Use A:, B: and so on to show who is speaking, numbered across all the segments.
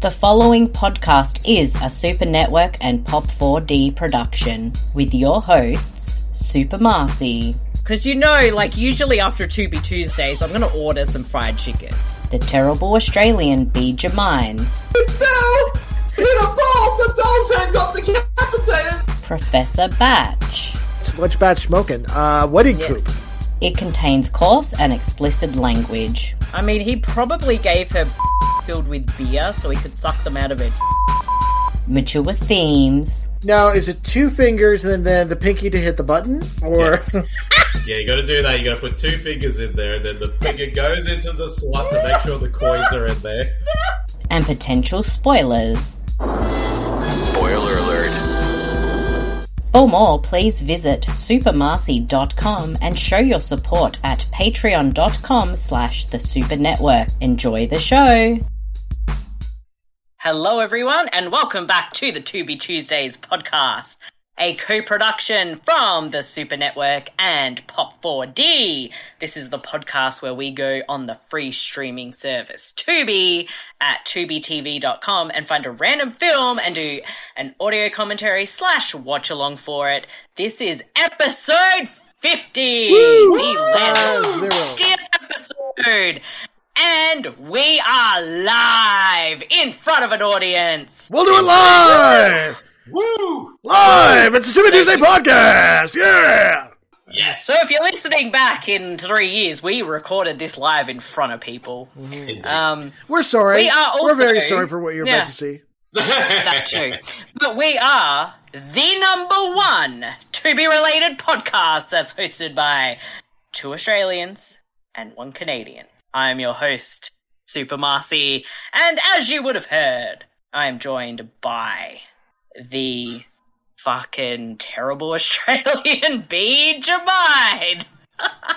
A: The following podcast is a Super Network and Pop 4D production with your hosts, Super Marcy,
B: Because you know, like, usually after Two Be Tuesdays, I'm going to order some fried chicken.
A: the terrible Australian B. Jamine,
C: fell in a ball. The doll's head got decapitated.
A: Professor Batch.
D: Much bad smoking. Uh, wedding
B: Yes.
D: group.
A: It contains coarse and explicit language.
B: I mean, he probably gave her filled with beer so he could suck them out of it.
A: mature themes,
D: Now, is it two fingers and then the pinky to hit the button, or
C: Yes. Yeah, you got to do that. You got to put two fingers in there, and then the finger goes into the slot to make sure the coins are in there.
A: and potential spoilers.
E: Spoiler alert.
A: For more, please visit supermarcy.com and show your support at patreon.com slash the super network. Enjoy the show!
B: Hello, everyone, and welcome back to the To Be Tuesdays podcast, a co production from the Super Network and Pop4D. This is the podcast where we go on the free streaming service Tubi at tubitv.com and find a random film and do an audio commentary slash watch along for it. This is episode 50! The last
D: Zero.
B: 50th episode! And we are live in front of an audience.
D: we'll do it live?
C: Woo!
D: Live! It's a Stupid Tuesday podcast. Yeah.
C: Yes.
B: So if you're listening back in three years, we recorded this live in front of people. Um,
D: We're sorry.
B: We are also-
D: We're very sorry for what you're
B: Yeah.
D: about to see.
B: that too. But we are the number one to be related podcast that's hosted by two Australians and one Canadian. I am your host, Super Marcy, and as you would have heard, I am joined by the fucking terrible Australian B. Jamide.
C: I,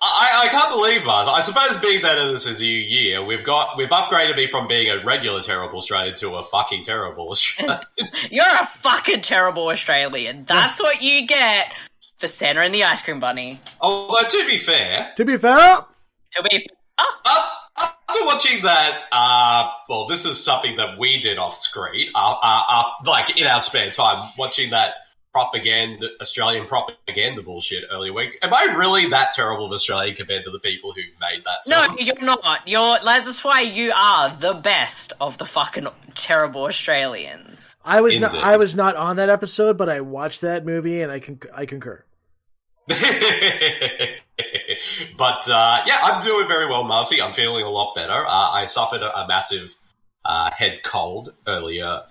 C: I can't believe
F: Steve Martin. I suppose being that this is a new year, we've got we've upgraded me from being a regular terrible Australian to a fucking terrible Australian.
B: You're a fucking terrible Australian. That's what you get for Santa and the ice cream bunny.
F: Although to be fair,
D: To be fair,
B: To be oh,
F: up- after watching that, uh, well, this is something that we did off screen, uh, uh, uh, like in our spare time, watching that propaganda Australian propaganda bullshit earlier week. Am I really that terrible of Australian compared to the people who made that?
B: no,
F: film?
B: you're not. You're that's why you are the best of the fucking terrible Australians.
D: I was not.
F: Indeed.
D: I was not on that episode, but I watched that movie, and I can. I concur.
F: but uh, yeah, I'm doing very well, Marcy. I'm feeling a lot better. Uh, I suffered a, a massive uh, head cold earlier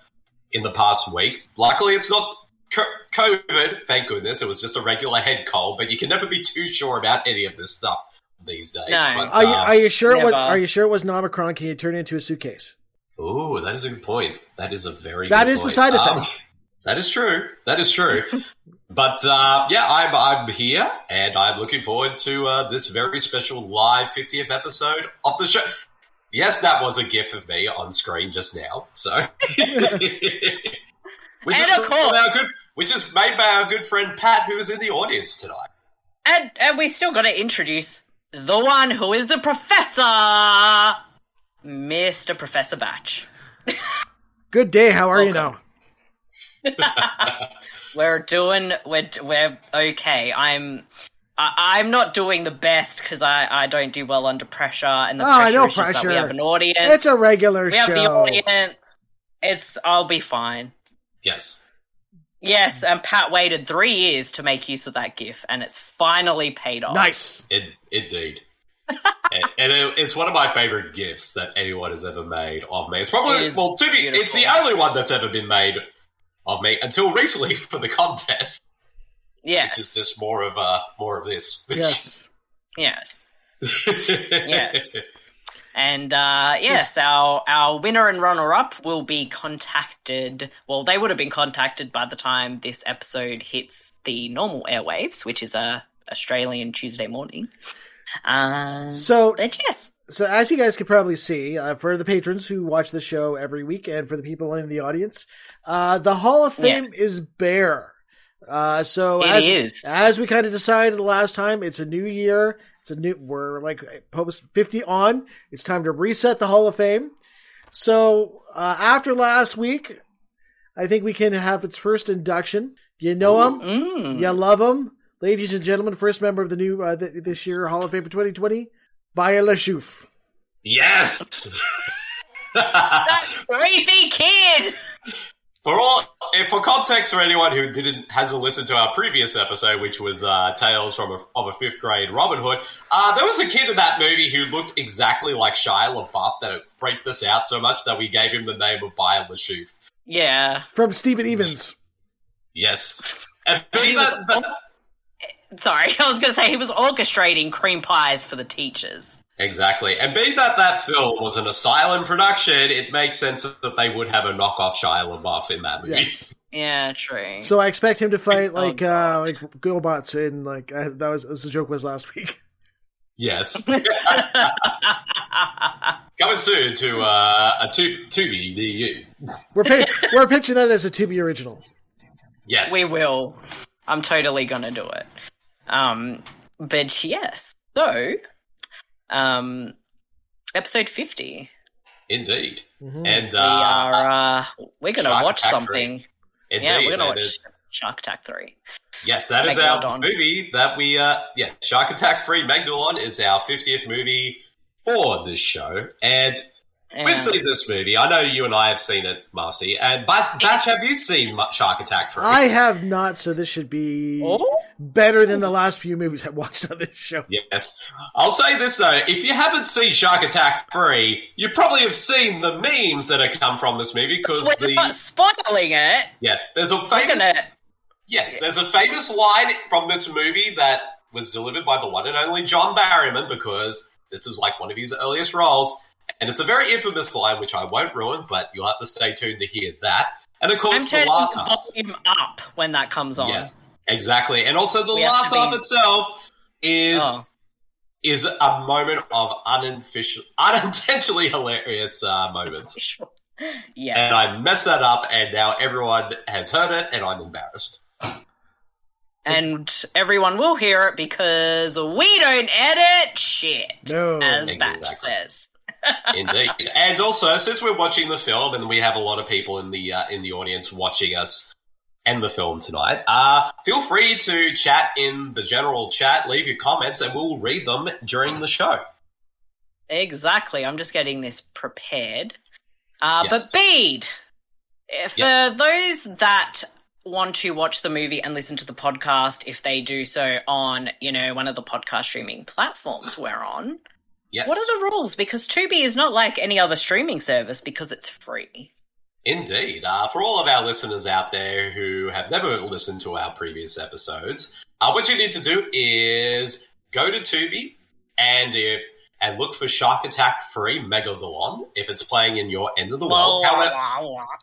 F: in the past week. Luckily, it's not co- COVID. Thank goodness. It was just a regular head cold. But you can never be too sure about any of this stuff these days.
B: No.
F: But,
D: Are you,
F: uh,
D: are you sure it was?
B: never.
D: Are you sure it was an Omicron? Can you turn it into a suitcase?
F: Ooh, that is a good point. That is a very
D: That
F: good
D: is the
F: point.
D: side
F: Um,
D: effect.
F: That is true. That is true. but uh, yeah, I'm I'm here, and I'm looking forward to uh, this very special live 50th episode of the show. Yes, that was a gif of me on screen just now. So, which
B: And
F: is
B: of course-
F: by our good, which is made by our good friend Pat, who is in the audience tonight.
B: And and we still got to introduce the one who is the professor, Mister Professor Batch.
D: Good day. How are you now?
B: We're doing. We're we're okay. I'm. I, I'm not doing the best because I, I don't do well under pressure and the
D: Oh, I
B: pressure is
D: know
B: just that we
D: pressure.
B: have an audience.
D: It's a regular
B: we have the
D: show.
B: audience. It's I'll be fine.
F: Yes.
B: Yes, and Pat waited three years to make use of that GIF, and it's finally paid off.
D: Nice.
F: In, indeed. and and it, it's one of my favorite gifts that anyone has ever made of me. It's
B: It
F: probably,
B: is
F: well, to be, it's the
B: beautiful.
F: only one that's ever been made of me until recently for the contest,
B: Yes,
F: which is just more of, uh, more of this.
D: Yes.
B: yes, and uh, yes, our our winner and runner up will be contacted. Well, they would have been contacted by the time this episode hits the normal airwaves, which is a Australian Tuesday morning. Um,
D: So
B: but yes,
D: so as you guys could probably see uh, for the patrons who watch the show every week and for the people in the audience uh, the hall of fame is bare uh, so
B: It
D: as,
B: is.
D: as we kind of decided last time it's a new year it's a new we're like post 50 on it's time to reset the hall of fame So uh, after last week, I think we can have its first induction. You know him,
B: Mm.
D: you love him, ladies and gentlemen. First member of the new uh, th- this year Hall of Fame for 2020, Baya LaChouf.
F: Yes!
B: That rapey kid!
F: For all, if for context for anyone who didn't hasn't listened to our previous episode, which was uh, Tales from a, of a Fifth Grade Robin Hood, uh, there was a kid in that movie who looked exactly like Shia LaBeouf that it freaked us out so much that we gave him the name of Bile LaShouf.
B: Yeah.
D: from Stephen Evans.
F: Yes, and
B: He
F: being
B: was
F: that, that-
B: Sorry, I was going to say he was orchestrating cream pies for the teachers.
F: exactly, and being that that film was an Asylum production, it makes sense that they would have a knockoff Shia LaBeouf in that movie.
D: Yes.
B: Yeah, true.
D: So I expect him to fight
F: Um,
D: like uh like GoBots in like uh, that was as the joke was last week.
F: Yes. Coming soon to uh, a tu- Tubi near you.
D: We're pi- we're pitching that as a to be original.
F: Yes.
B: we will. I'm totally going to do it. Um, but yes. So, um, episode 50.
F: Indeed.
D: Mhm.
F: And
B: Mm, we
F: uh,
B: are, uh, we're going to
F: Shark
B: watch
F: Attack
B: something.
F: indeed,
B: Yeah, we're going to
F: that
B: watch
F: is-
B: Shark Attack 3.
F: yes, that is our
B: Megalodon.
F: movie that we. Uh, yeah, Shark Attack Free Magdalon is our 50th movie for this show. And we've
B: And-
F: seen this movie. I know you and I have seen it, Marcy. And but Batch, have you seen Ma- Shark Attack Free?
D: I have not, so this should be
B: Oh?
D: better than the last few movies I watched on this show.
F: Yes. I'll say this though, if you haven't seen Shark Attack 3, you probably have seen the memes that have come from this movie because
B: We're
F: the
B: not spoiling it.
F: yeah, there's a
B: We're going
F: famous
B: to.
F: yes, there's a famous line from this movie that was delivered by the one and only John Barryman because this is like one of his earliest roles, and it's a very infamous line which I won't ruin, but you'll have to stay tuned to hear that. And of course,
B: I'm
F: the
B: turning
F: last
B: the
F: half.
B: volume up when that comes on.
F: Yes, exactly. And also, the
B: We have
F: last
B: to be-
F: half itself is
B: Oh.
F: is a moment of unofficial, unintentionally hilarious uh, moments.
B: Sure. Yeah.
F: And I messed that up, and now everyone has heard it, and I'm embarrassed.
B: And everyone will hear it because we don't edit shit,
D: No.
B: as Batch
F: Exactly.
B: says.
F: Indeed. and also, since we're watching the film, and we have a lot of people in the uh, in the audience watching us and the film tonight, uh, feel free to chat in the general chat, leave your comments, and we'll read them during the show.
B: Exactly. I'm just getting this prepared. Uh,
F: Yes.
B: But Bede, eh, for
F: Yes.
B: those that want to watch the movie and listen to the podcast, if they do so on, you know, one of the podcast streaming platforms we're on,
F: Yes.
B: what are the rules? Because Tubi is not like any other streaming service because it's free.
F: Indeed. Uh, for all of our listeners out there who have never listened to our previous episodes, uh, what you need to do is go to Tubi and if and look for Shark Attack Free Megalodon if it's playing in your end of the world.
B: Oh,
F: However,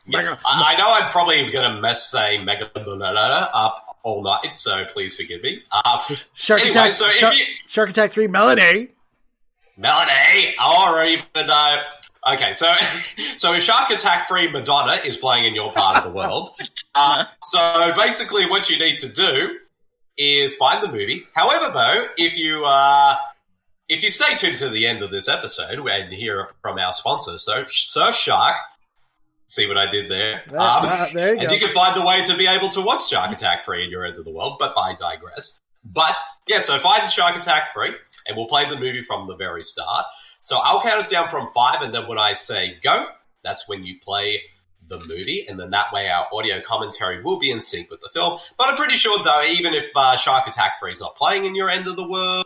F: yeah, I I know I'm probably going to mess saying Megalodon up all night, so please forgive me. Uh,
D: Shark
F: Anyway,
D: Attack
F: so if
D: Shark,
F: you- Um,
D: Shark Attack 3 Melanie.
F: Melody, or even uh, okay. So, so if Shark Attack Free Madonna is playing in your part of the world. Uh, so basically, what you need to do is find the movie. However, though, if you uh, if you stay tuned to the end of this episode and hear from our sponsor, so Surf Shark. See what I did there? Um,
D: Ah, ah, there you
F: and
D: go.
F: you can find a way to be able to watch Shark Attack Free in your end of the world, but I digress. But yeah, so find Shark Attack Free, and we'll play the movie from the very start. So I'll count us down from five, and then when I say go, that's when you play the movie, and then that way our audio commentary will be in sync with the film. But I'm pretty sure, though, even if uh, Shark Attack 3 is not playing in your end of the world,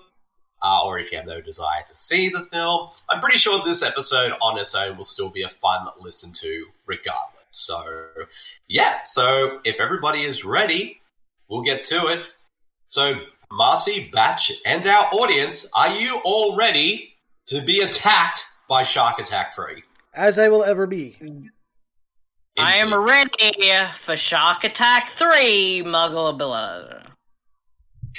F: uh, or if you have no desire to see the film, I'm pretty sure this episode on its own will still be a fun listen to regardless. So, yeah, so if everybody is ready, we'll get to it. So, Marcy, Batch, and our audience, are you all ready to be attacked by Shark Attack 3?
D: As I will ever be.
B: I am
F: Indeed.
B: ready for Shark Attack 3, Mugglebilla.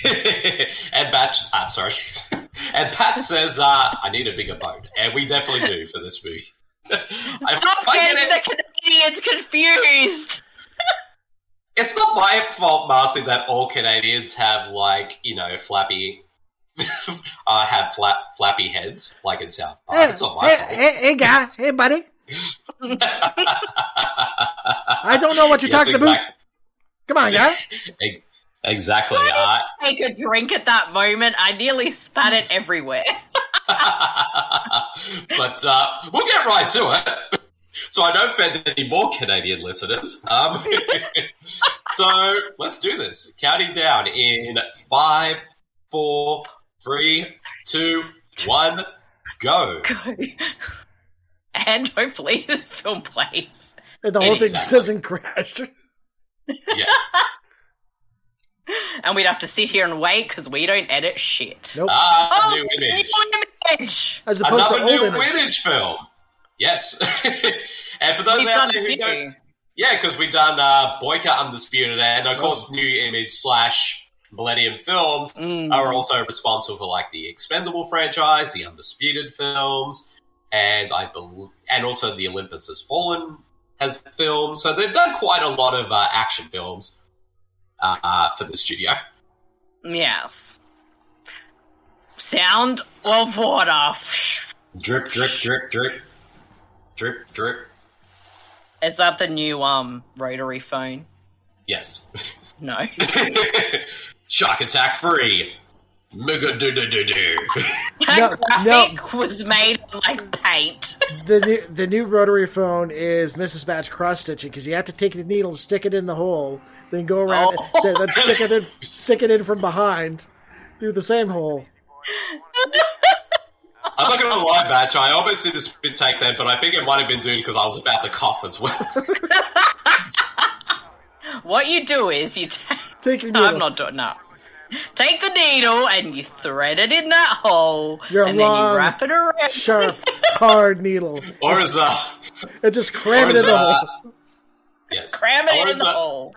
F: and Batch, I'm sorry. and Pat says, uh, I need a bigger boat. And we definitely do for this movie. I
B: Stop
F: fucking-
B: getting the Canadians confused!
F: It's not my fault, Marcy, that all Canadians have, like, you know, flappy. uh, have flap, flappy heads, like in South Park.
D: Hey,
F: It's not my
D: hey,
F: fault.
D: hey, hey guy, hey buddy. I don't know what you're
F: Yes,
D: talking
F: exact-
D: about. Come on, guy.
F: e- Exactly. Uh,
B: Take a drink at that moment. I nearly spat it everywhere.
F: but uh, we'll get right to it. So I don't offend any more Canadian listeners. Um, so let's do this. Counting down in five, four, three, two, one, go.
B: and hopefully the film plays.
D: And the whole thing just
F: Exactly.
D: doesn't crash.
F: Yeah.
B: And we'd have to sit here and wait because we don't edit shit.
D: Nope.
B: Oh,
F: Ah, new image.
B: new image.
D: As opposed to
F: Another
D: old
F: new
D: image.
F: Winnage film. Yes. and for those
B: We've
F: out
B: done
F: there who don't
B: it.
F: Yeah, because we've done uh, Boycott Undisputed and, of course, New Image slash Millennium Films are also responsible for, like, the Expendable franchise, the Undisputed films, and I believe, and also the Olympus Has Fallen has films. So they've done quite a lot of uh, action films uh, uh, for the studio.
B: Yes. Sound of water.
F: Drip, drip, drip, drip. Drip, drip.
B: Is that the new um rotary phone?
F: Yes.
B: No.
F: Shock attack free. Mega do do do do.
B: That
D: no.
B: graphic was made of, like paint.
D: The new, the new rotary phone is Mrs. Batch cross stitching because you have to take the needle, and stick it in the hole, then go around,
B: Oh.
D: then, then stick it in, stick it in from behind through the same hole.
F: I'm not gonna lie, Batch. I almost did this spit take there, but I think it might have been doing because I was about to cough as well.
B: What you do is you take.
D: Take your
B: No,
D: needle.
B: I'm not doing that. Take the needle and you thread it in that hole,
D: Your
B: and then
D: long,
B: you wrap it around.
D: Sharp, hard needle.
F: or is uh,
D: It just crammed
F: or
D: in
F: is
D: the
F: uh,
D: hole.
F: yes,
B: Cram
F: or
B: it in
F: is,
B: the
F: uh,
B: hole.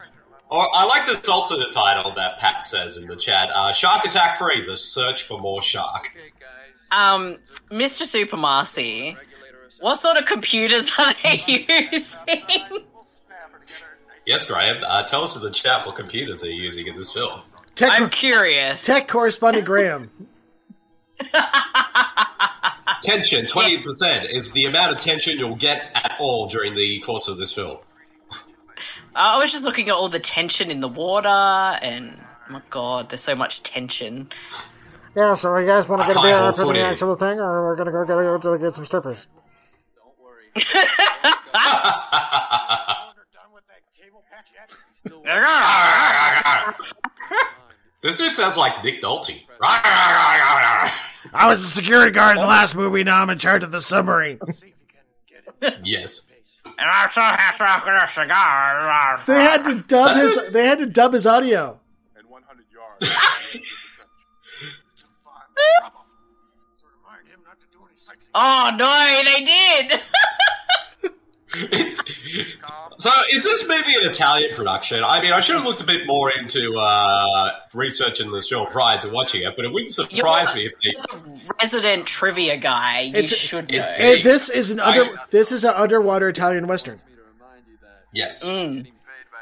F: Or I like this alternate title that Pat says in the chat: uh, "Shark Attack Free: The Search for More Shark."
B: Um, Mr. Supermarcy, what sort of computers are they using?
F: Yes, Graham. Uh, tell us in the chat what computers they're using in this film.
B: I'm
D: Tech,
B: curious.
D: tech correspondent Graham.
F: Tension twenty percent is the amount of tension you'll get at all during the course of this film.
B: I was just looking at all the tension in the water, and my god, there's so much tension.
D: Yeah, so you guys want
F: to get a beer High-hole after the footy. actual
D: thing, or we're gonna go get, get some strippers?
F: This dude sounds like Nick Nolte.
D: I was a security guard in the last movie. Now I'm in charge of the submarine.
F: yes.
B: And I still have to open a cigar.
D: they had to dub his. They had to dub his audio.
B: Oh no, they did!
F: So, is this movie an Italian production? I mean, I should have looked a bit more into uh, researching this film prior to watching it, but it wouldn't surprise me if they.
B: Resident trivia guy, you
D: It's-
B: should know.
F: it-
D: Hey, this is an under.
F: uh,
D: This is an underwater Italian western.
F: Yes,
B: Mm.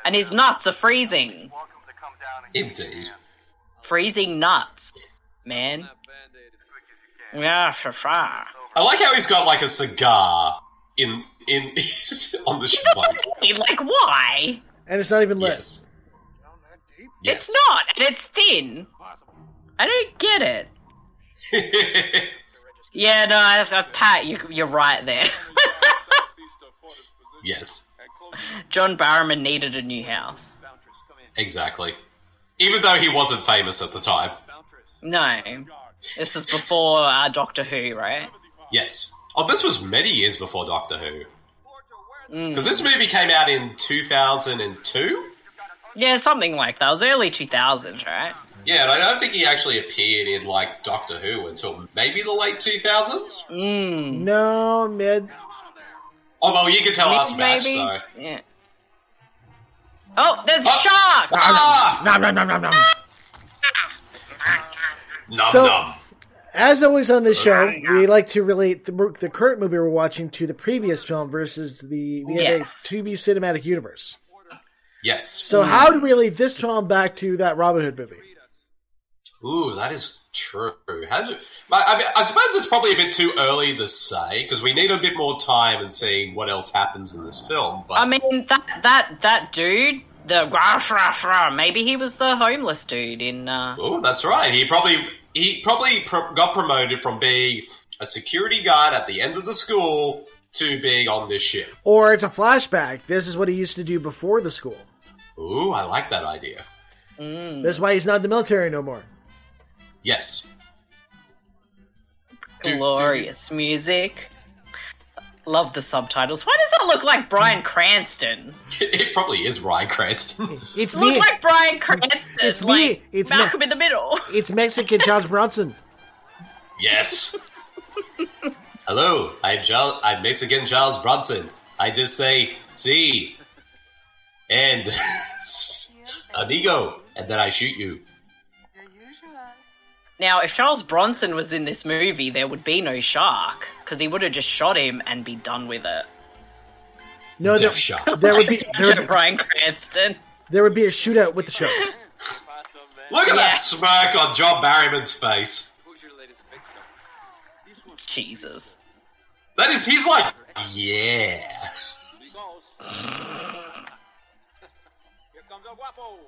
B: And his nuts are freezing.
F: indeed.
B: Freezing nuts, man. Yeah, for far.
F: I like how he's got like a cigar in in on the smoke.
B: Like, why?
D: And it's not even lit.
F: Yes. Yes.
B: It's not, and it's thin. I don't get it. Yeah, no, I, I, Pat, you, you're right there.
F: yes.
B: John Barrowman needed a new house.
F: Exactly. Even though he wasn't famous at the time.
B: No, this is before uh, Doctor Who, right?
F: Yes. Oh, this was many years before Doctor Who. Because this movie came out in 2002?
B: Yeah, something like that. It was early 2000s, right?
F: Yeah, and I don't think he actually appeared in, like, Doctor Who until maybe the late 2000s?
B: Mm.
D: No mid.
F: Oh, well, you can tell us,
B: Mid,
F: Matt,
B: maybe?
F: so.
B: Yeah. Oh, there's a
F: Oh.
B: shark!
F: Ah!
D: Nom, nom, nom, nom, nom.
F: Nom
D: So-
F: nom.
D: As always on this show, we like to relate the, mo- the current movie we're watching to the previous film versus the we have
B: Yes.
D: a 2B cinematic universe.
F: Yes.
D: So how to relate this film back to that Robin Hood movie?
F: Ooh, that is true. How do, I, mean, I suppose it's probably a bit too early to say because we need a bit more time and seeing what else happens in this film. But
B: I mean, that that that dude, the ruff, ruff, ruff, maybe he was the homeless dude in. Uh,
F: ooh, that's right. He probably he probably pro- got promoted from being a security guard at the end of the school to being on this ship.
D: Or it's a flashback. This is what he used to do before the school.
F: Ooh, I like that idea.
B: mm.
D: That's why he's not in the military no more.
F: Yes. Do- do-
B: glorious music. Love the subtitles. Why does that look like Brian Cranston?
F: It probably is Ryan Cranston.
D: It's
B: Look
D: me.
B: like Brian Cranston.
D: It's me.
B: like
D: It's me.
B: Malcolm in the Middle.
D: It's Mexican Charles Bronson.
F: yes. Hello, I'm Charles, I'm Mexican Charles Bronson. I just say see and amigo, and then I shoot you.
B: Now, if Charles Bronson was in this movie, there would be no shark because he would have just shot him and be done with it.
D: No, there,
F: Death shot.
D: there would be there
B: Imagine
D: would,
B: Brian Cranston.
D: there would be a shootout with the shark.
F: Look at
B: Yeah.
F: that smirk on John Barryman's face.
B: Jesus.
F: That is, he's like, yeah.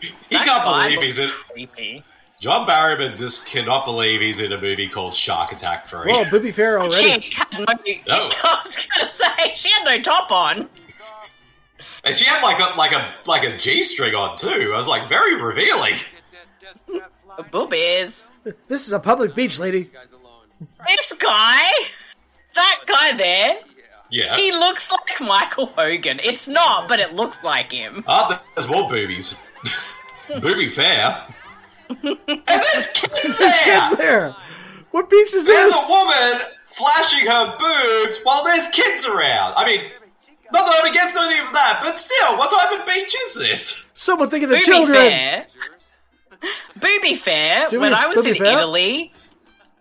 F: He
B: That
F: can't
B: guy
F: believe
B: looks
F: he's in.
B: creepy.
F: John Barryman just cannot believe he's in a movie called Shark Attack 3.
D: Whoa, booby fair already.
B: She had no.
F: No.
B: I was gonna say she had no top on.
F: and she had like a like a like a G string on too. I was like, very revealing.
B: Boobies.
D: This is a public beach, lady.
B: This guy. That guy there.
F: Yeah.
B: He looks like Michael Hogan. It's not, but it looks like him.
F: Ah, there's more boobies. Booby fair. and there's kids
D: This
F: there!
D: kid's there. What beach is
F: uh, There's
D: this?
F: a woman flashing her boobs while there's kids around. I mean, not that I'm against any of that, but still, what type of beach is this?
D: Someone think of the
B: Booby
D: children.
B: fair. Booby fair.
D: Booby-
B: when I was
D: booby
B: in
D: fair?
B: Italy,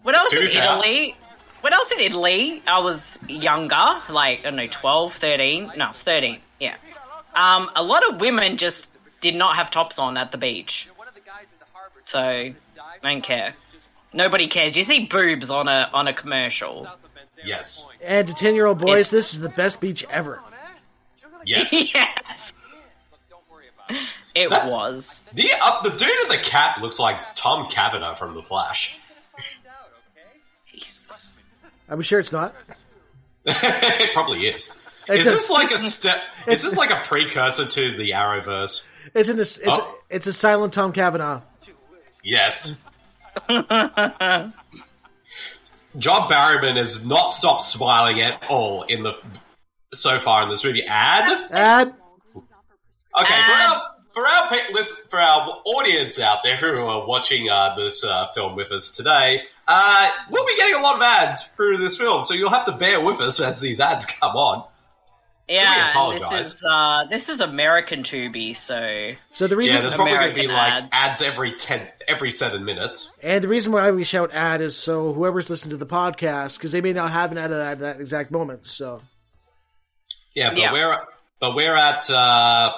B: when I was
F: Booby
B: in
F: fair.
B: Italy, when I was in Italy, I was younger, like I don't know, 12, 13. No, I was 13. Yeah. Um, a lot of women just did not have tops on at the beach, so I don't care. Nobody cares. You see boobs on a on a commercial.
F: Yes.
D: And to ten year old boys,
B: It's-
D: this is the best beach ever.
F: Yes.
B: yes. It
F: That-
B: was.
F: The, uh, the dude in the cap looks like Tom Cavanaugh from The Flash.
B: Jesus.
D: Are we sure it's not?
F: it probably is.
D: It's
F: is
D: a-
F: this like a step? Is this like a precursor to the Arrowverse?
D: It's an it's
F: Oh.
D: it's a silent Tom Cavanaugh.
F: Yes. John Barryman has not stopped smiling at all in the so far in this movie. Ad.
D: And
F: Okay, for
B: Ad.
F: our for our pick list for our audience out there who are watching uh, this uh, film with us today, uh, we'll be getting a lot of ads through this film, so you'll have to bear with us as these ads come on.
B: Yeah,
F: We
B: and
F: apologise.
B: this is uh, this is American Tubi, so
D: so the
F: Yeah,
D: reason
F: there's probably going to be
B: American
F: like
B: ads.
F: ads every ten, every seven minutes.
D: And the reason why we shout ad is so whoever's listening to the podcast, because they may not have an ad at that exact moment. So
F: Yeah, but
B: Yeah.
F: we're but we're at uh,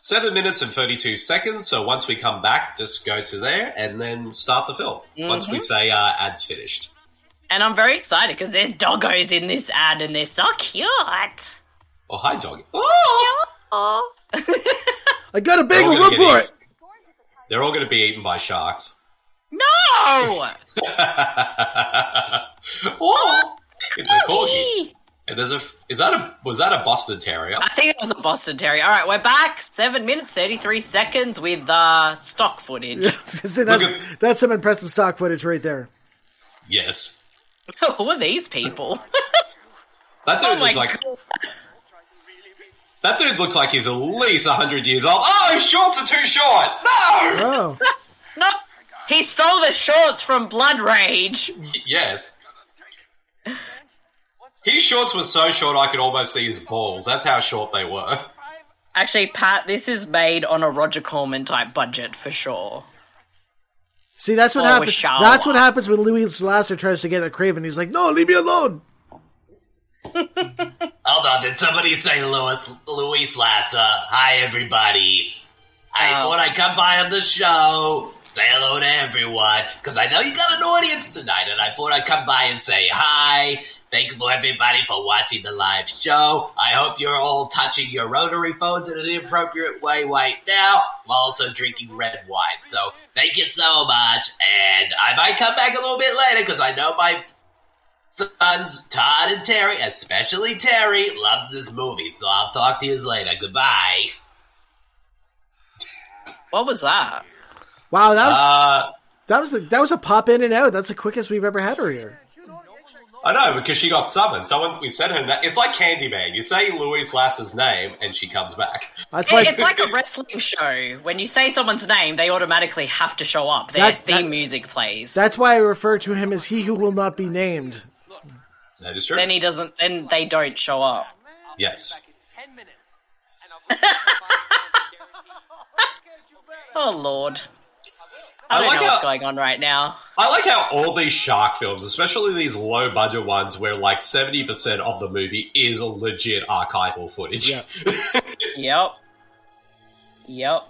F: seven minutes and thirty two seconds. So once we come back, just go to there and then start the film.
B: Mm-hmm.
F: Once we say uh, ads finished.
B: And I'm very excited because there's doggos in this ad and they're so cute.
F: Oh, hi, doggy. Oh!
B: Oh.
D: I got a
F: They're all
D: bagel,
F: gonna
D: run
F: get
D: for it.
F: eaten. They're all going to be eaten by sharks.
B: no!
F: oh, it's a corgi.
B: Doggy!
F: And there's a is that a was that a Boston Terrier?
B: I think it was a Boston Terrier. All right, we're back. Seven minutes, 33 seconds with uh, stock footage.
D: See, that's,
F: Look at-
D: that's some impressive stock footage right there.
F: Yes,
B: Who are these people?
F: that dude
B: oh my
F: looks like
B: god.
F: that dude looks like he's at least hundred years old. Oh, his shorts are too short. No.
D: Oh,
B: No! He stole the shorts from Blood Rage.
F: Yes. His shorts were so short I could almost see his balls. That's how short they were.
B: Actually, Pat, this is made on a Roger Corman type budget for sure.
D: see, that's what
B: Oh, a
D: happens.
B: shower.
D: That's what happens when Louis Lasser tries to get a Craven. He's like, "No, leave me alone."
F: Hold on, did somebody say Louis Louis Lasser? Hi everybody. I
B: Oh.
F: thought I'd come by on the show
G: say hello to everyone because I know you got an audience tonight, and I thought I'd come by and say hi. Thanks for everybody for watching the live show. I hope you're all touching your rotary phones in an inappropriate way right now, while also drinking red wine. So thank you so much, and I might come back a little bit later because I know my sons Todd and Terry, especially Terry, loves this movie. So I'll talk to you later. Goodbye.
B: What was that?
D: Wow, that was
G: Uh,
D: that was the, that was a pop in and out. That's the quickest we've ever had her here.
G: I know because she got summoned. Someone we sent her that. It's like Candyman. You say Louise Lass's name, and she comes back.
D: That's
B: Yeah,
D: why
B: it's like a wrestling show. When you say someone's name, they automatically have to show up. Their
D: That- that-
B: theme music plays.
D: that's why I refer to him as he who will not be named.
G: That is true.
B: then he doesn't. Then they don't show up.
G: yes.
B: Oh lord, I don't
G: like
B: know what's
G: how-
B: going on right now.
G: I like how all these shark films, especially these low budget ones, where like seventy percent of the movie is legit archival footage.
D: Yeah.
B: Yep. Yep.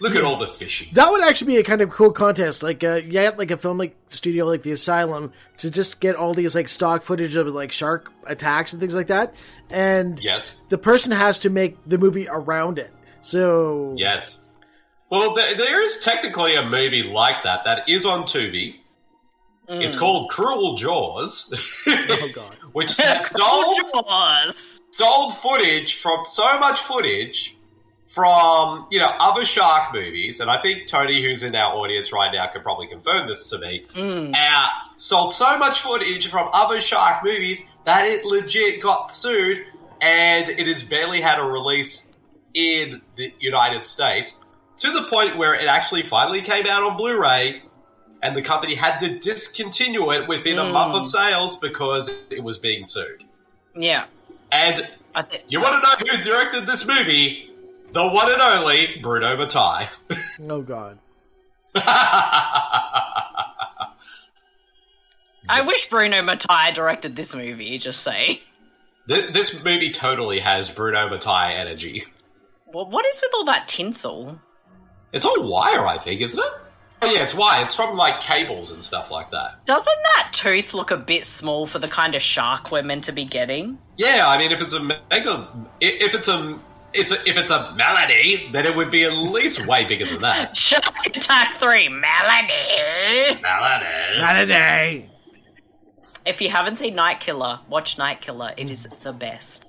G: Look at all the fishing.
D: That would actually be a kind of cool contest, like uh, yeah, like a film like studio like the Asylum to just get all these like stock footage of like shark attacks and things like that, and
G: Yes.
D: the person has to make the movie around it. So
G: Yes. Well, there, there is technically a movie like that that is on Tubi. It's called Cruel Jaws,
D: oh god,
G: which stole
B: Jaws.
G: stole footage from so much footage from you know other shark movies, and I think Tony, who's in our audience right now, can probably confirm this to me. Uh, sold so much footage from other shark movies that it legit got sued, and it has barely had a release in the United States to the point where it actually finally came out on Blu-ray. And the company had to discontinue it within a month of sales because it was being sued.
B: Yeah.
G: And
B: I think
G: you want to know who directed this movie? The one and only Bruno Mattei.
D: oh god.
B: I wish Bruno Mattei directed this movie. Just say.
G: Th- this movie totally has Bruno Mattei energy.
B: Well, what is with all that tinsel?
G: It's on wire, I think, isn't it? Oh yeah, it's wire. It's from like cables and stuff like that.
B: Doesn't that tooth look a bit small for the kind of shark we're meant to be getting?
G: Yeah, I mean, if it's a mega, i- if it's a, it's a, if it's a melody, then it would be at least way bigger than that.
B: Shark Attack 3 Melody!
G: Melody.
D: Not a day.
B: If you haven't seen Night Killer, watch Night Killer. It is the best.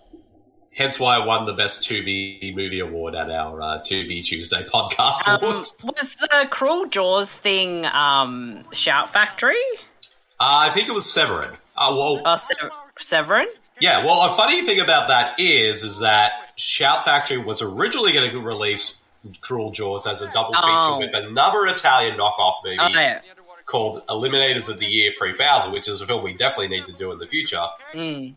G: Hence why I won the best 2B movie award at our uh, 2B Tuesday podcast
B: Um,
G: awards.
B: was the Cruel Jaws thing um, Shout Factory?
G: Uh, I think it was Severin. Uh, well,
B: Or Sever- Severin?
G: yeah. Well, a funny thing about that is, is that Shout Factory was originally going to release Cruel Jaws as a double feature
B: Oh.
G: with another Italian knockoff movie
B: Oh, yeah.
G: called Eliminators of the Year 3000, which is a film we definitely need to do in the future.
B: Mm.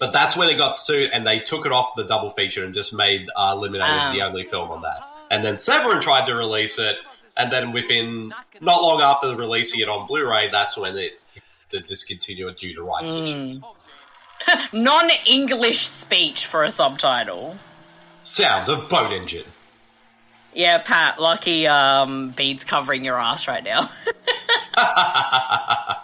G: But that's when it got sued, and they took it off the double feature and just made uh, Eliminators
B: Ah.
G: the only film on that. And then Severin tried to release it, and then within not long after releasing it on Blu-ray, that's when it the discontinued due to rights
B: Hmm.
G: issues.
B: Non English Mm. speech for a subtitle.
G: Sound of boat engine.
B: Yeah, Pat, lucky um, beads covering your ass right now.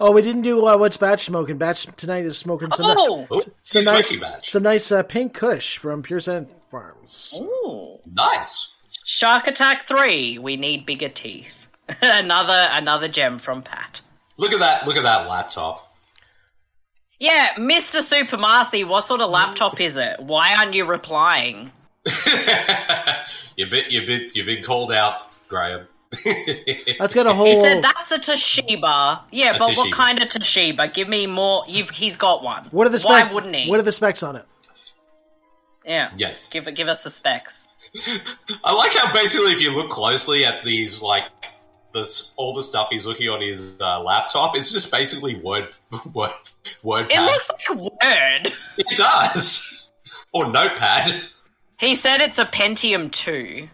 D: Oh, we didn't do uh, what's batch smoking. Batch tonight is smoking some
B: oh!
G: Ooh,
D: some
G: she's
D: nice
G: Ricky Batch.
D: some nice uh, pink Kush from Pure Scent Farms.
B: Ooh.
G: nice.
B: Shark Attack 3, We Need Bigger Teeth. another another gem from Pat.
G: Look at that! Look at that laptop.
B: Yeah, Mr. Supermarcy, what sort of laptop is it? Why aren't you replying?
G: you've been you've been you've been called out, Graham.
D: That's got a
B: He
D: whole.
B: said that's a Toshiba. Yeah,
G: A
B: but what
G: Toshiba.
B: kind of Toshiba? Give me more. You've he's got one.
D: what are the
B: Why
D: specs?
B: wouldn't he?
D: What are the specs on it?
B: yeah.
G: Yes.
B: Give give us the specs.
G: I like how basically, if you look closely at these, like this, all the stuff he's looking on his uh, laptop, it's just basically word, word,
B: It
G: WordPad.
B: looks like Word.
G: It does, or Notepad.
B: He said it's a Pentium 2.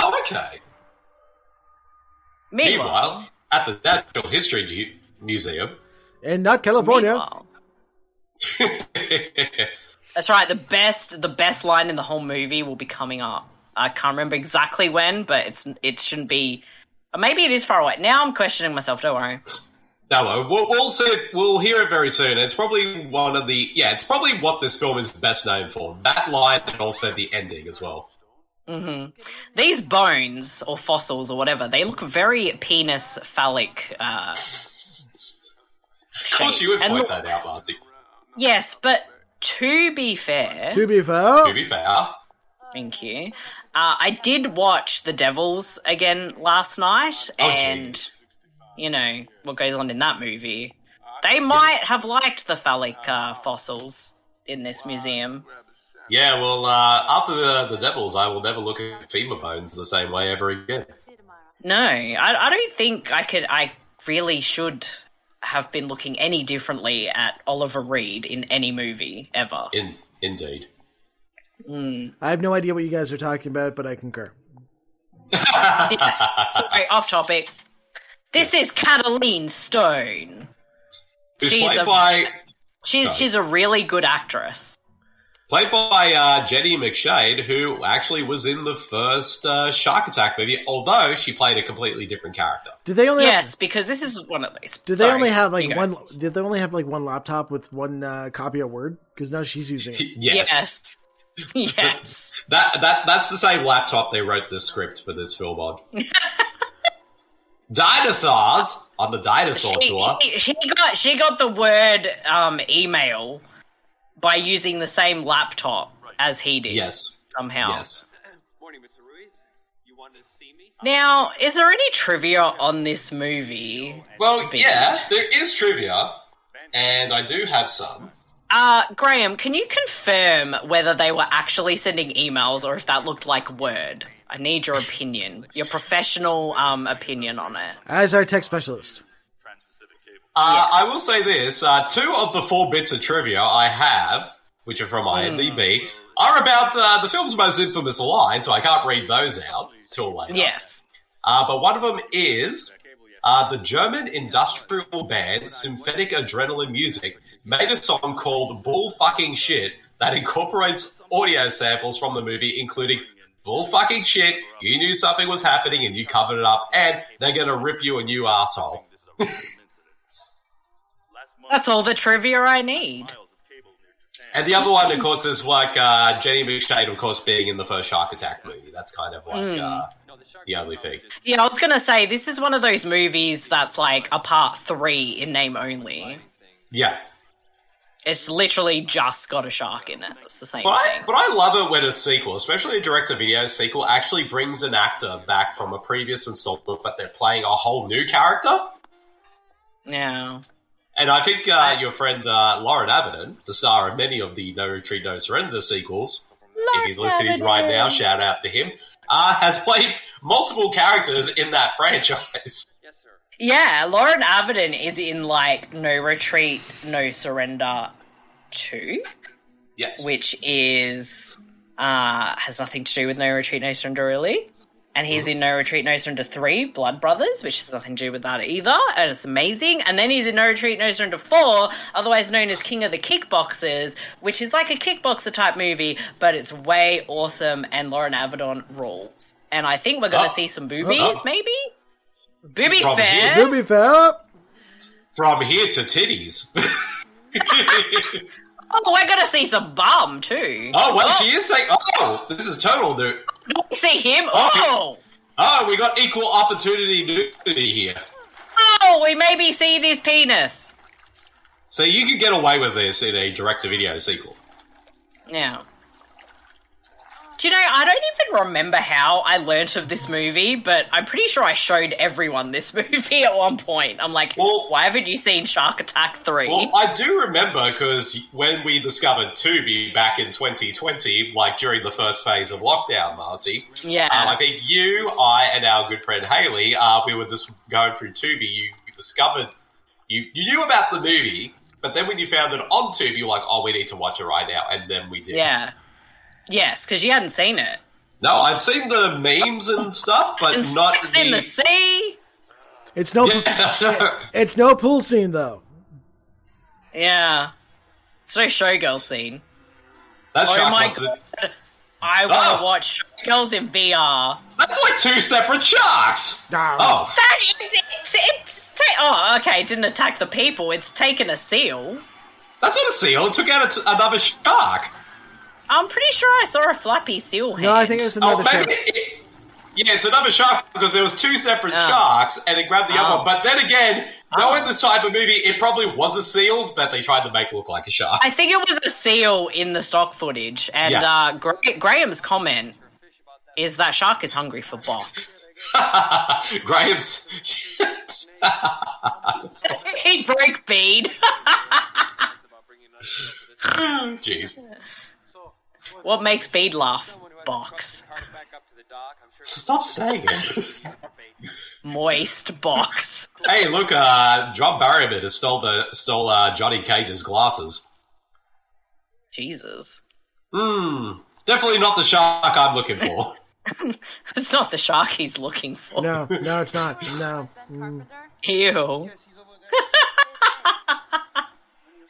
G: Oh, okay.
B: Meanwhile,
G: Meanwhile, at the Natural History Mu- Museum,
D: And not California.
B: meanwhile. That's right. The best the best line in the whole movie will be coming up. I can't remember exactly when, but it's it shouldn't be. Or maybe it is far away. Now I'm questioning myself. Don't worry.
G: No, we'll, we'll see. If, we'll hear it very soon. It's probably one of the yeah. It's probably what this film is best known for. That line and also the ending as well.
B: hmm These bones or fossils or whatever, they look very penis phallic. Uh,
G: Of course, you would
B: And look-
G: point that out, Marcy.
B: yes, but to be fair,
D: To be fair,
G: To be fair,
B: Thank you. Uh, I did watch The Devils again last night,
G: oh
B: and
G: jeez.
B: you know what goes on in that movie. They might have liked the phallic uh, fossils in this museum.
G: Yeah, well, uh, after the the Devils, I will never look at femur bones the same way ever again.
B: No, I, I don't think I could. I really should have been looking any differently at Oliver Reed in any movie ever.
G: In indeed.
D: I have no idea what you guys are talking about, but I concur.
B: yes. Sorry, off topic. This is Cataline Stone.
G: Who's
B: She's
G: played
B: a-
G: by
B: She's
G: Sorry.
B: she's a really good actress.
G: played by uh, Jenny McShade, who actually was in the first uh, Shark Attack movie, although she played a completely different character.
D: Did they only have,
B: Yes, because this is one of these.
D: did they
B: Sorry,
D: only have
B: you
D: like
B: go.
D: one? Did they only have like one laptop with one uh, copy of Word? Because now she's using it.
G: Yes.
B: Yes. Yes.
G: That that that's the same laptop they wrote the script for this film on. Dinosaurs on the dinosaur tour.
B: she, she got she got the word um, email by using the same laptop as he did
G: Yes.
B: somehow.
G: Yes.
H: Morning, Mr. Ruiz. You wanted to see me?
B: Now, is there any trivia on this movie?
G: Well,
B: Big.
G: yeah, there is trivia, and I do have some.
B: Uh, Graham, can you confirm whether they were actually sending emails or if that looked like Word? I need your opinion, your professional um, opinion on it.
D: As our tech specialist,
G: Uh, I will say this: uh, two of the four bits of trivia I have, which are from IMDb, are about uh, the film's most infamous line, so I can't read those out till later.
B: Yes.
G: Uh, but one of them is uh, the German industrial band Synthetic Adrenaline Music made a song called Bull Fucking Shit that incorporates audio samples from the movie, including Bull Fucking Shit, You Knew Something Was Happening and You Covered It Up, and They're Gonna Rip You a New Asshole.
B: That's all the trivia I need.
G: And the other one, of course, is like uh, Jenny McShade, of course, being in the first Shark Attack movie. That's kind of like uh, the only thing.
B: Yeah, I was gonna say this is one of those movies that's like a part three in name only.
G: Yeah.
B: It's literally just got a shark in it. It's the same
G: But I,
B: thing.
G: but I love it when a sequel, especially a direct-to-video sequel, actually brings an actor back from a previous installment, but they're playing a whole new character.
B: Yeah.
G: And I think uh, your friend uh, Lauren Avedon, the star of many of the No Retreat, No Surrender sequels, if he's listening right now, shout out to him, uh, has played multiple characters in that franchise.
B: Yeah, Lauren Avedon is in like No Retreat, No Surrender two,
G: Yes.
B: which is uh has nothing to do with No Retreat, No Surrender really. And he's in No Retreat, No Surrender 3, Blood Brothers, which has nothing to do with that either, and it's amazing. And then he's in No Retreat, No Surrender 4, otherwise known as King of the Kickboxers, which is like a kickboxer type movie, but it's way awesome, and Lauren Avedon rules. And I think we're gonna
G: Oh.
B: see some boobies,
G: Uh-oh.
B: maybe? Booby
G: From
B: fan!
D: to be fair,
G: From here to titties.
B: Oh, we're gonna see some bum too.
G: oh, well, she is saying, oh, this is total new.
B: You see him?
G: Oh.
B: Oh,
G: Oh, we got equal opportunity nudity here.
B: oh, we maybe see his penis.
G: So you could get away with this in a direct-to-video sequel.
B: Now, do you know? I don't even remember how I learnt of this movie, but I'm pretty sure I showed everyone this movie at one point. I'm like,
G: Well-
B: why haven't you seen Shark Attack Three?
G: Well, I do remember because when we discovered Tubi back in 2020, like during the first phase of lockdown, Marcy,
B: Yeah.
G: um, I think you, I, and our good friend Haley, uh, we were just going through Tubi. You discovered you you knew about the movie, but then when you found it on Tubi, you're like, oh, we need to watch it right now, and then we did.
B: yeah, yes, because you hadn't seen it.
G: No, I've seen the memes and stuff, but
B: And
G: not
B: Sex in the sea.
D: it's no it's no pool scene though.
B: Yeah, it's no showgirl scene.
G: That's
B: Oh
G: Shark
B: my
G: Wants to-
B: God. I want to
G: Oh.
B: watch Girls in VR.
G: That's like two separate sharks. Oh,
B: That is, it's, it's ta- oh, okay. It didn't attack the people. It's taken a seal.
G: that's not a seal. It took out a, another shark.
B: I'm pretty sure I saw a flappy seal hand.
D: No, I think it was
G: Oh,
D: another show.
G: maybe it, it- yeah, it's another shark because there was two separate
B: Oh.
G: sharks, and it grabbed the
B: Oh.
G: other. But then again, knowing
B: Oh.
G: this type of movie, it probably was a seal that they tried to make look like a shark.
B: I think it was a seal in the stock footage, and
G: Yeah.
B: uh, Gra- Graham's comment is that shark is hungry for box.
G: Graham's.
B: he broke bead.
H: about bringing an idea to this.
G: Jeez.
H: So,
B: what makes bead laugh?
H: someone who had to cross
B: Box.
H: the cart back up to the dock, I'm sure
G: Stop saying it.
B: Moist box.
G: hey, look, uh, John Barrymore has stole the stole uh, Johnny Cage's glasses.
B: Jesus.
G: Hmm. Definitely not the shark I'm looking for.
B: It's not the shark he's looking for.
D: No, no, it's not. No. Mm.
B: Ew.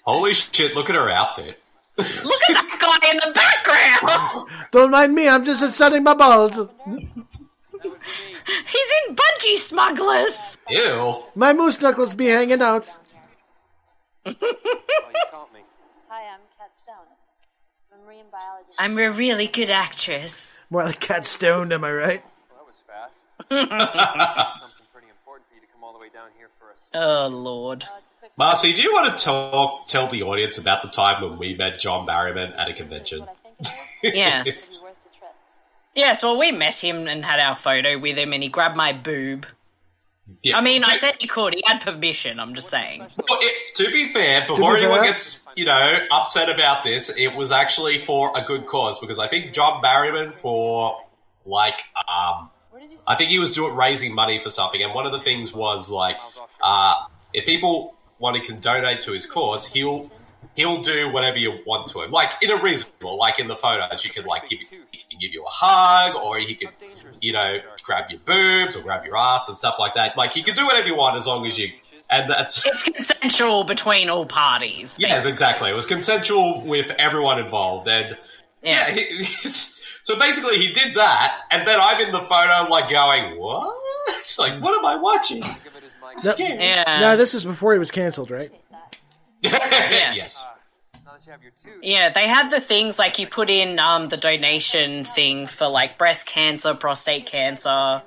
G: Holy shit! Look at her outfit.
B: Look at that guy in the background.
D: Don't mind me. I'm just sunning my balls.
B: He's in Budgie Smugglers.
G: Ew.
D: My moose knuckles be hanging out.
I: Hi, I'm Kat Stone. I'm a marine biologist.
B: I'm a really good actress.
D: More like cat stoned, am I right?
H: Well, that was fast. Something pretty important for you to come all the way down here for us.
B: Oh lord.
I: Oh, it's a quick
G: Marcy, do you want to talk tell the audience about the time when we met John Barrowman at a convention?
I: what I think it is.
B: Yes.
I: It'll be worth the trip.
B: Yes, well we met him and had our photo with him and he grabbed my boob.
G: Yeah.
B: I mean I said he could, he had permission, I'm just saying.
G: Well, it- to be fair, before anyone
D: fair.
G: gets you know upset about this, it was actually for a good cause because I think John Barrowman for like um
I: Where did you see
G: I think he was doing raising money for something, and one of the things was like, uh, if people want to can donate to his cause, he'll he'll do whatever you want to him, like in a reasonable, like in the photos, you can like give he can give you a hug, or he could you know grab your boobs or grab your ass and stuff like that. Like he can do whatever you want as long as you and that's
B: It's consensual between all parties.
G: yes, exactly. It was consensual with everyone involved, and yeah.
B: Yeah.
G: he, so basically, he did that, and then I'm in the photo, like going, "What? Like, what am I watching?"
H: Give it his mic.
D: No,
G: Scared.
B: Yeah.
D: no, this was before he was canceled, right?
G: yes.
H: Now that you have your two,
B: Yeah, they had the things like you put in um, the donation thing for like breast cancer, prostate cancer.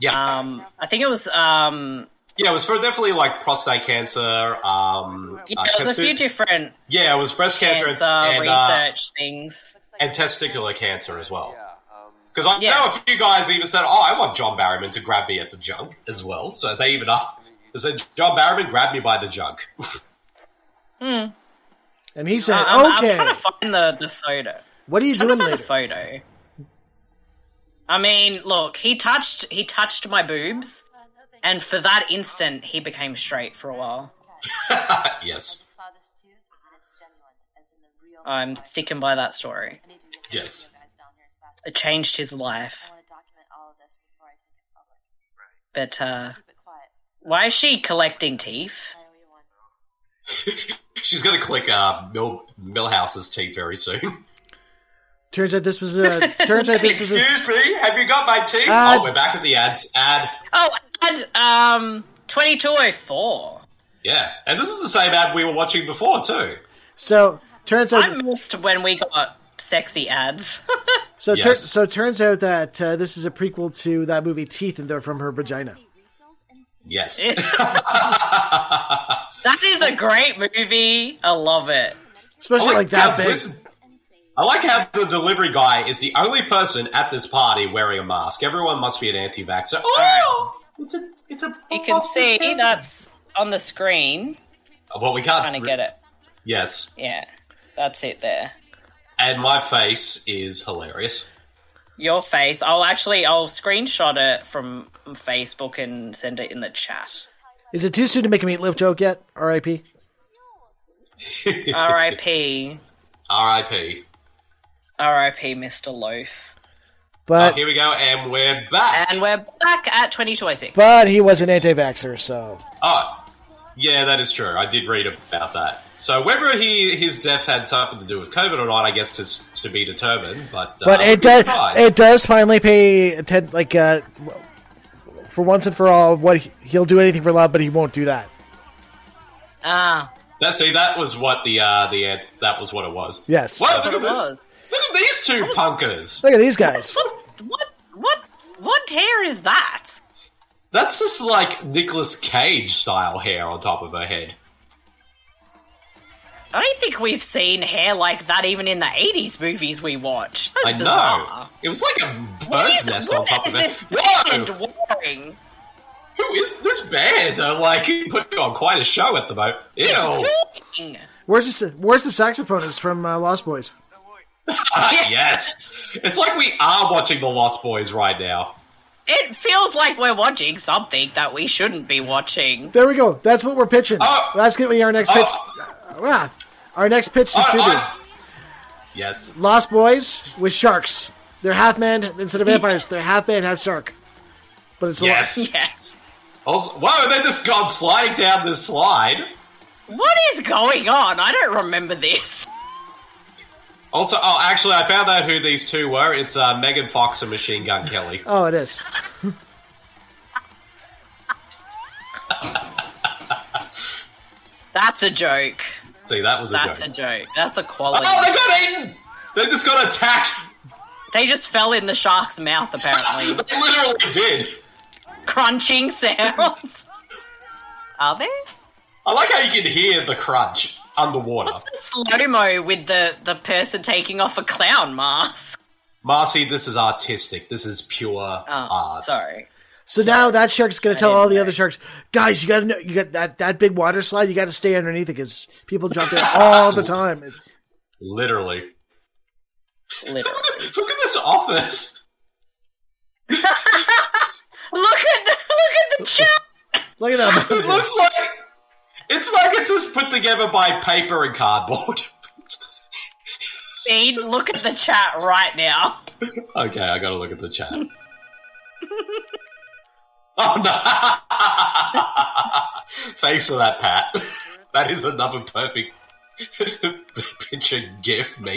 G: Yeah.
B: Um, I think it was um,
G: yeah, it was for definitely like prostate cancer. Um,
B: yeah,
G: uh,
B: it was a
G: testi-
B: few different
G: yeah, it was breast cancer,
B: cancer
G: and, and, uh,
B: research things.
G: and testicular cancer as well.
H: yeah, um,
G: Because I
B: Yeah.
G: know a few guys even said, "Oh, I want John Barrowman to grab me at the junk as well." So they even asked, they said, "John Barrowman, grab me by the junk."
D: And he said,
B: Um, I'm, I'm
D: Uh, "Okay,
B: trying to find the, the photo.
D: what are you
B: I'm
D: doing
B: trying to find the
D: later?"
B: photo. I mean, look, he touched he touched my boobs, and for that instant, he became straight for a while.
G: yes.
I: Saw this tooth, and it's genuine, as in the real.
B: I'm sticking by that story.
I: I need to get the
G: Yes.
I: video guys down here as fast
B: It changed his life,
I: as I want to document all of this before I take it
B: but
I: public.
B: uh,
I: Keep it quiet.
B: why is she collecting teeth?
I: I owe you one.
G: She's gonna click uh, Mill Millhouse's teeth very soon.
D: Turns out this was a. Turns out this was a.
G: me, have you got my teeth?
D: Uh,
G: oh, we're back at the ads. Ad,
B: Oh, and um, twenty two oh four.
G: yeah, and this is the same ad we were watching before too.
D: So turns
B: I
D: out.
B: missed when we got sexy ads.
D: So tur-
G: Yes.
D: so turns out that uh, this is a prequel to that movie Teeth, and they're from her vagina.
G: Yes,
B: that is a great movie. I love it.
D: Especially
B: Oh
D: like that
G: how
D: big.
G: this- I like how the delivery guy is the only person at this party wearing a mask. Everyone must be an anti-vaxxer. Oh, it's a, it's a.
B: You can see that's on the screen.
G: Well, we can't
B: Trying to get it.
G: Yes,
B: Yeah, that's it there.
G: and my face is hilarious.
B: Your face. I'll actually I'll screenshot it from Facebook and send it in the chat.
D: Is it too soon to make a meatloaf joke yet? R.I.P.
B: Oh, R.I.P.
G: R.I.P.
B: R.I.P. Mr. Loaf.
G: Oh,
D: But
G: here we go, and we're back.
B: And we're back at twenty two oh six.
D: but he was an anti-vaxxer, so
G: Oh, Yeah, that is true. I did read about that. So whether he his death had something to do with COVID or not, I guess is to be determined. But uh,
D: But it
G: good
D: does.
G: try.
D: It does finally pay atten- like uh, for once and for all. What he- he'll do anything for love, but he won't do that.
B: Ah,
G: That see, that was what the uh, the ans- that was what it was.
D: Yes.
G: Wow,
B: that's what
G: look
B: it
G: at, this,
B: was.
G: look at these two punkers.
D: Look at these guys.
B: What? What? What? What hair is that?
G: That's just like Nicolas Cage style hair on top of her head.
B: I don't think we've seen hair like that even in the '80s movies we watch. That's
G: I know.
B: bizarre.
G: It was like a
B: What
G: bird's
B: is,
G: nest on
B: what
G: top
B: is
G: of it.
B: this
G: Whoa!
B: band wearing?
G: Who is this band? They're like putting on quite a show at the moment. Ew.
B: Doing?
D: Where's the sa- Where's the saxophonist from uh, Lost Boys?
G: yes. It's like we are watching The Lost Boys right now.
B: It feels like we're watching something that we shouldn't be watching.
D: There we go. That's what we're pitching.
G: Oh.
D: That's gonna be our next
G: Oh.
D: pitch. Uh, our next pitch to
G: I-
D: Tubi.
G: I- yes.
D: Lost Boys with sharks. They're half man instead of vampires. They're half man, half shark. But it's a lot.
G: Yes.
B: Yes.
G: Also, whoa, they just gone sliding down this slide.
B: What is going on? I don't remember this.
G: Also, oh, actually, I found out who these two were. It's uh, Megan Fox and Machine Gun Kelly.
D: Oh, it is.
B: That's a joke.
G: See, that was a
B: That's
G: joke.
B: a joke. That's a
G: oh,
B: quality.
G: they got eaten! They just got attacked.
B: They just fell in the shark's mouth,
G: They
B: apparently.
G: literally did.
B: Crunching sounds. Are there?
G: I like how you can hear the crunch underwater.
B: What's the slow mo with the, the person taking off a clown mask?
G: Marcy, this is artistic. This is pure
B: Oh,
G: art.
B: sorry.
D: So now that shark's gonna tell
B: didn't
D: all the
B: know.
D: other sharks, guys, you gotta know, you got that that big water slide. You gotta stay underneath it because people jump there all the time.
G: Literally.
B: Literally.
G: Look at this office.
B: Look at the look at the chat.
D: Look at that.
G: It looks like it's like it's just put together by paper and cardboard.
B: Dean, Look at the chat right now.
G: Okay, I gotta look at the chat. oh no! Thanks for that, Pat. That is another perfect picture GIF meme.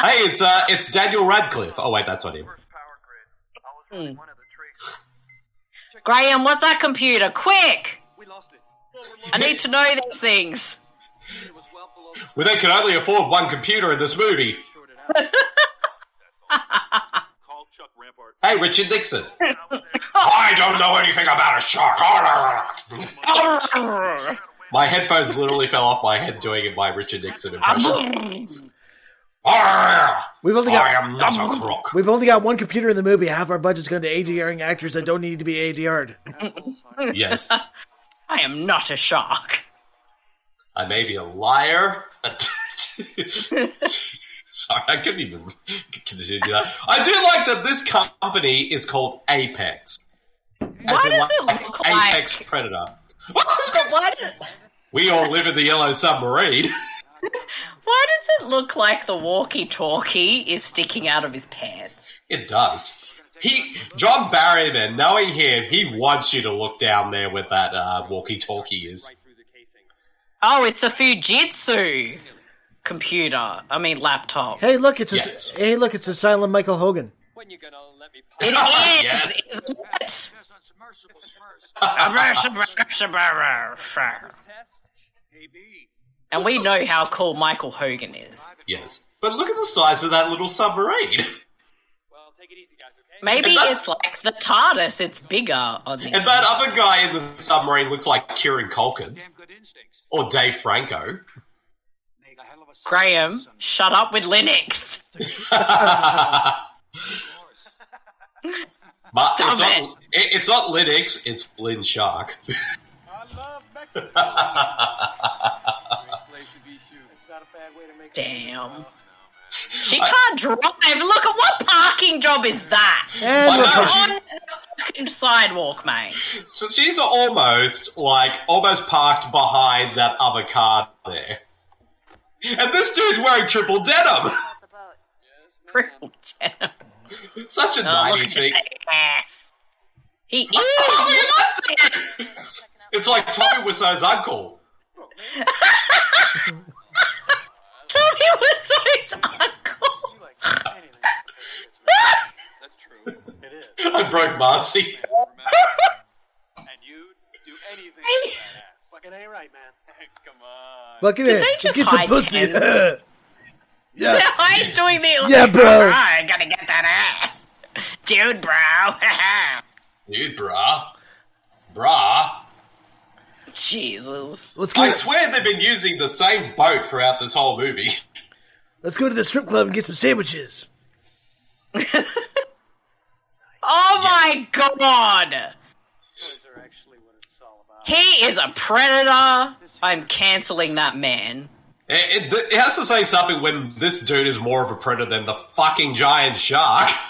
G: hey, it's uh, it's Daniel Radcliffe. Oh wait, that's not him.
B: Hmm. Graham, what's that computer? Quick! I need to know these things.
G: Well, they can only afford one computer in this movie. hey, Richard Nixon. I don't know anything about a shark. my headphones literally fell off my head doing it my Richard Nixon impression. Ah! I
D: We've only got
G: am not a crook.
D: we've only got one computer in the movie. Half our budget's going to ADRing actors that don't need to be ADR'd.
G: Yes,
B: I am not a shark.
G: I may be a liar. Sorry, I couldn't even continue to do that. I do like that this company is called Apex.
B: Why
G: As in,
B: does it
G: like,
B: look
G: Apex
B: like-
G: Predator?
B: Why does,
G: we all live in the yellow submarine.
B: why does it look like the walkie-talkie is sticking out of his pants?
G: It does. He, John Barryman, knowing him, he wants you to look down there with that uh, walkie-talkie is.
B: Oh, it's a Fujitsu computer. I mean laptop.
D: Hey, look, it's a
G: Yes.
D: hey, look, it's a silent Michael Hogan.
B: It is.
G: Yes.
B: isn't it? And we know how cool Michael Hogan is.
G: Yes, but look at the size of that little submarine,
B: Maybe it's like the TARDIS, it's bigger on the
G: and that other guy in the submarine looks like Kieran Culkin or Dave Franco.
B: Graham, shut up with Linux.
G: But
B: Dumb
G: it's not, it- it's not Linux, it's Lynn Shark.
B: Damn. She can't drive. Look at what parking job is that?
D: And we're
G: I know.
D: punching.
B: On the fucking sidewalk, mate.
G: So she's almost like almost parked behind that other car there. And this dude's wearing triple denim.
I: Off the boat.
B: Brutal denim.
G: Such a
B: Oh, look
G: nineties
B: at
G: thing.
B: that ass. He is.
G: Oh, look at that thing!
I: Second
G: It's like Tommy Wiseau's uncle.
B: Tommy was his uncle.
H: You like anything. That's true. It is.
G: I broke Marcy.
H: And you do anything for that ass. Fucking ain't right, man. Come on.
D: Fuck it in.
B: they just
D: Just get some
B: hide
D: pussy.
B: it?
D: yeah.
B: I was doing the
D: Yeah,
B: like,
D: bro.
B: "Oh, I gotta get that ass, dude, bro.
G: Dude, brah. Brah.
B: Jesus.
D: Let's go.
G: I swear they've been using the same boat throughout this whole movie.
D: Let's go to the strip club and get some sandwiches.
B: Oh my god.
H: Toys are actually what it's all about.
B: He is a predator. I'm canceling that man.
G: It, it, it has to say something when this dude is more of a predator than the fucking giant shark.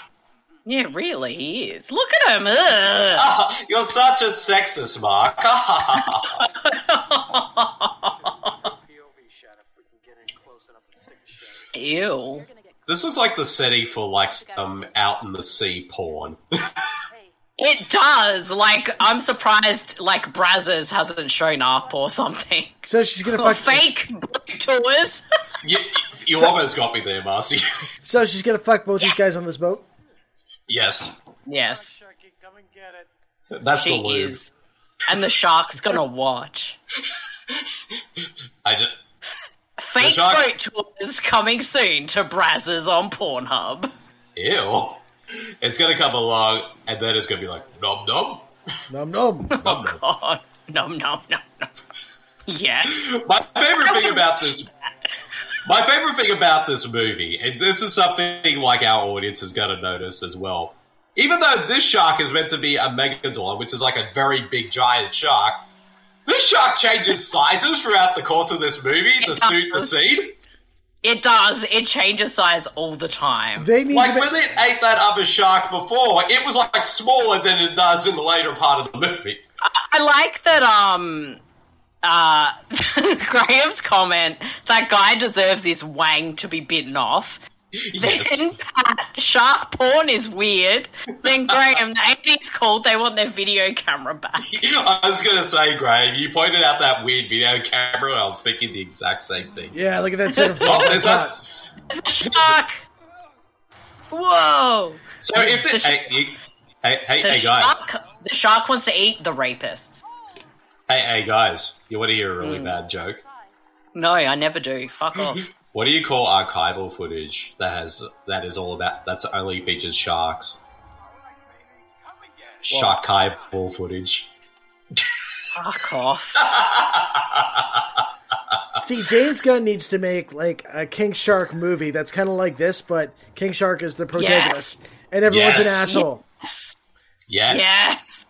B: Yeah, really, he is. Look at him. Ugh.
G: You're such a sexist, Mark.
H: POV shot if we can get in close enough and stick a shot.
B: Ew.
G: this looks like the setting for like some out in the sea porn.
B: It does. Like, I'm surprised, like, Brazzers hasn't shown up or something.
D: So she's gonna
B: Or
D: fuck.
B: fake tours.
G: you you
D: So-
G: almost got me there, Marcy.
D: So she's gonna fuck both these guys on this boat.
G: yes,
B: yes,
H: Sharky, come and get it.
G: that's
B: she
G: the lube.
B: is. And the shark's gonna watch.
G: I just
B: Fake
G: shark-
B: boat tours coming soon to Brazzers on Pornhub.
G: ew. It's gonna come along, and then it's gonna be like nom nom.
D: Nom nom.
G: nom, nom.
B: God. Nom, nom, nom, nom. Yes.
G: My favorite thing about this, my favorite thing about this movie, and this is something like our audience is going to notice as well. Even though this shark is meant to be a megalodon, which is like a very big giant shark, this shark changes sizes throughout the course of this movie to
B: It
G: suit the
B: does.
G: scene.
B: It does. It changes size all the time.
D: They need to.
G: Like
D: Make-
G: when it ate that other shark before, it was like smaller than it does in the later part of the movie.
B: I like that um uh Graham's comment that guy deserves his wang to be bitten off.
G: Yes.
B: Then Pat, shark porn is weird. Then Graham, the 80s called, they want their video camera back.
G: I was going to say, Graham, you pointed out that weird video camera, and I was thinking the exact same thing.
D: yeah, look at that set of
G: Oh,
D: fucking
G: there's that-
D: top.
B: Shark! Whoa!
G: So if the,
B: The sh-
G: hey, you- hey, hey,
B: The,
G: hey guys,
B: shark, the shark wants to eat the rapists.
G: hey, hey guys, you want to hear a really bad joke?
B: No, I never do. Fuck off.
G: What do you call archival footage that has that is all about that's only features sharks? Sharkival footage.
B: Fuck off.
D: See, James Gunn needs to make like a King Shark movie that's kind of like this, but King Shark is the protagonist, and everyone's an
G: Yes.
D: asshole.
G: Yes.
B: Yes!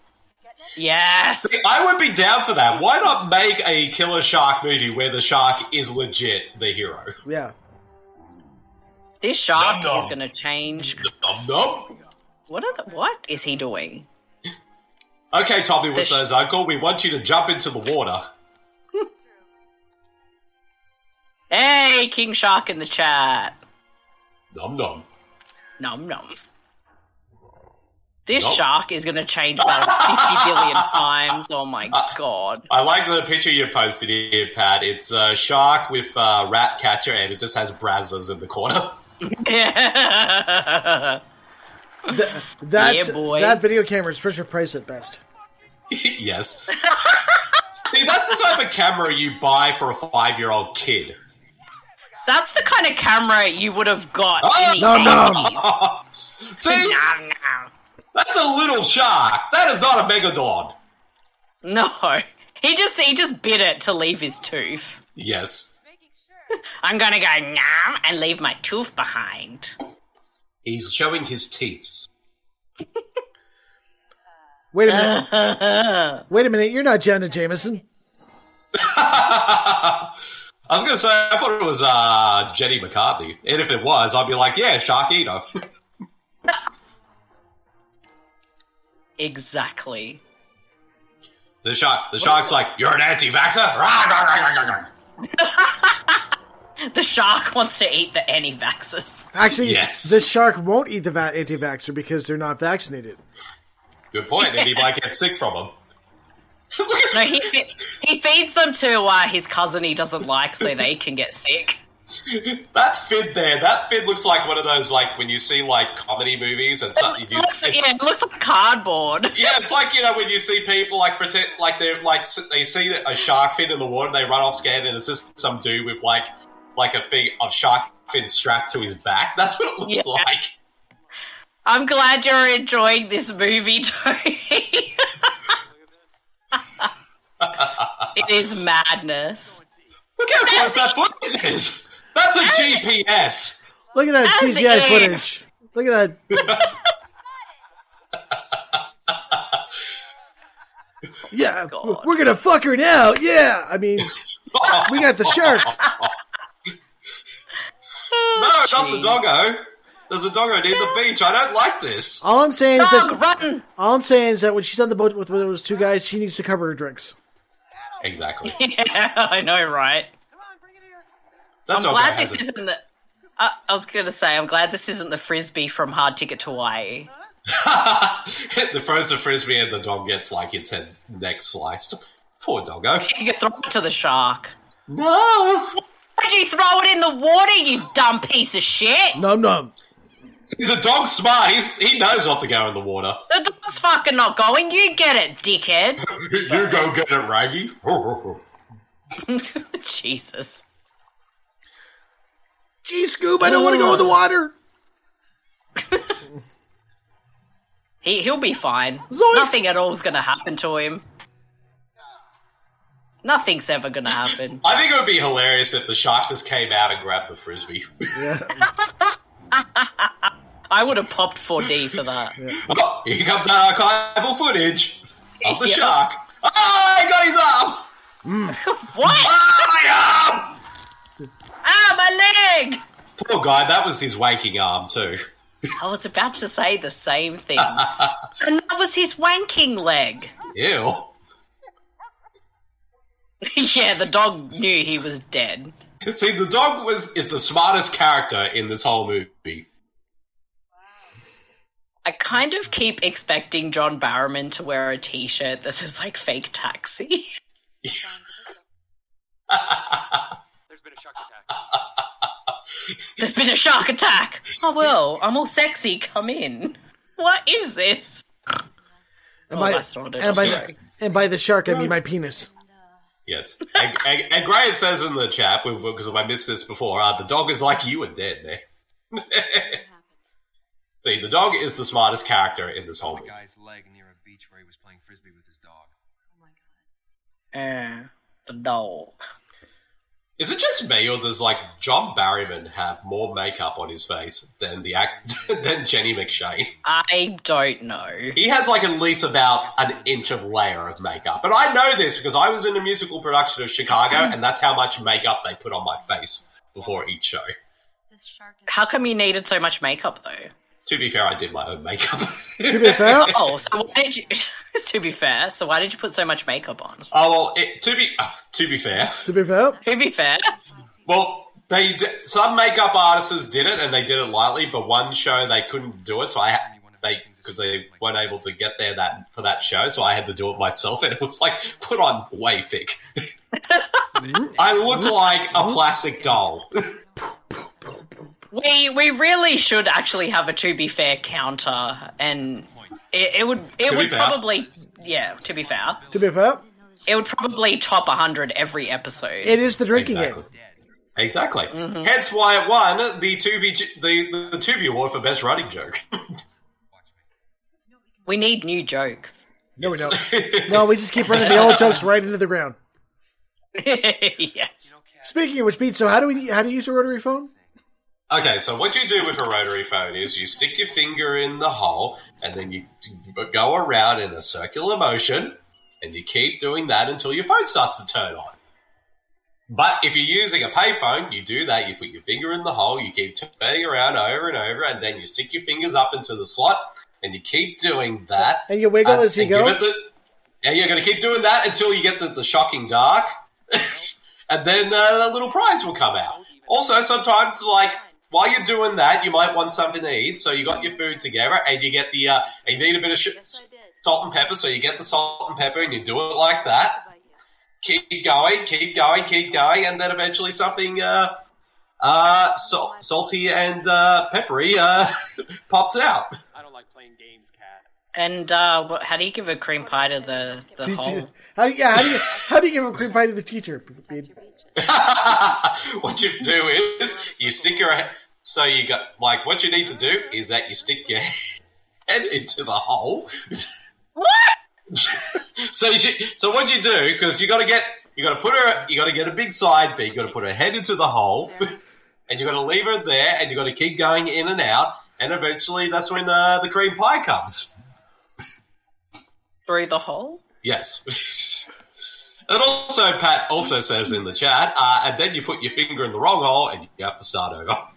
B: Yes!
G: I would be down for that. Why not make a killer shark movie where the shark is legit the hero?
D: Yeah.
B: This shark
G: Nom nom.
B: is gonna change.
G: Nom nom.
B: What are the, what is he doing?
G: Okay, Tommy
B: The sh-
G: Wiseau's uncle, we want you to jump into the water.
B: Hey, King Shark in the chat.
G: Nom nom.
B: Nom nom. This
G: Nope.
B: shark is gonna change about 50 billion times. Oh my god.
G: I like the picture you posted here, Pat. It's a shark with a rat catcher, and it just has brazzers in the corner.
D: Th- that's
B: Yeah, boy.
D: that video camera is Fisher Price at best.
G: yes. See, that's the type of camera you buy for a five-year-old kid.
B: That's the kind of camera you would have got
G: Ah,
B: in the
D: nom nom.
B: 80s.
G: See,
B: Nom, nom.
G: that's a little shark. That is not a megalodon.
B: No. He just he just bit it to leave his tooth.
G: Yes.
B: I'm gonna go nom and leave my tooth behind.
G: He's showing his teeth.
D: Wait a minute. Wait a minute. You're not Jenna Jameson.
G: I was going to say, I thought it was uh, Jenny McCarthy. And if it was, I'd be like, yeah, shark eater.
B: Exactly.
G: the shark, the shark's like, you're an anti-vaxxer? Rah, rah, rah, rah, rah, rah.
B: The shark wants to eat the anti-vaxxers.
D: Actually,
G: Yes.
D: the shark won't eat the va- anti-vaxxer because they're not vaccinated.
G: Good point. And he might get sick from them.
B: No, he fe- he feeds them to uh, his cousin he doesn't like, so they can get sick.
G: That fid there, that fid looks like one of those like when you see like comedy movies and stuff. You do,
B: Looks- yeah, it looks like cardboard.
G: yeah, it's like you know when you see people like pretend like they're like s- they see a shark fin in the water, they run off scared, and it's just some dude with like like a thing of shark fin strapped to his back. That's what it looks
B: Yeah.
G: like.
B: I'm glad you're enjoying this movie, Tony. it is madness.
G: Look how close that footage is. That's a GPS.
D: Look at that
B: Out of the
D: CGI
B: air.
D: footage. Look at that. yeah,
B: God.
D: we're gonna fuck her now. Yeah, I mean,
G: Oh,
D: we got the shark.
G: No, not the
B: Jeez.
G: doggo. There's a doggo near the beach. I don't like this.
B: Oh.
D: All I'm saying is
B: Dog,
D: that
B: run!
D: all I'm saying is that when she's on the boat with those two guys, she needs to cover her drinks.
G: Exactly.
B: Yeah, I know, right?
G: That
B: I'm
G: doggo
B: glad
G: has
B: this
G: a,
B: isn't the. I, I was going to say, I'm glad this isn't the frisbee from Hard Ticket to Hawaii.
G: the throws the frisbee and the dog gets like its head neck sliced. Poor doggo.
B: You could throw it to the shark.
G: No.
B: Why'd you throw it in the water, you dumb piece of shit?
D: Num num.
G: See, the dog's smart. He's, he knows not to go in the water.
B: The dog's fucking not going. You get it, dickhead.
G: you go get it, Raggy.
B: Jesus.
D: Gee, Scoob, I don't want to go in the water.
B: He he'll be fine.
D: Zoinks!
B: Nothing at all's gonna happen to him. Nothing's ever gonna happen.
G: I think it would be hilarious if the shark just came out and grabbed the frisbee.
B: I would have popped 4D for that.
G: Oh, here comes that archival footage of the
B: Yeah.
G: shark. Ah, he got his arm!
B: What?
G: Ah, my arm!
B: Ah, my leg!
G: Poor guy, that was his waking arm too.
B: I was about to say the same thing. and that was his wanking leg.
G: Ew.
B: yeah, the dog knew he was dead.
G: See, the dog was is the smartest character in this whole movie.
B: I kind of keep expecting John Barrowman to wear a t shirt that says like fake taxi. There's
H: There's been a shark attack.
B: been a shark attack. Oh well, I'm all sexy. Come in. What is this?
D: And
B: Oh,
D: by,
B: that's not it.
D: and by the and by the shark, I mean my penis.
G: Yes, and, and, and Graham says in the chat because I missed this before. Uh, the dog is like you and dead man. See, the dog is the smartest character in this whole
J: A
G: movie.
J: guy's leg near a beach where he was playing frisbee with his dog.
B: Uh, the dog.
G: Is it just me, or does like John Barryman have more makeup on his face than the act than Jenny McShane?
B: I don't know.
G: He has like at least about an inch of layer of makeup. And I know this because I was in a musical production of Chicago and that's how much makeup they put on my face before each show.
I: This shark is.
B: How come you needed so much makeup though?
G: To be fair, I did my own makeup.
D: To be fair,
B: Oh, so why did you? to be fair, so why did you put so much makeup on?
G: oh well, it, to be uh, to be fair,
D: to be fair,
B: To be fair,
G: well they d- some makeup artists did it and they did it lightly, but one show they couldn't do it, so I ha- they because they weren't able to get there that for that show, so I had to do it myself, and it was like put on way thick. I looked like a plastic doll.
B: we we really should actually have a to be fair counter, and it, it would it
G: be
B: would
G: fair.
B: probably yeah. To be fair,
D: to be fair,
B: it would probably top hundred every episode.
D: it is the drinking
G: Exactly.
D: game.
G: Exactly. Hence why it won the Tubi the the Tubi award for best running joke.
B: we need new jokes.
D: No, we don't. No, we just keep running the old jokes right into the ground.
B: yes.
D: Speaking of which, Pete, so how do we how do you use a rotary phone?
G: okay, so what you do with a rotary phone is you stick your finger in the hole and then you go around in a circular motion and you keep doing that until your phone starts to turn on. But if you're using a payphone, you do that. You put your finger in the hole, you keep turning around over and over, and then you stick your fingers up into the slot, and you keep doing that.
D: And you wiggle
G: And-
D: as you
G: and give
D: go?
G: it the- yeah, you're going to keep doing that until you get the, the shocking dark, and then uh, a little prize will come out. Also, sometimes like while you're doing that, you might want something to eat, so you got your food together, and you get the uh, you need a bit of sh-
I: Yes, I did.
G: salt and pepper. So you get the salt and pepper and you do it like that. Keep going, keep going, keep going, and then eventually something uh, uh, sal- salty and uh, peppery uh, pops out.
H: I don't like playing games, cat.
B: And uh, what, how do you give a cream pie to the the
D: Did
B: whole?
D: you, how do you, yeah, how do you, how do you give a cream pie to the teacher? Bean?
G: what you do is you stick your head. So you got like what you need to do is that you stick your head into the hole. so you, so what you do because you got to get you got to put her you got to get a big side feed. You got to put her head into the hole, and you got to leave her there, and you got to keep going in and out, and eventually that's when uh, the cream pie comes.
B: through the hole?
G: Yes. and also, Pat also says in the chat, uh, and then you put your finger in the wrong hole and you have to start over.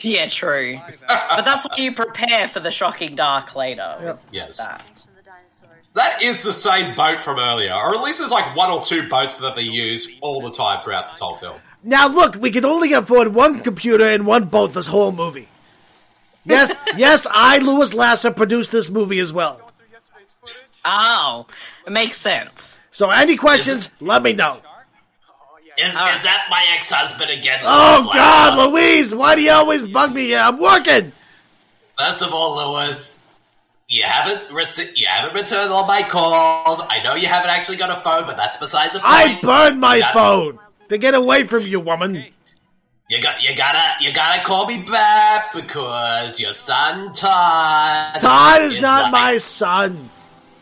B: Yeah, true. But that's why you prepare for the shocking dark later.
D: Yep.
G: Yes.
B: That.
I: Action the dinosaurs.
G: That is the same boat from earlier, or at least there's like one or two boats that they use all the time throughout this whole film.
D: Now look, we can only afford one computer and one boat this whole movie. Yes, yes, I, Louis Lasser, produced this movie as well.
H: Through yesterday's footage?
B: Oh, it makes sense.
D: So any questions, let me know.
G: Is, is that my ex husband again?
D: Oh God, Louise, why do you always bug me? I'm working.
G: First of all, Lewis, you haven't rece- you haven't returned all my calls. I know you haven't actually got a phone, but that's beside the point.
D: I burned my
G: Yeah.
D: phone to get away from you, woman.
G: You got you gotta you gotta call me back because your son Todd
D: Todd is not
G: like-
D: my son.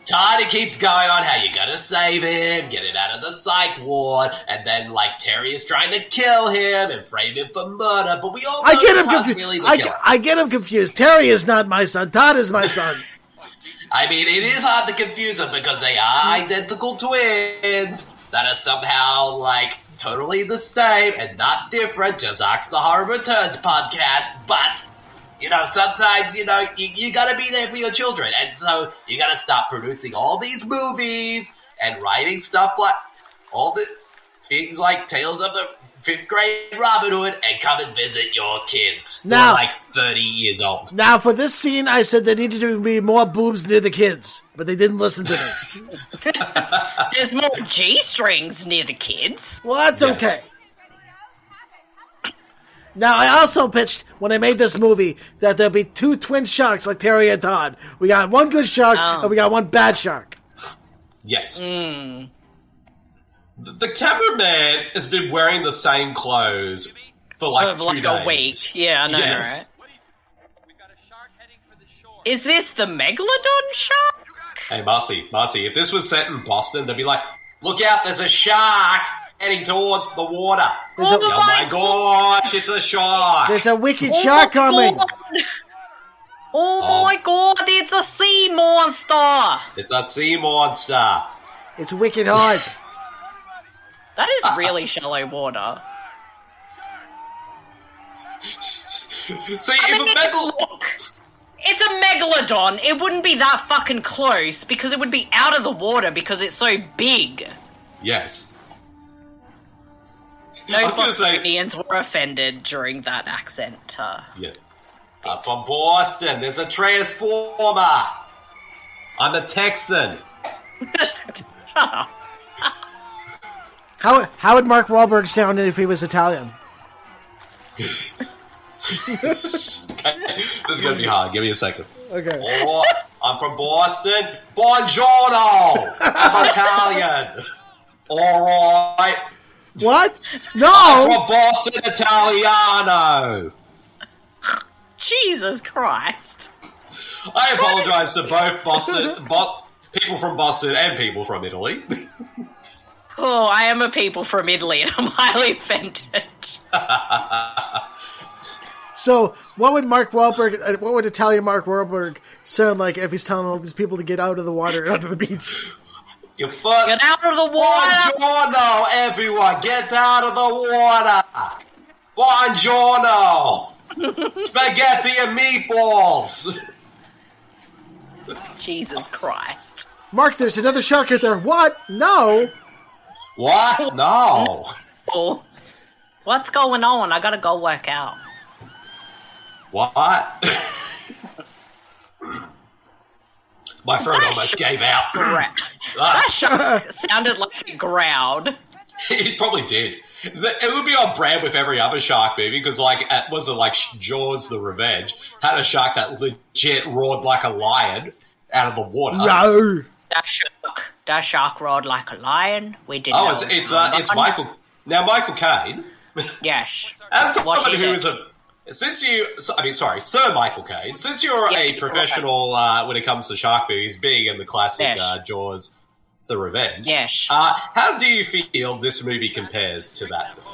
G: Todd, it keeps going on how you gotta save him, get him out of the psych ward, and then like Terry is trying to kill him and frame him for murder. But we all know
D: I get him
G: Todd's
D: confused.
G: really the
D: I,
G: killer.
D: get- I get him confused. Terry is not my son. Todd is my son.
G: I mean, it is hard to confuse them because they are identical twins that are somehow like totally the same and not different. Just ask the Horror Returns podcast, but. You know, sometimes, you know, you, you gotta be there for your children. And so you gotta stop producing all these movies and writing stuff like all the things like Tales of the Fifth Grade Robin Hood and come and visit your kids. who are,
D: Now-
G: like 30 years old.
D: now, for this scene, I said there needed to be more boobs near the kids, but they didn't listen to me.
B: There's more G strings near the kids.
D: Well, that's
G: Yes.
D: okay. Now, I also pitched when I made this movie that there'll be two twin sharks like Terry and Todd. We got one good shark
B: Oh.
D: and we got one bad shark.
G: Yes.
B: Hmm.
G: The, the cameraman has been wearing the same clothes for like
B: Of
G: two
B: like
G: days.
B: a week. Yeah, I know,
G: Yes.
B: right?
H: What do you think? We've got a shark heading for the shore.
B: Is this the Megalodon shark?
G: Hey, Marcy, Marcy, if this was set in Boston, they'd be like, "Look out! There's a shark heading towards the water."
D: There's a-
G: oh my gosh! It's a shark.
D: There's a wicked
B: Oh
D: shark
B: my
D: coming.
B: God. Oh,
G: Oh.
B: my god, it's a sea monster!
G: it's a sea monster.
D: It's wicked hard.
B: That is really shallow water.
G: See, if
B: I mean,
G: a megal,
B: look, it's a megalodon. It wouldn't be that fucking close because it would be out of the water because it's so big.
G: yes. I
B: No
G: was gonna say-
B: Bostonians were offended during that accent. Uh,
G: Yeah. I'm from Boston. There's a transformer. I'm a Texan.
D: How how would Mark Wahlberg sound if he was Italian?
G: this is gonna be hard. Give me a second.
D: Okay.
G: Oh, I'm from Boston. Buongiorno. I'm Italian. All right.
D: What?
G: From
D: No.
G: Boston, Italiano.
B: Jesus Christ.
G: I apologize to both Boston, bo- people from Boston, and people from Italy.
B: Oh, I am a people from Italy and I'm highly offended.
D: So, what would Mark Wahlberg? uh, What would Italian Mark Wahlberg sound like if he's telling all these people to get out of the water and onto the beach?
G: You fuck.
B: Get out of
G: Oh,
B: the water!
G: Buongiorno, everyone. Get out of the water. Buongiorno. Spaghetti and meatballs.
B: Jesus Christ.
D: Mark, there's another shark out there. What? No.
G: What? No.
B: Oh, what's going on? I gotta go work out.
G: What? My phone almost gave out.
B: Crap.
G: Ah.
B: That shark sounded like it growled.
G: He probably did. The- It would be on brand with every other shark movie because, like, at, was it like Jaws: The Revenge had a shark that legit roared like a lion out of the water?
D: No.
B: That shark, that shark roared like a lion. We didn't.
G: Oh,
B: know
G: it's
B: it was
G: it's uh, it's
B: lion.
G: Michael now. Michael Caine.
B: Yes.
G: As
B: What
G: someone
B: is
G: who
B: it?
G: is a since you, so- I mean, sorry, Sir Michael Caine. Since you're
B: Yeah,
G: a
B: you're
G: professional uh, when it comes to shark movies, being in the classic
B: Yes.
G: uh, Jaws: The Revenge,
B: Yes.
G: Uh, how do you feel this movie compares to that? film?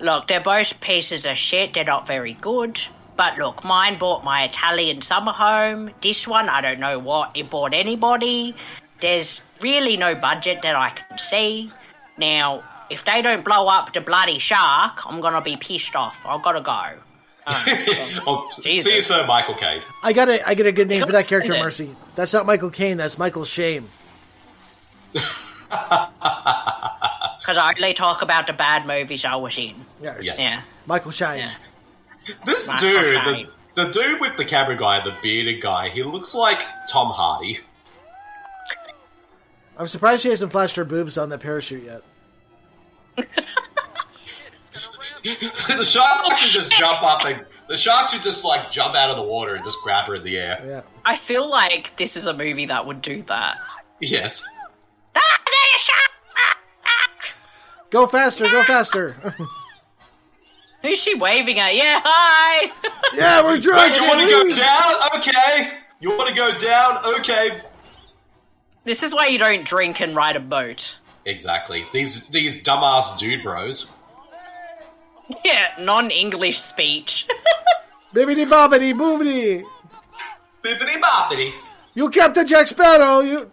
B: Look, they're both pieces of shit. They're not very good. But look, mine bought my Italian summer home. This one, I don't know what it bought anybody. There's really no budget that I can see. Now, if they don't blow up the bloody shark, I'm gonna be pissed off. I've gotta go.
G: Oh, see
B: Jesus.
G: you, Sir Michael Caine.
D: I got a I got a good name for that character,
B: Excited.
D: Mercy. That's not Michael Caine. That's Michael Shame.
B: Because I only talk about the bad movies I was in.
D: Yes.
G: Yes.
B: Yeah.
D: Michael Shame.
B: Yeah.
G: This
B: Michael
G: dude, the,
B: Caine.
G: the dude with the camera guy, the bearded guy, he looks like Tom Hardy.
D: I'm surprised she hasn't flashed her boobs on that parachute yet.
G: the shark should just jump up and the shark should just like jump out of the water and just grab her in the air.
D: Yeah.
B: I feel like this is a movie that would do that.
G: Yes.
B: Ah, there's a shark! Ah, ah.
D: Go faster. Go faster.
B: Who's she waving at? Yeah, hi!
D: yeah, we're
G: Wait,
D: drunk.
G: you want to go down? Okay. You want to go down? Okay.
B: this is why you don't drink and ride a boat.
G: Exactly. These these dumbass dude bros.
B: Yeah, non English speech.
D: Bibbidi bobbidi boobity.
G: Bibbidi bobbidi.
D: You Captain Jack Sparrow. You.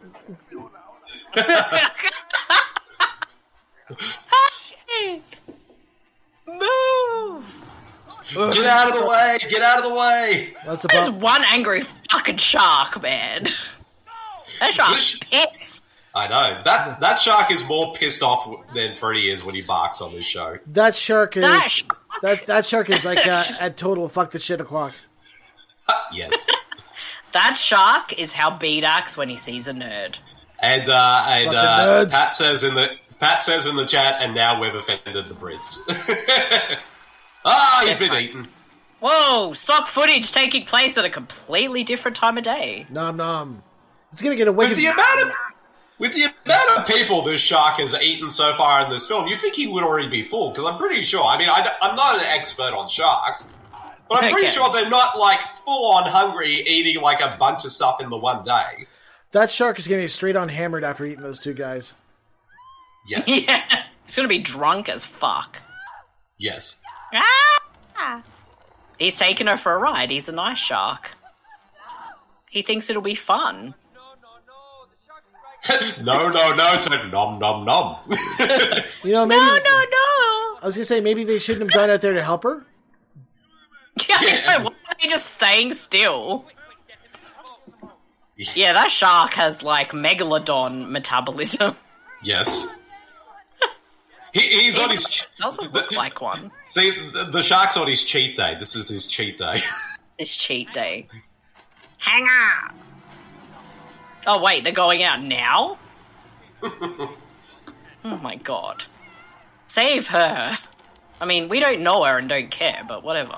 B: Move!
G: Get out of the way. Get out of the way.
D: That's a
B: There's
D: pop.
B: one angry fucking shark, man. That shark's
G: This-
B: pissed.
G: I know that that shark is more pissed off than Freddy is when he barks on this show.
D: That shark
B: That
D: is.
B: shark.
D: That that shark is like uh, at total fuck the shit o'clock.
G: Yes.
B: That shark is how Beat acts when he sees a nerd.
G: And uh, and
D: Fucking
G: uh,
D: nerds.
G: Pat says in the Pat says in the chat, and now we've offended the Brits. ah, he's been eaten.
B: Whoa, stock footage taking place at a completely different time of day.
D: Nom nom. It's gonna get a
G: With
D: wicked.
G: the amount of with the amount of people this shark has eaten so far in this film, you think he would already be full? Because I'm pretty sure. I mean, I, am not an expert on sharks, but I'm pretty
B: Okay.
G: sure they're not like full on hungry, eating like a bunch of stuff in the one day.
D: That shark is gonna be straight on hammered after eating those two guys.
G: Yes,
B: Yeah, he's gonna be drunk as fuck.
G: yes.
B: Ah! He's taking her for a ride. He's a nice shark. He thinks it'll be fun.
G: No, no, no. It's a nom nom nom.
D: You know, maybe
B: no!
D: I was gonna say maybe they shouldn't have gone out there to help her.
B: Yeah,
G: Yeah.
B: why are you just staying still? Yeah, that shark has like megalodon metabolism.
G: Yes. He, he's on his. ch-
B: Doesn't look like one.
G: See, the, the shark's on his cheat day. This is his cheat day.
B: It's cheat day. Hang up. Oh wait, they're going out now. oh my god. Save her. I mean, we don't know her and don't care, but whatever.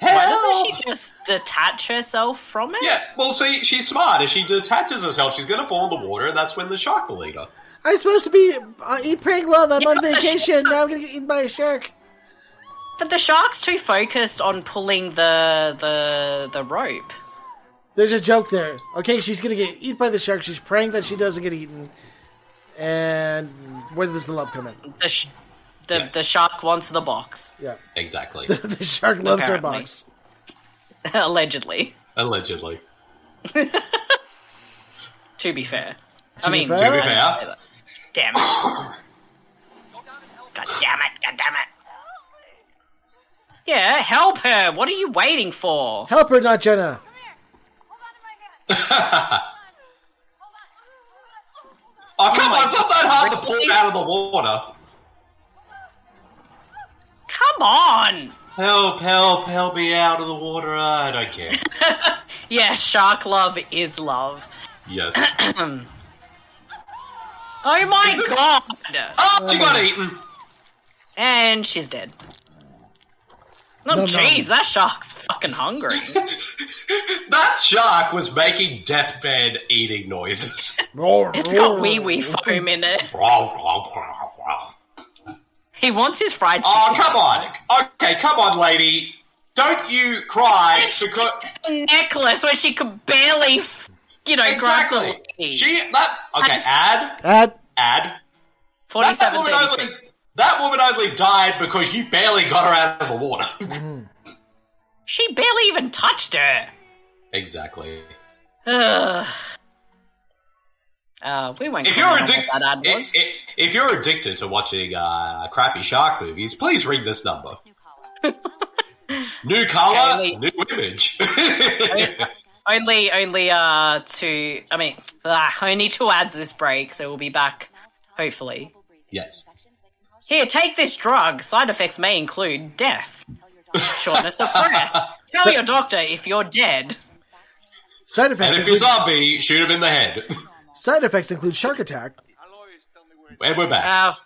B: Why doesn't she just detach herself from it?
G: Yeah, well, see, she's smart. If she detaches herself, she's going to fall in the water, and that's when the shark will eat her.
D: I'm supposed to be uh, eat prank love. I'm
B: Yeah,
D: on
B: but-
D: vacation. Now I'm gonna get eaten by a shark.
B: But the shark's too focused on pulling the the the rope.
D: There's a joke there. Okay, she's gonna get eaten by the shark. She's praying that she doesn't get eaten. And where does the love come in?
B: The sh- the,
G: Yes.
B: the shark wants the box,
D: Yeah,
G: Exactly.
D: the shark loves her
B: Apparently.
D: box.
B: allegedly.
G: Allegedly.
B: To be fair, I
D: be
B: mean,
D: fair?
G: To be
D: I
G: fair,
B: Damn it. God damn it, god damn it. Yeah, help her. What are you waiting for?
D: Help her, not Jenna.
G: oh, come on, it's not that hard to pull it out of the water.
B: Come on.
G: Help, help, help me out of the water. I don't care.
B: Yeah, shark love is love.
G: Yes.
B: Oh my god!
G: oh, she got eaten.
B: And she's dead.
D: No,
B: Oh,
D: no.
B: jeez, that shark's fucking hungry.
G: That shark was making deathbed eating noises.
B: It's got wee wee foam in it.
G: oh,
B: He wants his fried chicken.
G: come on. Okay, come on, lady. Don't you cry because
B: necklace where she could barely, f- you know, grab
G: exactly.
B: the lady.
G: She that okay. Ad
D: That
G: ad. That, that woman only
B: 4736.
G: that woman only died because you barely got her out of the water.
B: She barely even touched her.
G: exactly.
B: Ugh. Uh, we won't
G: If
B: comment
G: you're
B: on
G: addicted,
B: what that ad was.
G: if, if, if you're addicted to watching uh, crappy shark movies, please ring this number. New color,
B: Okay,
G: new image.
B: only, only, uh, two, I mean, ah, only two ads this break, so we'll be back, hopefully.
G: yes.
B: Here, take this drug. Side effects may include death, shortness of breath. Tell your doctor if you're dead.
D: side effects
G: And if you're
D: include,
G: zombie, shoot him in the head.
D: side effects include shark attack.
H: Our lawyers tell me we're in
G: and we're back.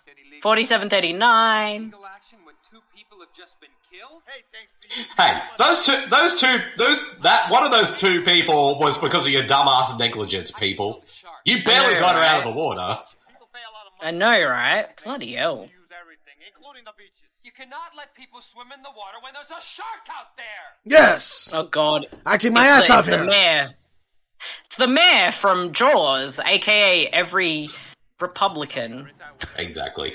B: Uh, 4739.
H: legal action when two people have just been killed? Hey, thanks for you.
G: Hey, those two, those two, those that one of those two people was because of your dumbass negligence, people. You barely
B: I know,
G: got her out
B: right?
G: of the water.
H: People pay a lot of
B: I
H: money
B: know, right? Bloody hell.
H: to use everything, including the beaches. You cannot let people swim in the water when there's a shark out there!
D: Yes,
B: Oh, God.
D: acting my
B: It's
D: ass
B: the- it's
D: off
B: The
D: here.
B: mayor. It's the mayor from Jaws, aka every Republican.
G: Exactly.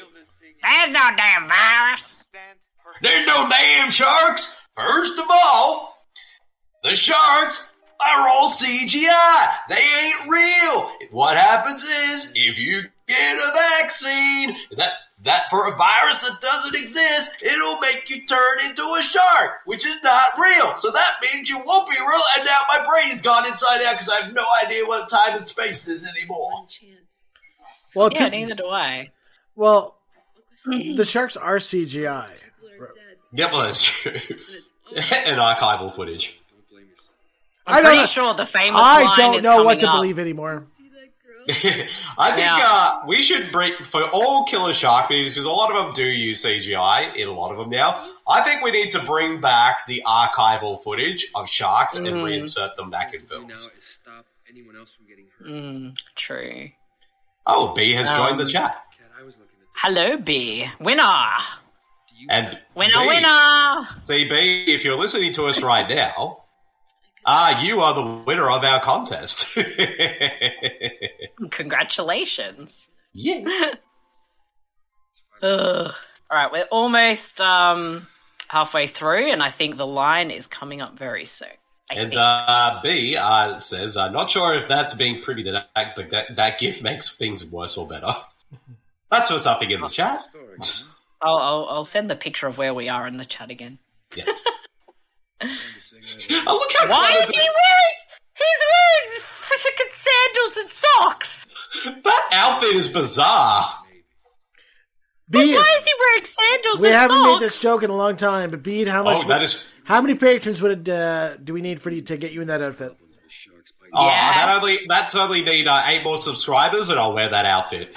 B: There's no damn virus.
G: There's no damn sharks. First of all, the sharks are all CGI. They ain't real. What happens is if you get a vaccine that that for a virus that doesn't exist, it'll make you turn into a shark, which is not real. So that means you won't be real. And now my brain's gone inside out because I have no idea what time and space is anymore.
D: Well,
B: Yeah,
D: to-
B: neither do I.
D: well, the sharks are CGI.
G: Yep, well, that's true. and uh, archival footage.
D: I
B: I'm
D: don't
B: pretty
D: know-
B: sure the famous
D: I
B: line
D: don't
B: is
D: know
B: coming
D: what to
B: up.
D: believe anymore.
G: I think
B: Yeah.
G: uh, we should bring for all killer shark movies because a lot of them do use CGI in a lot of them now. I think we need to bring back the archival footage of sharks and reinsert them back in
J: All we do
G: films.
J: now is stop anyone else from getting hurt.
B: Mm, true.
G: Oh, B has joined
B: Um,
G: the chat,
J: Cat, I was looking at this.
B: Hello, B. Winner.
J: Do you
G: and
B: Winner,
G: B,
B: winner.
G: CB, if you're listening to us right now, ah, you are the winner of our contest.
B: Congratulations.
G: yeah.
B: Ugh. All right, we're almost um, halfway through, and I think the line is coming up very soon. I
G: And
B: think.
G: uh, B uh, says, "I'm not sure if that's being privy to that, but that that gift makes things worse or better." That's what's up in the chat.
J: story, huh?
B: I'll, I'll, I'll send the picture of where we are in the chat again.
G: Yes. oh, look how
B: Why
G: clever
B: is he wearing? He's wearing freaking sandals and socks.
G: that- that outfit is bizarre.
D: Beat.
B: Why is he wearing sandals
D: We
B: and
D: haven't
B: socks?
D: made this joke in a long time, but Bede, how much?
G: Oh, that is.
D: How many patrons would it, uh, do we need for you to get you in that outfit?
G: Oh,
B: Yes.
G: that only that's only need uh, eight more subscribers, and I'll wear that outfit.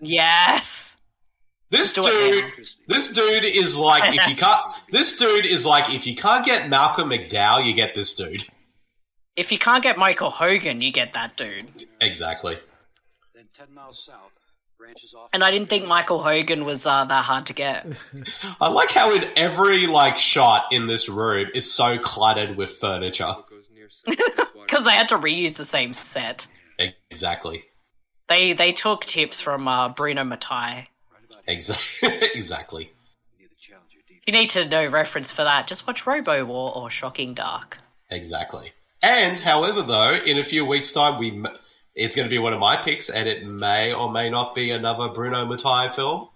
B: Yes.
G: This
B: Do it
G: dude, this dude is like if you can't. This dude is like if you can't get Malcolm McDowell, you get this dude.
B: If you can't get Michael Hogan, you get that dude.
G: Exactly.
J: Then 10 miles south, branches off.
B: And I didn't think Michael Hogan was uh, that hard to get.
G: I like how in every like shot in this room is so cluttered with furniture.
J: goes near south. water.
B: Because they had to reuse the same set.
G: Exactly.
B: They they took tips from uh, Bruno Matai.
G: Exactly. exactly.
J: near the Challenger deep.
B: If you need to know reference for that, just watch Robo War or Shocking Dark.
G: Exactly. And however, though, in a few weeks' time, we m- it's going to be one of my picks, and it may or may not be another Bruno Mattei film.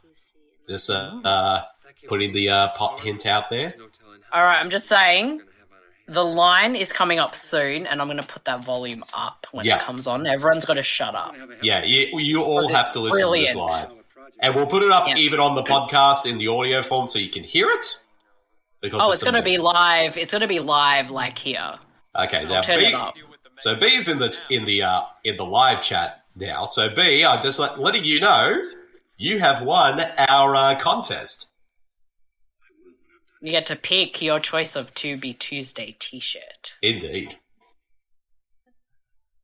G: Just uh,
B: Mm.
G: uh, putting the uh, pot hint out there.
J: No telling how
B: All right, I'm just saying
J: we're gonna have on our hands.
B: the line is coming up soon, and I'm going to put that volume up when
G: Yeah.
B: it comes on. Everyone's got to shut up.
J: We're gonna have a
G: Yeah, you, you all
B: Because
G: have
B: it's
G: to listen to
B: brilliant.
G: this live.
J: hell of a project.
G: And we'll put it up
B: Yeah.
G: even on the podcast in the audio form so you can hear it. Because
B: Oh, it's going to
G: amazing.
B: be live. It's going to be live, like here.
G: Okay, now
B: turn it
G: B.
B: up.
G: So B is in the in the uh, in the live chat now. So B, I'm just like letting you know you have won our uh, contest.
B: You get to pick your choice of To Be Tuesday t shirt.
G: Indeed.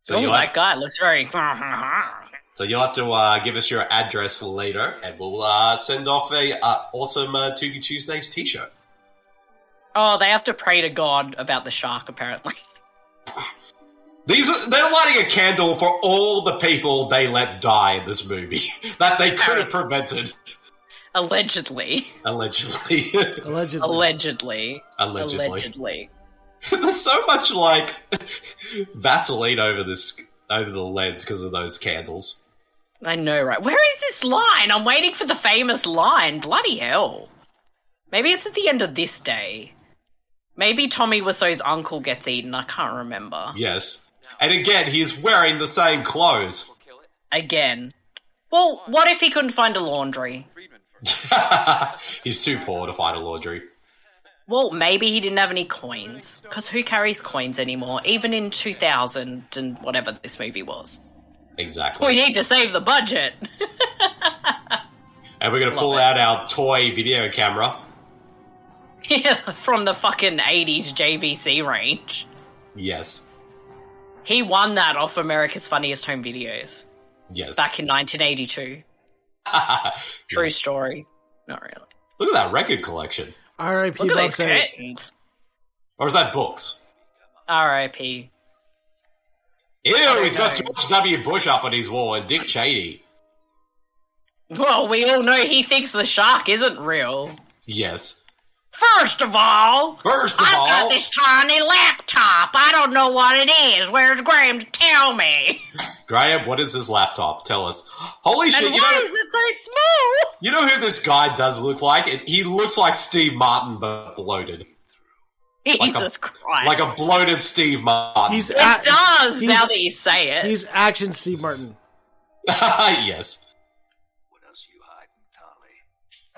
G: So
B: Oh
G: you'll
B: my
G: have,
B: god, looks very.
G: so you'll have to uh, give us your address later, and we'll uh, send off a uh, awesome uh, To Be Tuesdays T-shirt.
B: Oh, they have to pray to God about the shark, apparently.
G: These are, they're lighting a candle for all the people they let die in this movie that they could have prevented,
B: Allegedly.
G: allegedly.
D: Allegedly.
B: Allegedly.
G: Allegedly.
B: Allegedly.
G: There's so much like Vaseline over this over the lens because of those candles.
B: I know, right? Where is this line? I'm waiting for the famous line. Bloody hell. Maybe it's at the end of this day. Maybe Tommy Wiseau's uncle gets eaten. I can't remember.
G: Yes, and again he's wearing the same clothes.
B: Again. Well, what if he couldn't find a laundry?
G: he's too poor to find a laundry.
B: Well, maybe he didn't have any coins. Because who carries coins anymore, even in 2000 and whatever this movie was?
G: Exactly.
B: We need to save the budget.
G: and we're gonna pull out our toy video camera.
B: Yeah, From the fucking 80s JVC range.
G: Yes,
B: He won that off America's Funniest Home Videos
G: yes.
B: back in 1982. True story. Not really.
G: Look at that record collection,
D: R.I.P.
B: Look at
D: Bob
B: those
D: Saget.
B: curtains.
G: or is that books?
B: R.I.P.
G: Ew,
B: don't
G: he's got
B: know.
G: George W. Bush up on his wall and Dick Cheney.
B: Well, we all know he thinks the shark isn't real.
G: Yes.
B: First of all,
G: First of
B: I've
G: all-
B: got this tiny laptop. I don't know what it is. Where's Graham to tell me?
G: Graham, what is his laptop? Tell us. Holy shit,
B: And
G: you
B: why
G: know,
B: is it so small?
G: you know who this guy does look like? It, he looks like Steve Martin, but bloated. Like a-
B: Jesus Christ.
G: Like a bloated Steve Martin.
D: He's
B: it does
D: he's-
B: now that you say it.
D: He's action Steve Martin.
G: yes.
J: What else you hiding, Tolly?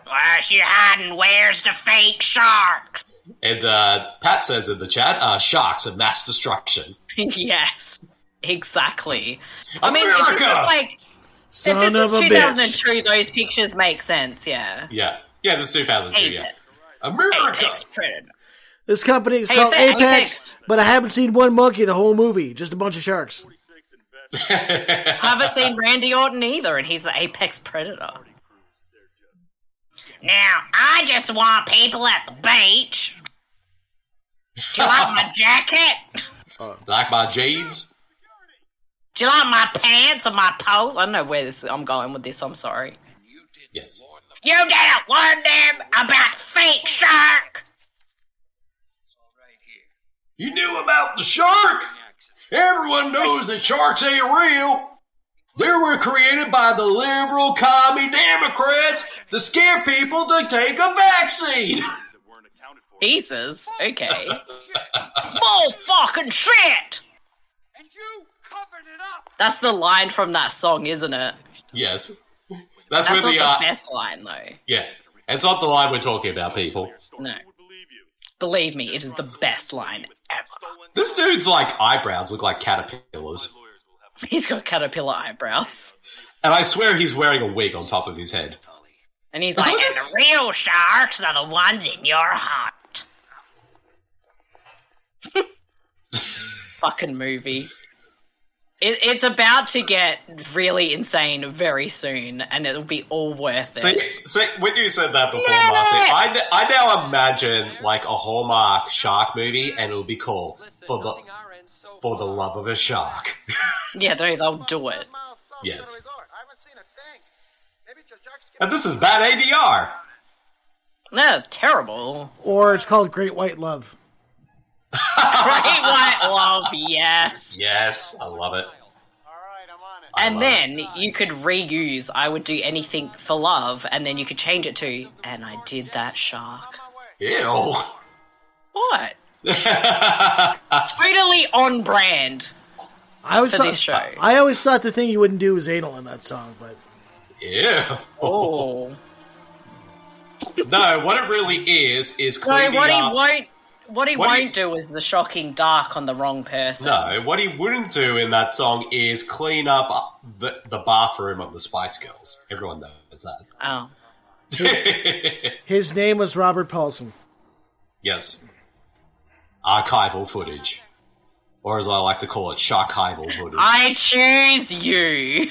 B: Why she hiding? Where's the fake sharks?
G: And uh, Pat says in the chat, uh, sharks of mass destruction.
B: yes, exactly. I mean, if this
G: America!
B: is like if
D: Son
B: this
D: of a
B: is
D: bitch.
B: 2002, those pictures make sense. Yeah,
G: Yeah. Yeah, this is 2002, yeah.
B: Apex.
G: America!
B: Apex Predator.
D: This company is
B: Hey,
D: called
B: thanks.
D: Apex,
B: Thanks.
D: but I haven't seen one monkey the whole movie. Just a bunch of sharks.
B: Haven't seen Randy Orton either, and he's the apex predator. Now, I just want people at the beach. Do you like my jacket?
G: like my jeans?
B: Do you like my pants or my pole? I don't know where this I'm going with this. I'm sorry.
G: Yes.
B: You didn't warn them about fake shark.
G: You knew about the shark! Everyone knows that sharks ain't real! They were created by the liberal commie Democrats to scare people to take a vaccine!
B: Jesus. Okay. Bull fucking shit.
J: And you covered it up.
B: That's the line from that song, isn't it?
G: Yes. That's,
B: That's
G: where
B: not
G: the,
B: the
G: uh,
B: best line though.
G: yeah. It's not the line we're talking about, people.
B: No. Believe me, it is the best line ever.
G: This dude's like eyebrows look like caterpillars.
B: He's got caterpillar eyebrows.
G: And I swear he's wearing a wig on top of his head.
B: And he's like, and the real sharks are the ones in your heart. Fucking movie. It, it's about to get really insane very soon, and it'll be all worth it.
G: See, see, when you said that before, Marcy, I, n- I now imagine like a Hallmark shark movie, and it'll be called for the for the love of a shark.
B: Yeah, they, they'll do it.
G: yes. And this is bad ADR.
B: No, terrible.
D: Or it's called Great White Love.
B: Great white love, yes.
G: Yes, I love it. I
B: And
G: love
B: then you could reuse I would do anything for love, and then you could change it to, and I did that shark.
G: it.
B: What?
G: ew.
B: Totally on brand.
D: I always
B: For
D: thought,
B: this show.
D: I always thought the thing you wouldn't do was anal in that song, but
G: ew.
B: Oh.
G: No, what it really is is
B: So
G: cleaning
B: what he
G: up.
B: won't What he
G: What do you-
B: won't do is the shocking dark on the wrong person.
G: No, what he wouldn't do in that song is clean up the, the bathroom of the Spice Girls. Everyone knows
B: Oh.
G: that.
D: His name was Robert Paulson.
G: yes. Archival footage. Or as I like to call it, sharchival footage.
B: I choose you.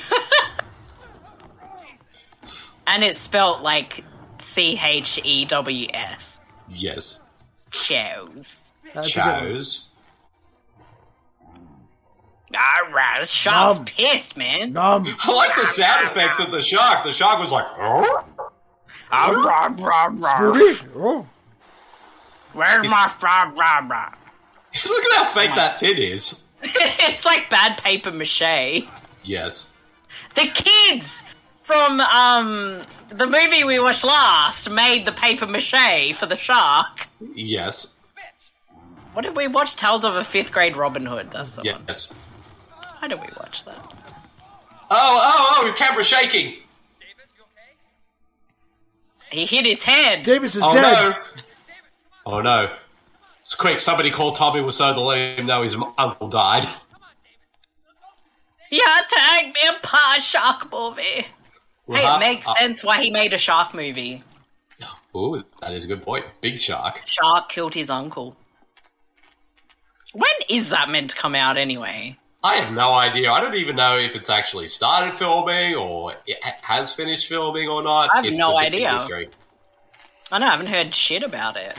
B: and it's spelt like C H E W S.
G: yes.
B: Shows.
D: That's a good one.
G: Shows.
B: Alright, Shark's
D: Nom.
B: pissed, man.
D: Nom.
G: I like the sound effects of the shark. The shark was like, "Oh."
B: Ah, rah, rah, rah.
D: Scooby. Oh.
B: Where's my rah, rah, rah?
G: look at how fake that fin is.
B: It's like bad paper mache.
G: Yes.
B: The kids from um the movie we watched last made the paper mache for the shark.
G: Yes.
B: What did we watch? Tales of a Fifth Grade Robin Hood. That's the one.
G: Yes.
B: How did we watch that?
G: Oh, oh, oh, camera shaking.
B: He hit his head.
D: Davis is
G: oh,
D: dead.
G: no. Oh, no. It's quick. Somebody called Tommy Wiseau to let him know his m- uncle died.
B: yeah, tag me a part shark movie. Hey,
G: Uh-huh.
B: it makes
G: Uh,
B: sense why he made a shark movie.
G: Ooh, that is a good point. Big shark.
B: Shark killed his uncle. When is that meant to come out anyway?
G: I have no idea. I don't even know if it's actually started filming or it ha- has finished filming or not.
B: I have
G: It's
B: no
G: a big
B: idea.
G: mystery.
B: I know, I haven't heard shit about it.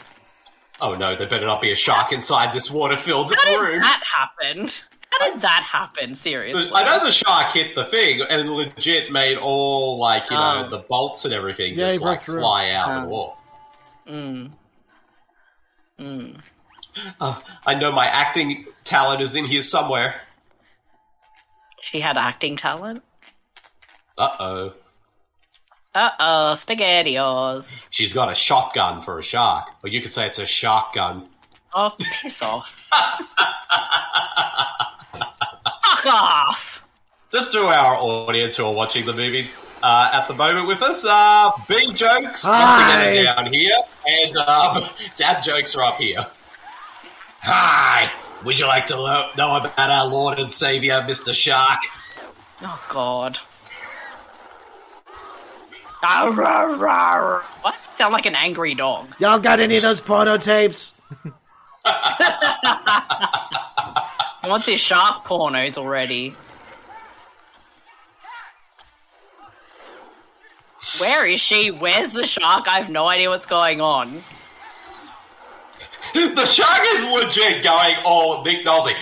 G: Oh no, there better not be a shark inside this water-filled
B: How did
G: room.
B: that happen? How did that happen? Seriously.
G: I know the shark hit the thing and legit made all like you know
B: Oh.
G: the bolts and everything
D: Yeah, he
G: just
D: broke
G: like
D: through.
G: fly out
B: Oh.
G: the wall.
B: Mm. Mm.
G: Uh, I know my acting talent is in here somewhere.
B: She had acting talent.
G: Uh oh,
B: Uh oh, spaghettios.
G: she's got a shotgun for a shark, or you could say it's a shark gun.
B: Oh, piss off. Fuck off.
G: Just to our audience who are watching the movie uh, at the moment with us, uh, B jokes
D: Hi.
G: once again down here, and um, dad jokes are up here. Hi, would you like to lo- know about our Lord and Savior, Mr. Shark?
B: Oh god. Ah, rah, rah, rah. Why does it sound like an angry dog?
D: Y'all got any of those porno tapes?
B: I want these shark pornos already. Where is she? Where's the shark? I have no idea what's going on.
G: The shark is legit going all Nick Nolte.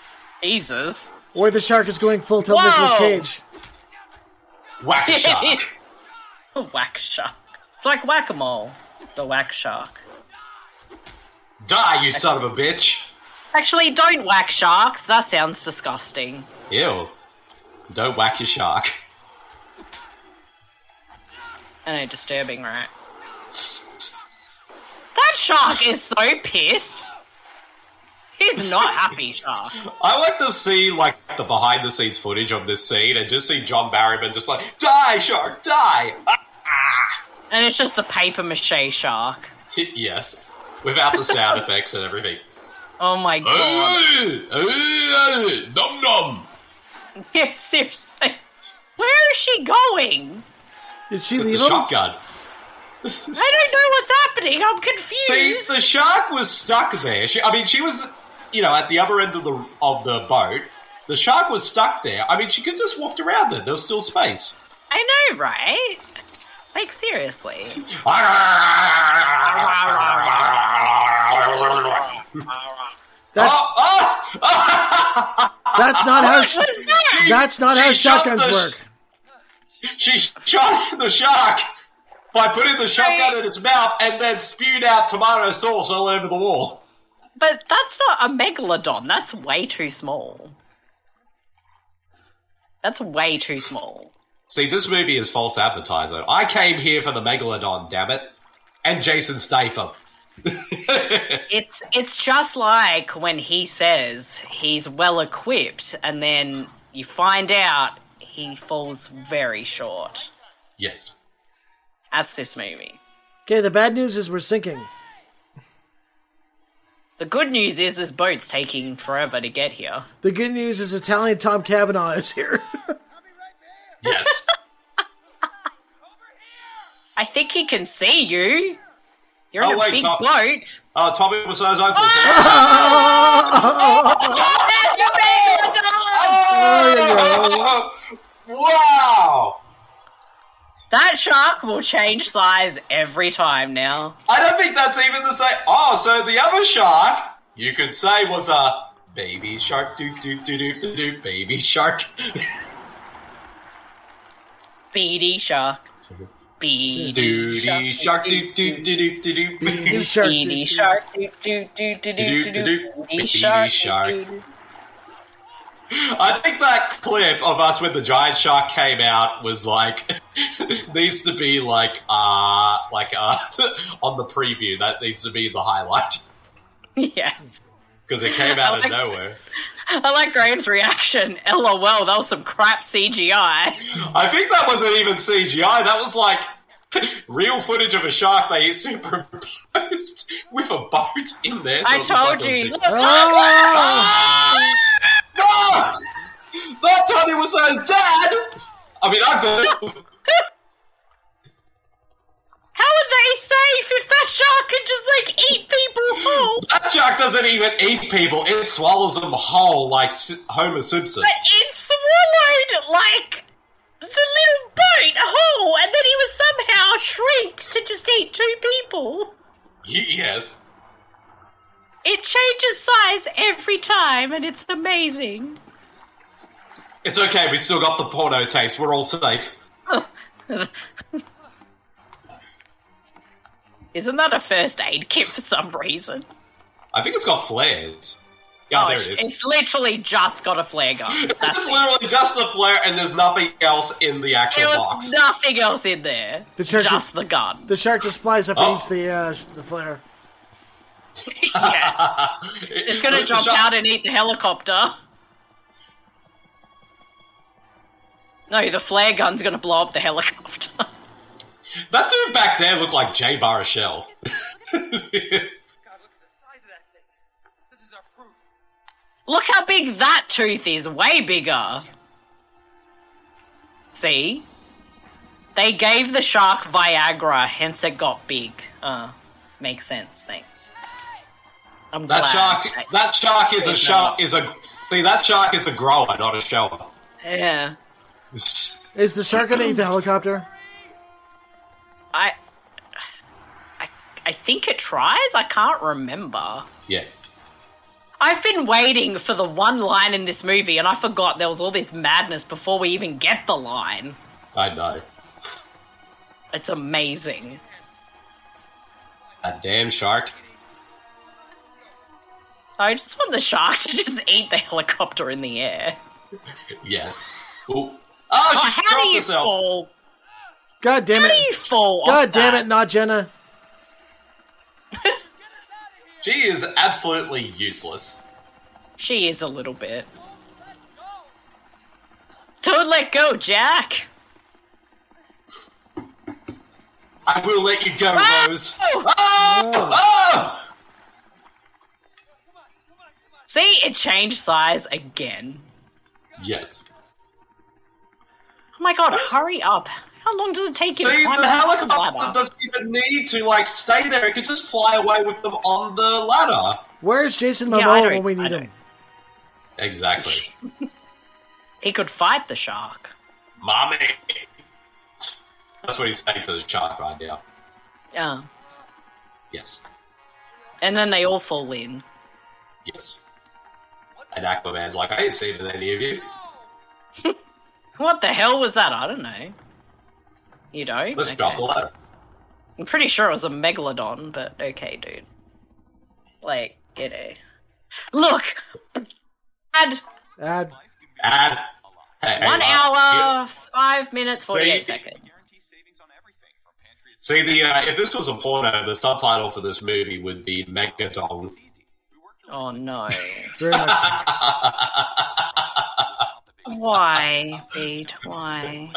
B: Jesus.
D: Or the shark is going full tilt
B: Whoa.
D: Nicolas Cage.
G: Whack a shark.
B: whack shark. It's like whack a mole. The whack shark.
G: Die, you son of a bitch.
B: Actually, don't whack sharks. That sounds disgusting.
G: Ew. Don't whack your shark.
B: I know, disturbing, right? That shark is so pissed. He's not happy, shark.
G: I like to see like the behind the scenes footage of this scene and just see John Barryman just like die shark die. Ah,
B: And it's just a paper mache shark.
G: yes, without the sound effects and everything.
B: Oh my god.
G: Nom nom.
B: Yeah, seriously. Where is she going?
D: Did she
G: The
D: leave him?
G: shotgun.
B: I don't know what's happening. I'm
G: See,
B: confused.
G: the shark was stuck there. She, I mean, she was, you know, at the other end of the of the boat. The shark was stuck there. I mean, she could just walked around there. There was still space.
B: I know, right? Like, seriously.
D: That's
G: Oh, oh, oh.
D: that's not how sh-
B: What is that?
D: that's not how
G: She shot
D: shotguns
G: the sh-
D: work.
G: she shot the shark by putting the shotgun in its mouth and then spewed out tomato sauce all over the wall.
B: But that's not a megalodon. That's way too small. That's way too small.
G: See, this movie is false advertising. I came here for the megalodon, damn it, and Jason Statham.
B: It's it's just like when he says he's well equipped, and then you find out he falls very short.
G: yes.
B: That's this movie.
D: Okay, the bad news is we're sinking.
B: The good news is this boat's taking forever to get here.
D: The good news is Italian Tom Cavanaugh is here.
G: Yes.
B: I think he can see you. You're in
G: Oh,
B: a
G: wait,
B: big
G: Tom.
B: boat.
G: Oh, Tommy was those uncle.
D: Oh,
B: Oh,
G: Oh, wow!
B: That shark will change size every time now.
G: I don't think that's even the same. Oh, so the other shark you could say was a baby shark, doop doop doop doop doop, doop baby shark.
B: Beady shark. Beady
G: Duty shark, doop doop doop doop
D: New
G: doop.
D: shark.
B: Beady shark. Do do do do do do do. Beady
G: Beady
B: shark.
G: shark.
B: do, do.
G: I think that clip of us when the giant shark came out was like needs to be like uh like uh on the preview. That needs to be the highlight
B: Yes.
G: because it came out
B: I
G: of
B: like-
G: nowhere.
B: I like Graham's reaction. LOL, that was some crap CGI.
G: I think that wasn't even CGI. That was like real footage of a shark they superimposed with a boat in there.
B: I
G: So it looked
B: told
G: like it
B: you.
G: was
B: Look,
G: big.
D: Oh!
G: Ah! No! That Tommy was his dad. I mean, I got it.
B: How are they safe if that shark can just like eat people whole?
G: That shark doesn't even eat people. It swallows them whole like S- Homer Simpson.
B: But it swallowed like the little boat whole, and then he was somehow shrinked to just eat two people.
G: Y- yes.
B: It changes size every time, and it's amazing.
G: It's okay. We still got the porno tapes. We're all safe.
B: Isn't that a first aid kit for some reason?
G: I think it's got flares. Yeah, Oh, there it is.
B: it's, it's literally just got a flare gun.
G: It's
B: That's
G: just
B: it.
G: literally just the flare, and there's nothing else in the actual
B: There was
G: box.
B: nothing else in there.
D: The church is-
B: just the gun.
D: The shark just flies up
G: Oh.
D: and eats the uh, the flare.
B: yes. It's gonna jump out and eat the helicopter. No, the flare gun's gonna blow up the helicopter.
G: That dude back there looked like Jay Baruchel.
J: God, look at the size of that thing. This is our proof.
B: Look how big that tooth is, way bigger. See? They gave the shark Viagra, hence it got big. Uh, makes sense, thanks. I'm glad.
G: that shark. That shark is a shark. Is a see. That shark is a grower, not a shower.
B: yeah.
D: Is the shark gonna eat the helicopter?
B: I, I, I think it tries. I can't remember.
G: yeah.
B: I've been waiting for the one line in this movie, and I forgot there was all this madness before we even get the line.
G: I know.
B: It's amazing.
G: That damn shark.
B: I just want the shark to just eat the helicopter in the air.
G: Yes. Ooh. Oh,
B: Oh,
G: she
B: how
G: dropped
B: do you
G: herself.
B: fall?
D: God damn
B: How do you
D: it!
B: fall?
D: God
B: off
D: damn
B: that?
D: it! Not Jenna.
G: She is absolutely useless.
B: She is a little bit. Don't let go, Jack.
G: I will let you go, Ah! Rose.
B: Oh!
G: Oh!
B: See, it changed size again.
G: Yes.
B: Oh my god, hurry up. How long does it take you to
G: See,
B: climb
G: the
B: up the
G: helicopter
B: ladder?
G: doesn't even need to like stay there. It could just fly away with them on the ladder.
D: Where's Jason
B: Yeah, I
D: Momoa
B: don't-
D: when we
B: I
D: need
B: don't-
D: him?
G: Exactly,
B: He could fight the shark.
G: mommy. That's what he's saying to the shark right now.
B: Yeah.
G: Yes,
B: And then they all fall in.
G: yes. And Aquaman's like, I ain't seen it in any of you.
B: What the hell was that? I don't know. You don't?
G: Let's
B: Okay.
G: drop the ladder.
B: I'm pretty sure it was a megalodon, but okay, dude. Like, you know. Look! Add
D: Uh,
G: And hey, hey,
B: one
G: uh,
B: hour, five minutes, 48
G: See?
B: seconds.
G: See the uh, if this was a porno, the subtitle for this movie would be Megaton.
B: Oh no.
D: very much.
B: Why, Pete? Why?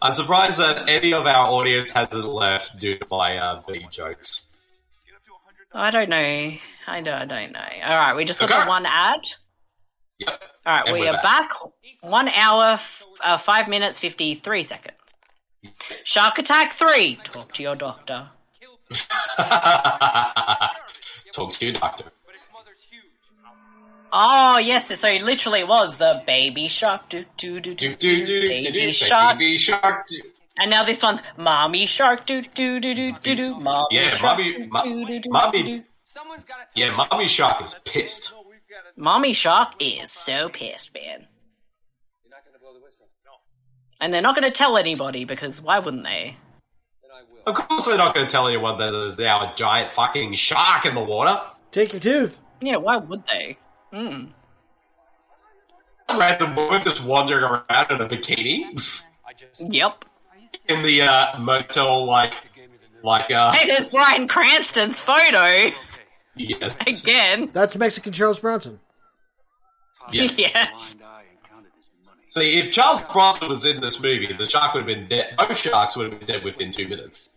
G: I'm surprised that any of our audience hasn't left due to my uh, big jokes.
B: I don't know. I don't, I don't know. All right, we just got
G: Okay.
B: the one ad.
G: Yep.
B: All right,
G: And
B: we
G: we're
B: are back. One hour, f- uh, five minutes, 53 seconds. Shark Attack 3. Talk to your doctor.
G: Talk to you, doctor.
J: But its mother's huge.
B: Oh, yes. So it literally was the baby shark. Do, do, do, do,
G: Do do do do do do.
B: Baby
G: baby
B: shark.
G: shark. do-
B: And now this one's mommy shark. Do, do, do, do, do, do. Mommy
G: Yeah,
B: shark.
G: mommy,
B: do, do, do,
G: mo-
B: do, do.
G: mommy.
J: Someone's got to tell Oh,
G: Yeah, mommy shark is pissed.
J: We've got to.
B: Mommy shark is so pissed, man.
J: You're not going to blow the whistle. No.
B: And they're not going to tell anybody because why wouldn't they?
J: Then I will.
G: Of course, they're not going to tell anyone that there's now a giant fucking shark in the water.
D: Take your tooth.
B: Yeah, why would they? Hmm.
G: A Random woman just wandering around in a bikini
J: I just
B: Yep.
G: in the uh, motel, like, like uh,
B: Hey, there's Brian Cranston's photo
G: yes,
B: again.
D: That's Mexican Charles Bronson.
G: yes.
B: Yes.
J: eye and counted his money.
G: See, if Charles Bronson was in this movie, the shark would have been dead. Both sharks would have been dead within two minutes.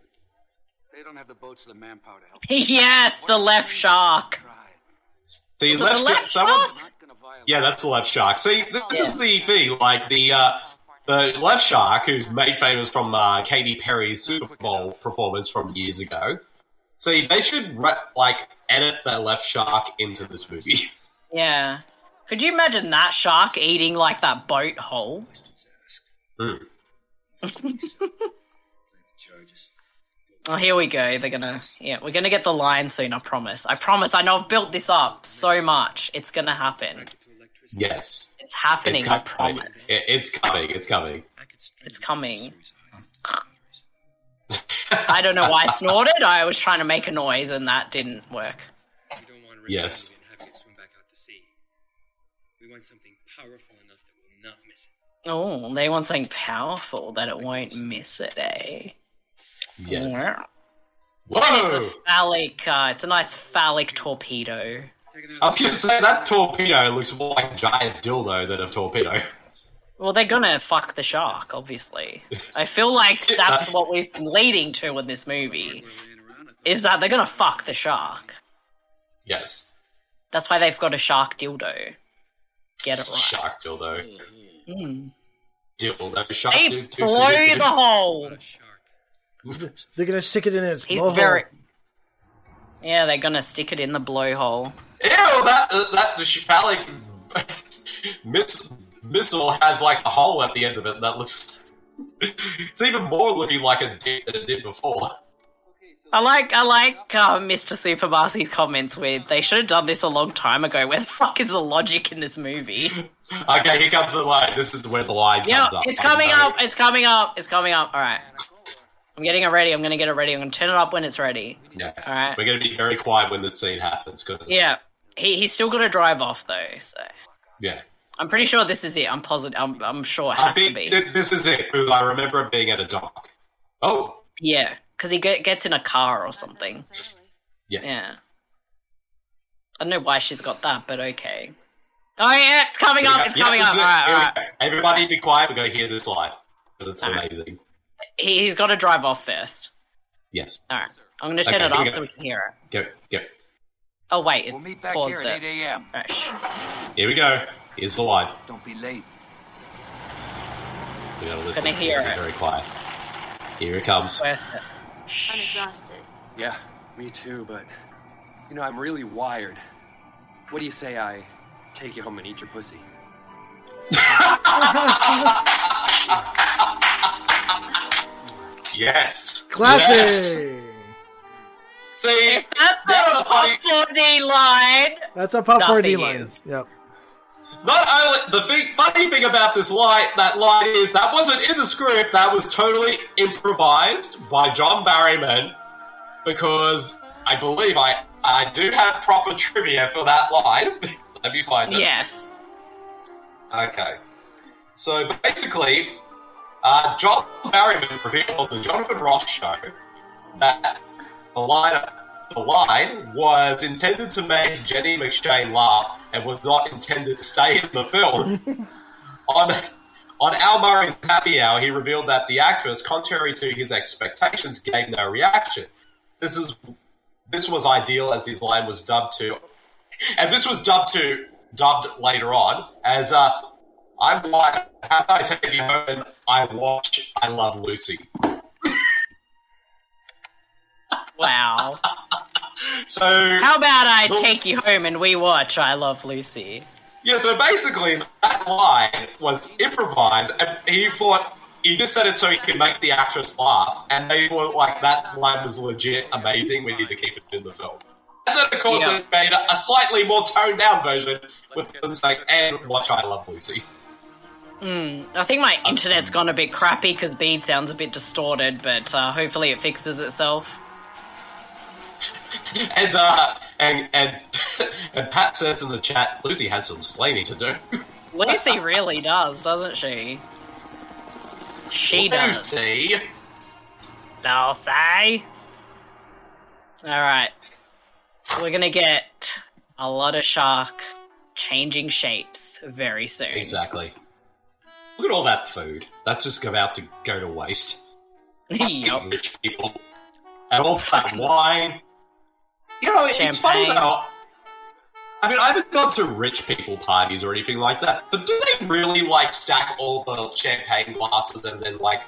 J: They don't have the boats or the manpower to help.
B: Yes, the left shark.
J: Try it.
G: See,
B: Was it
G: left,
B: the left
G: someone,
B: shark?
J: Not going to violate.
G: Yeah, that's the left shark. See, this is the thing. Like the uh, the left shark, who's made famous from uh, Katy Perry's Super Bowl performance from years ago. See, they should re- like edit the left shark into this movie.
B: Yeah. Could you imagine that shark eating like that boat hole?
G: Mm.
B: Oh, here we go. They're gonna, yeah, we're gonna get the line soon. I promise. I promise. I know I've built this up so much. It's gonna happen.
G: Yes,
B: It's happening.
G: it's
B: I
G: coming.
B: promise.
G: It, it's coming. It's coming.
B: It's coming. I don't know why I snorted. I was trying to make a noise and that didn't work.
J: We don't want to
G: Yes.
J: and having it swim back out to sea. We want something powerful enough that we'll not miss it.
B: Oh, they want something powerful that it won't miss it, eh?
G: Yes.
B: Wow.
G: Whoa!
B: It's a phallic. Uh, it's a nice phallic torpedo.
J: Taking
G: I
J: out
G: was gonna say that torpedo looks more like a giant dildo than a torpedo.
B: Well, they're gonna fuck the shark, obviously. I feel like that's what we've been leading to with this movie. Is that they're gonna fuck the shark?
G: Yes,
B: That's why they've got a shark dildo. Get it right.
G: shark dildo,
B: Mm.
G: dildo shark.
B: They
G: doo- doo- doo-
B: blow
G: doo- doo-
B: the hole.
D: They're gonna stick it in its
B: He's
D: blowhole.
B: very. Yeah, they're gonna stick it in the blowhole.
G: Ew, that that the phallic miss, missile has like a hole at the end of it that looks. It's even more looking like a dick than it did before.
B: I like I like uh, Mr. Supermarcy's comments with they should have done this a long time ago. Where the fuck is the logic in this movie?
G: Okay, here comes the line. This is where the line
B: Yeah,
G: comes up. uh,
B: it's
G: I
B: coming
G: know.
B: up. It's coming up. It's coming up. All right. I'm getting it ready. I'm gonna get it ready. I'm gonna turn it up when it's ready.
G: Yeah.
B: All right.
G: We're going to be very quiet when this scene happens. 'cause-
B: Yeah, he he's still gonna drive off though. So
G: yeah.
B: I'm pretty sure this is it. I'm positive. I'm I'm sure it
G: I
B: has to
G: think
B: be.
G: th- this is it because I remember it being at a dock. Oh,
B: Yeah, because he get, gets in a car or something.
G: yeah.
B: Yeah. I don't know why she's got that, but okay. Oh yeah, it's coming
G: Here we
B: up.
G: go.
B: It's
G: Yeah,
B: coming
G: this
B: up.
G: is
B: All
G: it.
B: right, all
G: Here we
B: right.
G: go. Everybody be quiet. We're going to hear this line. 'cause It's
B: All right.
G: amazing.
B: He, he's got to drive off first.
G: Yes.
B: All right. I'm going to turn
G: Okay,
B: it
G: here we
B: up
G: go.
B: so we can hear it.
G: Go, go.
B: Oh, wait. It
C: We'll meet back
B: paused
C: here
B: it.
C: at 8 a.m.
B: All right, sh-
G: Here we go. Here's the line.
C: Don't be late.
G: We gotta listen.
B: Gonna hear
G: Be
B: it.
G: Very quiet. Here it comes.
B: worth it.
I: I'm exhausted.
J: Yeah, me too, but you know, I'm really wired. What do you say I take you home and eat your pussy?
G: Yes.
D: classic.
G: Yes. See,
B: That's
G: Yeah,
B: a pop
G: like-
B: 4D line.
D: That's a pop 4D
B: Nothing
D: line.
B: is.
D: Yep.
G: not only the thing, funny thing about this line, that line is that wasn't in the script. That was totally improvised by John Barryman, because I believe I I do have proper trivia for that line. Let me find it.
B: Yes.
G: Okay. So basically, uh, John Barryman revealed on the Jonathan Ross show that the line, the line was intended to make Jenny McShane laugh and was not intended to stay in the film. on On Al Murray's happy hour, he revealed that the actress, contrary to his expectations, gave no reaction. This is this was ideal as his line was dubbed to, and this was dubbed to dubbed later on as uh, "I'm white, how can I take you home?" And I watch, I love Lucy.
B: Wow.
G: So
B: How about I
G: Well-
B: take you home and we watch I Love Lucy?
G: Yeah, so basically that line was improvised, and he thought he just said it so he could make the actress laugh, and they thought like that line was legit amazing. We need to keep it in the film. And then of course
B: Yeah.
G: they made a slightly more toned down version with things like "and watch I Love Lucy."
B: I think my internet's gone a bit crappy because Bead sounds a bit distorted, but uh, hopefully it fixes itself.
G: And uh, and and and Pat says in the chat, Lucy has some splaining to do.
B: Lucy really does, doesn't she? She does.
G: Lucy.
B: I'll say. Alright. We're gonna get a lot of shark changing shapes very soon.
G: Exactly. Look at all that food. That's just about to go to waste.
B: Yup.
G: rich people. And all that wine. You know, it's funny
B: Champagne.
G: though. I mean, I haven't gone to rich people parties or anything like that, but do they really like stack all the champagne glasses and then like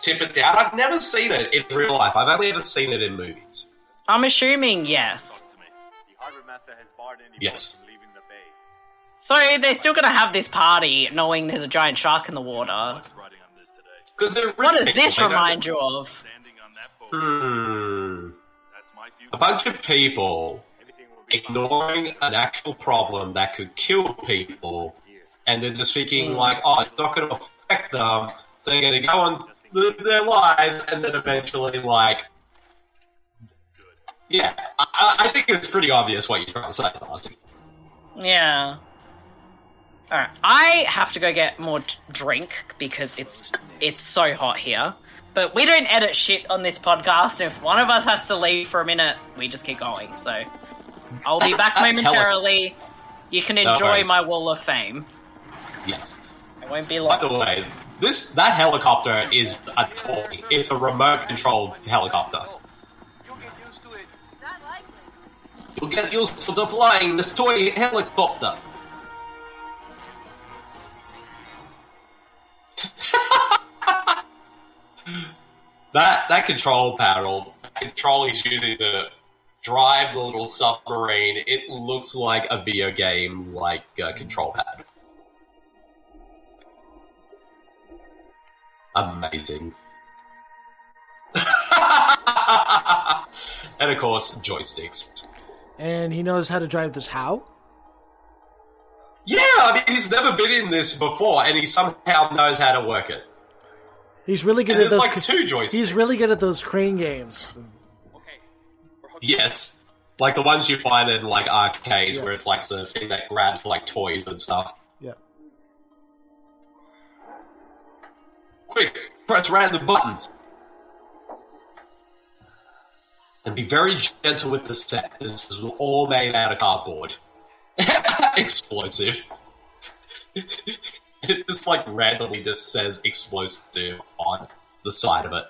G: tip it down? I've never seen it in real life. I've only ever seen it in movies.
B: I'm assuming yes.
H: To me. The harbor master has barred anyone
G: Yes.
H: from leaving the bay.
B: So they're still gonna have this party knowing there's a giant shark in the water.
H: Riding on this today.
G: Because they're rich
B: What does
G: people,
B: this
G: they don't-
B: remind you of?
H: Standing on that boat.
G: Hmm.
H: That's my future.
G: A bunch of people
H: Everything will be fine.
G: ignoring an actual problem that could kill people, and they're just
B: Hmm.
G: thinking like, "Oh, it's not going to affect them," so they're going to go and live their lives, and then eventually, like, yeah, I- I, I think it's pretty obvious what you're trying to say, Martin.
B: Yeah. Alright, I have to go get more t- drink because it's it's so hot here. But we don't edit shit on this podcast. If one of us has to leave for a minute, we just keep going. So I'll be back momentarily. You can
G: No
B: enjoy
G: worries.
B: my wall of fame.
G: Yes.
B: It won't be
G: By
B: long.
G: the way, this that helicopter is a toy. It's a remote-controlled helicopter.
H: You'll get used to it.
I: Not likely.
G: You'll get used to the flying this toy helicopter. that that control panel, that control is using to drive the little submarine. It looks like a video game like uh, control pad. Amazing. and of course, joysticks.
D: And he knows how to drive this how?
G: Yeah, I mean, he's never been in this before, and he somehow knows how to work it.
D: He's really good
G: And
D: at
G: there's
D: those
G: like two joysticks.
D: He's really good at those crane games.
G: Yes, like the ones you find in like arcades,
D: Yeah.
G: where it's like the thing that grabs like toys and stuff.
D: Yeah.
G: Quick, press random buttons, and be very gentle with the set. This is all made out of cardboard, explosive. it just like randomly just says explosive on the side of it.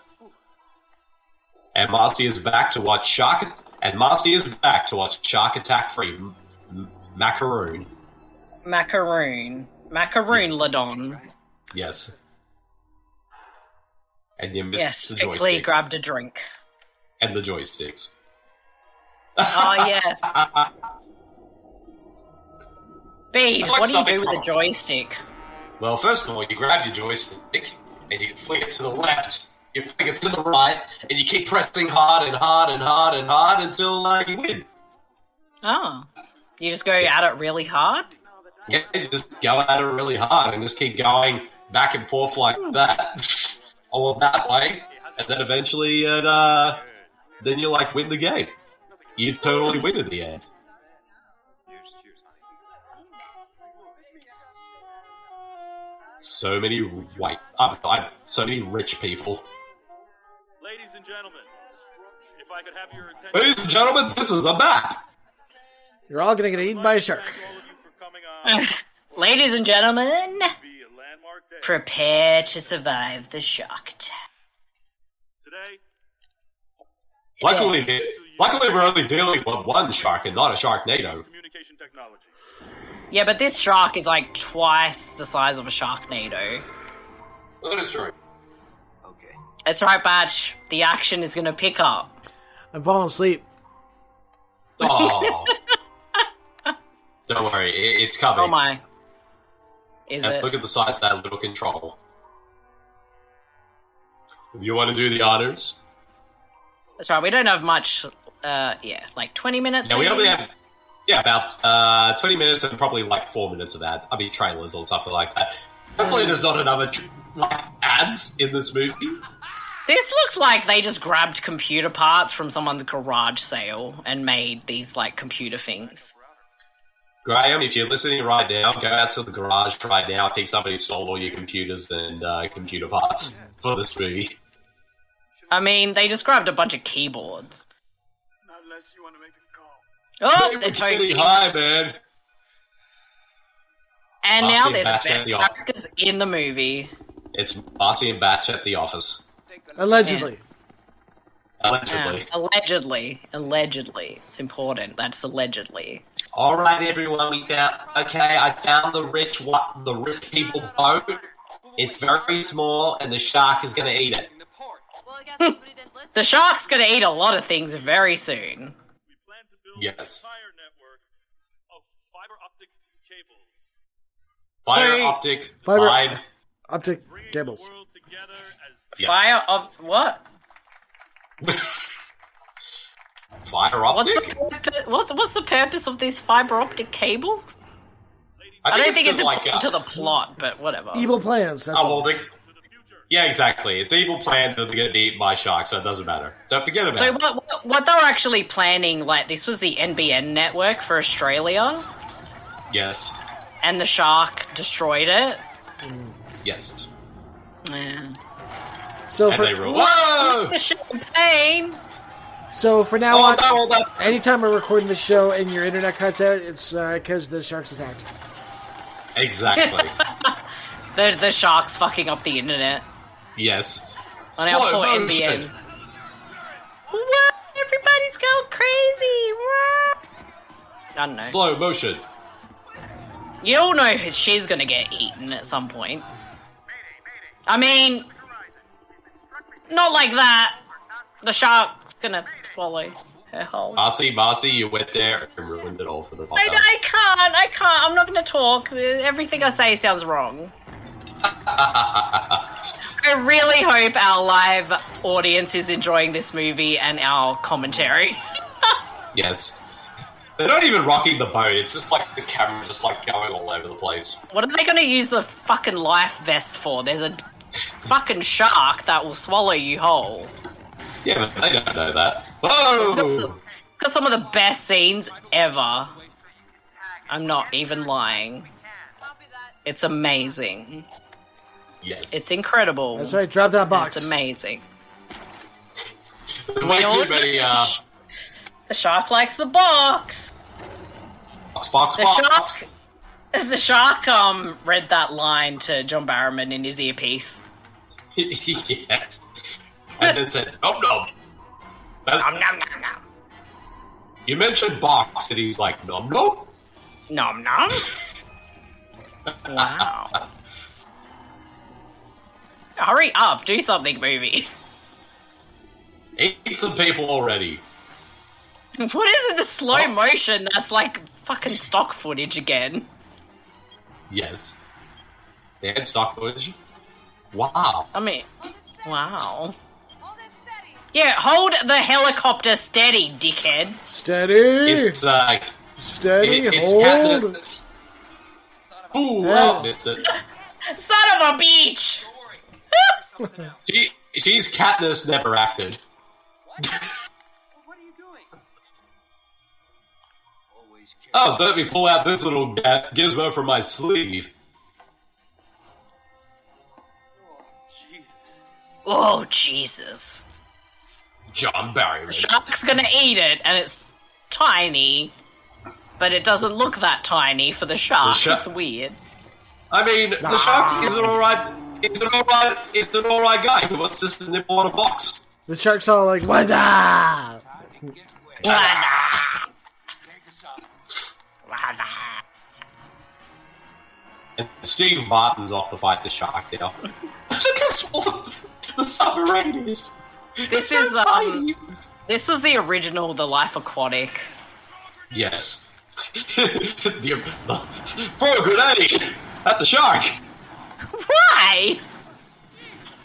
G: And Marcy is back to watch Shark. And Marcy is back to watch Shark Attack Free M- M- Macaroon.
B: Macaroon. Macaroon
G: Yes.
B: Ladon.
G: Yes. And you missed
B: Yes,
G: the
B: quickly
G: joysticks.
B: grabbed a drink.
G: and the joysticks.
B: Oh, yes. Bead,
G: I'd like
B: what do you
G: something
B: do with
G: from-
B: a joystick?
G: Well, first of all, you grab your joystick and you flick it to the left, you flick it to the right, and you keep pressing hard and hard and hard and hard until uh, you win.
B: Oh. You just go at it really hard?
G: Yeah, you just go at it really hard and just keep going back and forth like that, all that way, and then eventually, it, uh, then you like win the game. You totally win in the end. So many white, I, I, so many rich people.
H: Ladies and gentlemen, if I could have your attention.
G: Ladies and gentlemen, this is a map.
D: You're all gonna get eaten by a shark.
H: Thank all of you for coming on.
B: Ladies and gentlemen,
H: Be a landmark dark day.
B: Prepare to survive the shock attack.
H: Today,
G: Luckily, luckily we're only dealing with one shark and not a sharknado.
H: communication technology.
B: Yeah, but this shark is like twice the size of a sharknado.
G: That is true.
J: Okay.
B: That's right, Batch. The action is gonna pick up.
D: I'm falling asleep.
G: Oh. Don't worry, it, it's coming.
B: Oh my. Is
G: And
B: it?
G: Uh, look at the size of that little control. If you want to do the honors,
B: That's right, we don't have much, uh, yeah, like 20 minutes?
G: yeah, we
B: maybe?
G: only have yeah about uh, twenty minutes and probably like four minutes of ad. I mean trailers or something like that. Hopefully, there's not another tr- like ads in this movie.
B: This looks like they just grabbed computer parts from someone's garage sale and made these, like, computer things.
G: Graham, if you're listening right now, go out to the garage right now. I think somebody stole all your computers and uh, computer parts for this movie.
B: I mean, they just grabbed a bunch of keyboards.
H: Not unless you want to make the call.
B: Oh, they're
G: We're getting
B: toasty.
G: high, man.
B: And
G: Must
B: now
G: be
B: they're the
G: back at
B: best
G: the office.
B: characters in the movie.
G: It's Marcy and Batch at the office,
D: Allegedly.
G: allegedly.
B: Yeah, allegedly. Allegedly. It's important. That's allegedly.
G: All right, everyone, we found. Okay, I found the rich what the rich people boat. It's very small, and the shark is going to eat it.
J: In the port.
I: Well, I guess somebody didn't listen.
B: The shark's gonna eat a lot of things very soon.
H: We plan to build
G: Yes.
H: an entire network of fiber optic cables,
G: Fire
B: Sorry.
G: optic
D: Fiber-
G: line.
D: Up to
H: bringing
D: Gables.
H: the world together as
G: Yeah.
B: Fire of what?
G: Fire
B: What's
G: optic.
B: the purpose, what's what's the purpose of these fiber optic cables? I, don't think it's
G: just
B: important
G: uh,
B: to the plot, but whatever.
D: Evil plans. That's
G: oh,
D: all.
G: well, they- yeah, exactly. It's evil plan that they're going to eat by sharks, so it doesn't matter. So forget about
B: So
G: it.
B: what, what what they were actually planning, like this was the NBN network for Australia,
G: Yes,
B: and the shark destroyed it.
G: yes.
B: Yeah.
D: So
G: And they
D: for
G: roll. Whoa!
B: The champagne.
D: so for now
G: Hold
D: on,
G: up, hold up.
D: anytime we're recording the show and your internet cuts out, it's because the sharks attacked.
G: Exactly.
B: The the shark's fucking up the internet
G: yes.
B: on our
G: Slow
B: poor
G: motion.
B: NBN. What? Everybody's going crazy. What? I don't know.
G: Slow motion.
B: You all know who- she's gonna get eaten at some point. I mean, not like that. The shark's gonna swallow her whole.
G: Marcy, Marcy, you went there and ruined it all for the
B: I,
G: podcast.
B: I can't. I can't. I'm not gonna talk. Everything I say sounds wrong. I really hope our live audience is enjoying this movie and our commentary.
G: Yes. They're not even rocking the boat. It's just like the camera just like going all over the place.
B: What are they gonna use the fucking life vest for? There's a fucking shark that will swallow you whole.
G: Yeah, but they don't know that. Oh!
B: It's got
G: Whoa!
B: some, it's got some of the best scenes ever. I'm not even lying.
I: Copy that.
B: It's amazing.
G: Yes.
B: It's incredible.
D: That's right. Drop that
B: It's
D: box.
B: amazing.
G: There's way
B: all-
G: too many, uh,
B: The shark likes the box.
G: box, box,
B: The
G: box.
B: shark. The shark um read that line to John Barrowman in his earpiece.
G: yes. And then said, nom nom.
B: Nom
G: That,
B: nom nom nom.
G: you mentioned box, and he's like, nom nom?
B: Nom nom. wow. Hurry up! Do something, movie.
G: Eat some people already.
B: What is it? The slow
G: Oh.
B: motion that's like fucking stock footage again.
G: Yes. Dan Stockbridge. Wow.
B: I mean, wow.
I: Hold it steady.
B: Yeah, hold the helicopter steady, dickhead.
D: Steady,
G: It's, uh,
D: steady,
G: it- it's
D: hold.
G: Captain- Ooh,
D: Yeah.
G: I missed it.
B: Son of a bitch!
G: She, she's Katniss never acted.
J: What are you doing? Always care.
G: Oh, let me pull out this little ga- gizmo from my sleeve.
J: Oh, Jesus.
B: Oh, Jesus.
G: John Barryman.
B: Shark's gonna eat it, and it's tiny, but it doesn't look that tiny for the shark.
G: The shark-
B: it's weird.
G: I mean, the shark is an alright. It's an alright. It's an alright guy who wants just to nibble on a box.
D: The shark's all like, what the?
G: And Steve Martin's off to fight the shark now. Look how small the, the submarine is.
B: This
G: so
B: is, um,
G: tiny.
B: This was the original The Life Aquatic.
G: Yes. the, the, throw a grenade at the shark.
B: Why?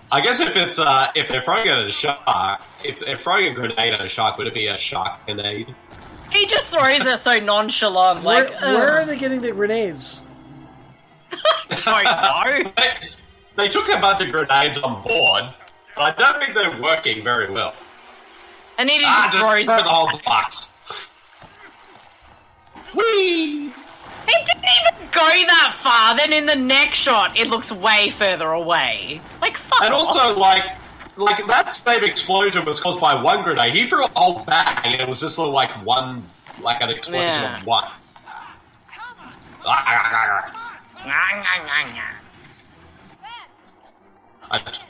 G: I guess if it's uh, if they're throwing it at a shark, if they're throwing a grenade at a shark, would it be a shark grenade?
B: He just throws it so nonchalant, like,
D: where, where are
B: "Ugh,
D: they getting the grenades?
B: I don't know.
G: They, they took a bunch of grenades on board, but I don't think they're working very well.
B: And he just
G: Ah, just throw
B: throws it.
G: the whole box. Whee!
B: He didn't even go that far. Then in the next shot, it looks way further away. Like, fuck
G: And
B: off.
G: also, like, like that same explosion was caused by one grenade. He threw a whole bag, and it was just sort of like one, like an explosion
B: Yeah.
G: of one. Ah, I,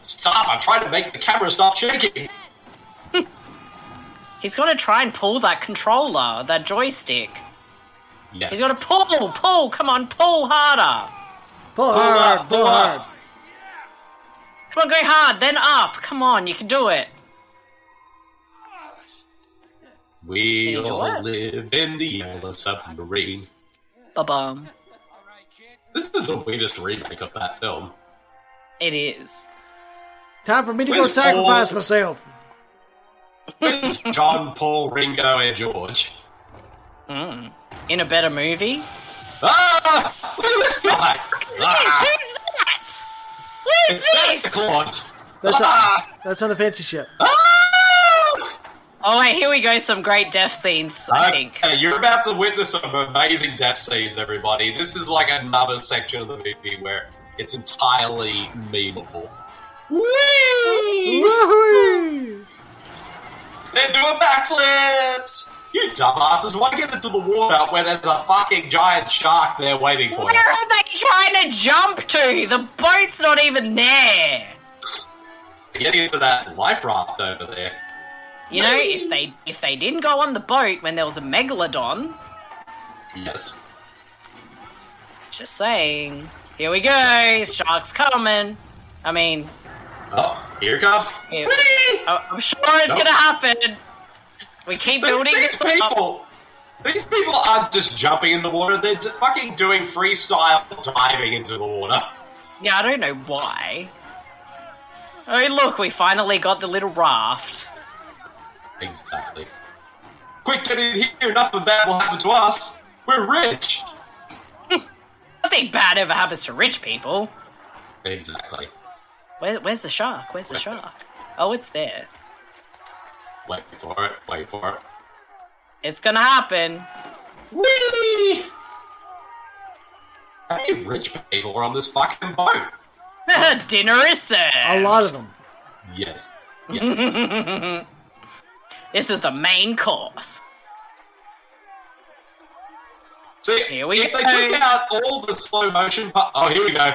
G: stop! I'm trying to make the camera stop shaking.
B: He's got to try and pull that controller, that joystick.
G: Yes.
B: He's got to pull, pull, come on, pull harder.
D: Pull
G: Pull
D: hard,
G: up,
D: pull hard.
G: up.
B: Come on, go hard, then up. Come on, you can do it.
G: We
B: Can you do
G: all
B: it?
G: live in the yellow submarine.
B: Ba bum.
G: This is the weirdest remake of that film.
B: It is.
D: Time for me to go
G: Where's
D: sacrifice
G: Paul?
D: myself.
G: John, Paul, Ringo, and George.
B: Mm. In a better movie?
G: Ah! Look at this guy!
B: Who's
G: Ah!
B: that? Who's
G: It's Santa
B: this?
G: Claus!
D: That's,
G: Ah!
D: that's on the fancy ship.
G: Ah!
B: Oh wait, here we go. Some great death scenes. I think.
G: Okay, you're about to witness some amazing death scenes, everybody. This is like another section of the movie where it's entirely memeable. Whee!
D: Woohoo!
G: They're doing backflips! You dumbasses, why get into the water where there's a fucking giant shark there waiting for
B: Where
G: you?
B: are they trying to jump to? The boat's not even there.
G: Get into that life raft over there.
B: You know, if they if they didn't go on the boat when there was a megalodon,
G: Yes.
B: just saying. Here we go. Shark's coming. I mean,
G: Oh, here it comes.
B: Yeah.
G: Whee!
B: I- I'm sure it's
G: Nope.
B: gonna happen. We keep building
G: these
B: this up.
G: people, these people aren't just jumping in the water. They're d- fucking doing freestyle diving into the water.
B: Yeah, I don't know why. Oh look, we finally got the little raft.
G: Exactly. Quick, get in here. Nothing bad will happen to us. We're rich.
B: Nothing bad ever happens to rich people.
G: Exactly.
B: Where, where's the shark? Where's the shark? Oh, it's there.
G: Wait for it. Wait for it.
B: It's gonna happen.
G: Whee! How many rich people are on this fucking boat?
B: Dinner is served.
D: A lot of them.
G: Yes. Yes.
B: This is the main course.
G: See,
B: Here we
G: if they
B: go.
G: took out all the slow motion, pa- oh, here we go.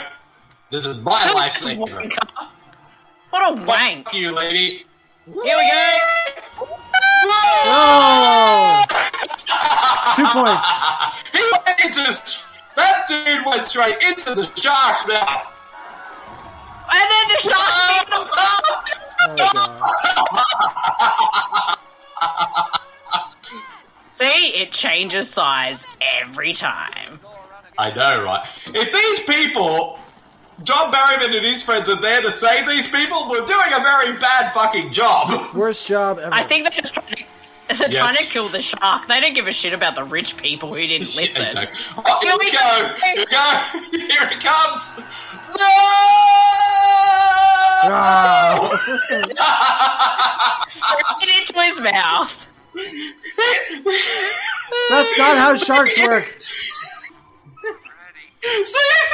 G: This is my lifesaver.
B: What a wank!
G: Fuck you, lady.
B: Here we go.
D: Oh! Two points.
G: He went into that dude went straight into the shark's mouth.
B: And then the shark in the
D: Oh, God.
B: See, it changes size every time.
G: I know, right? If these people, John Barryman and his friends, are there to save these people, we're doing a very bad fucking job.
D: Worst job ever.
B: I think they're just trying to. They're
G: Yes.
B: trying to kill the shark. They don't give a shit about the rich people who didn't listen.
G: Yeah, exactly. oh, here we go. Here we go. Here it comes. No!
D: Oh.
B: Straight into his mouth.
D: That's not how sharks work.
G: See, if,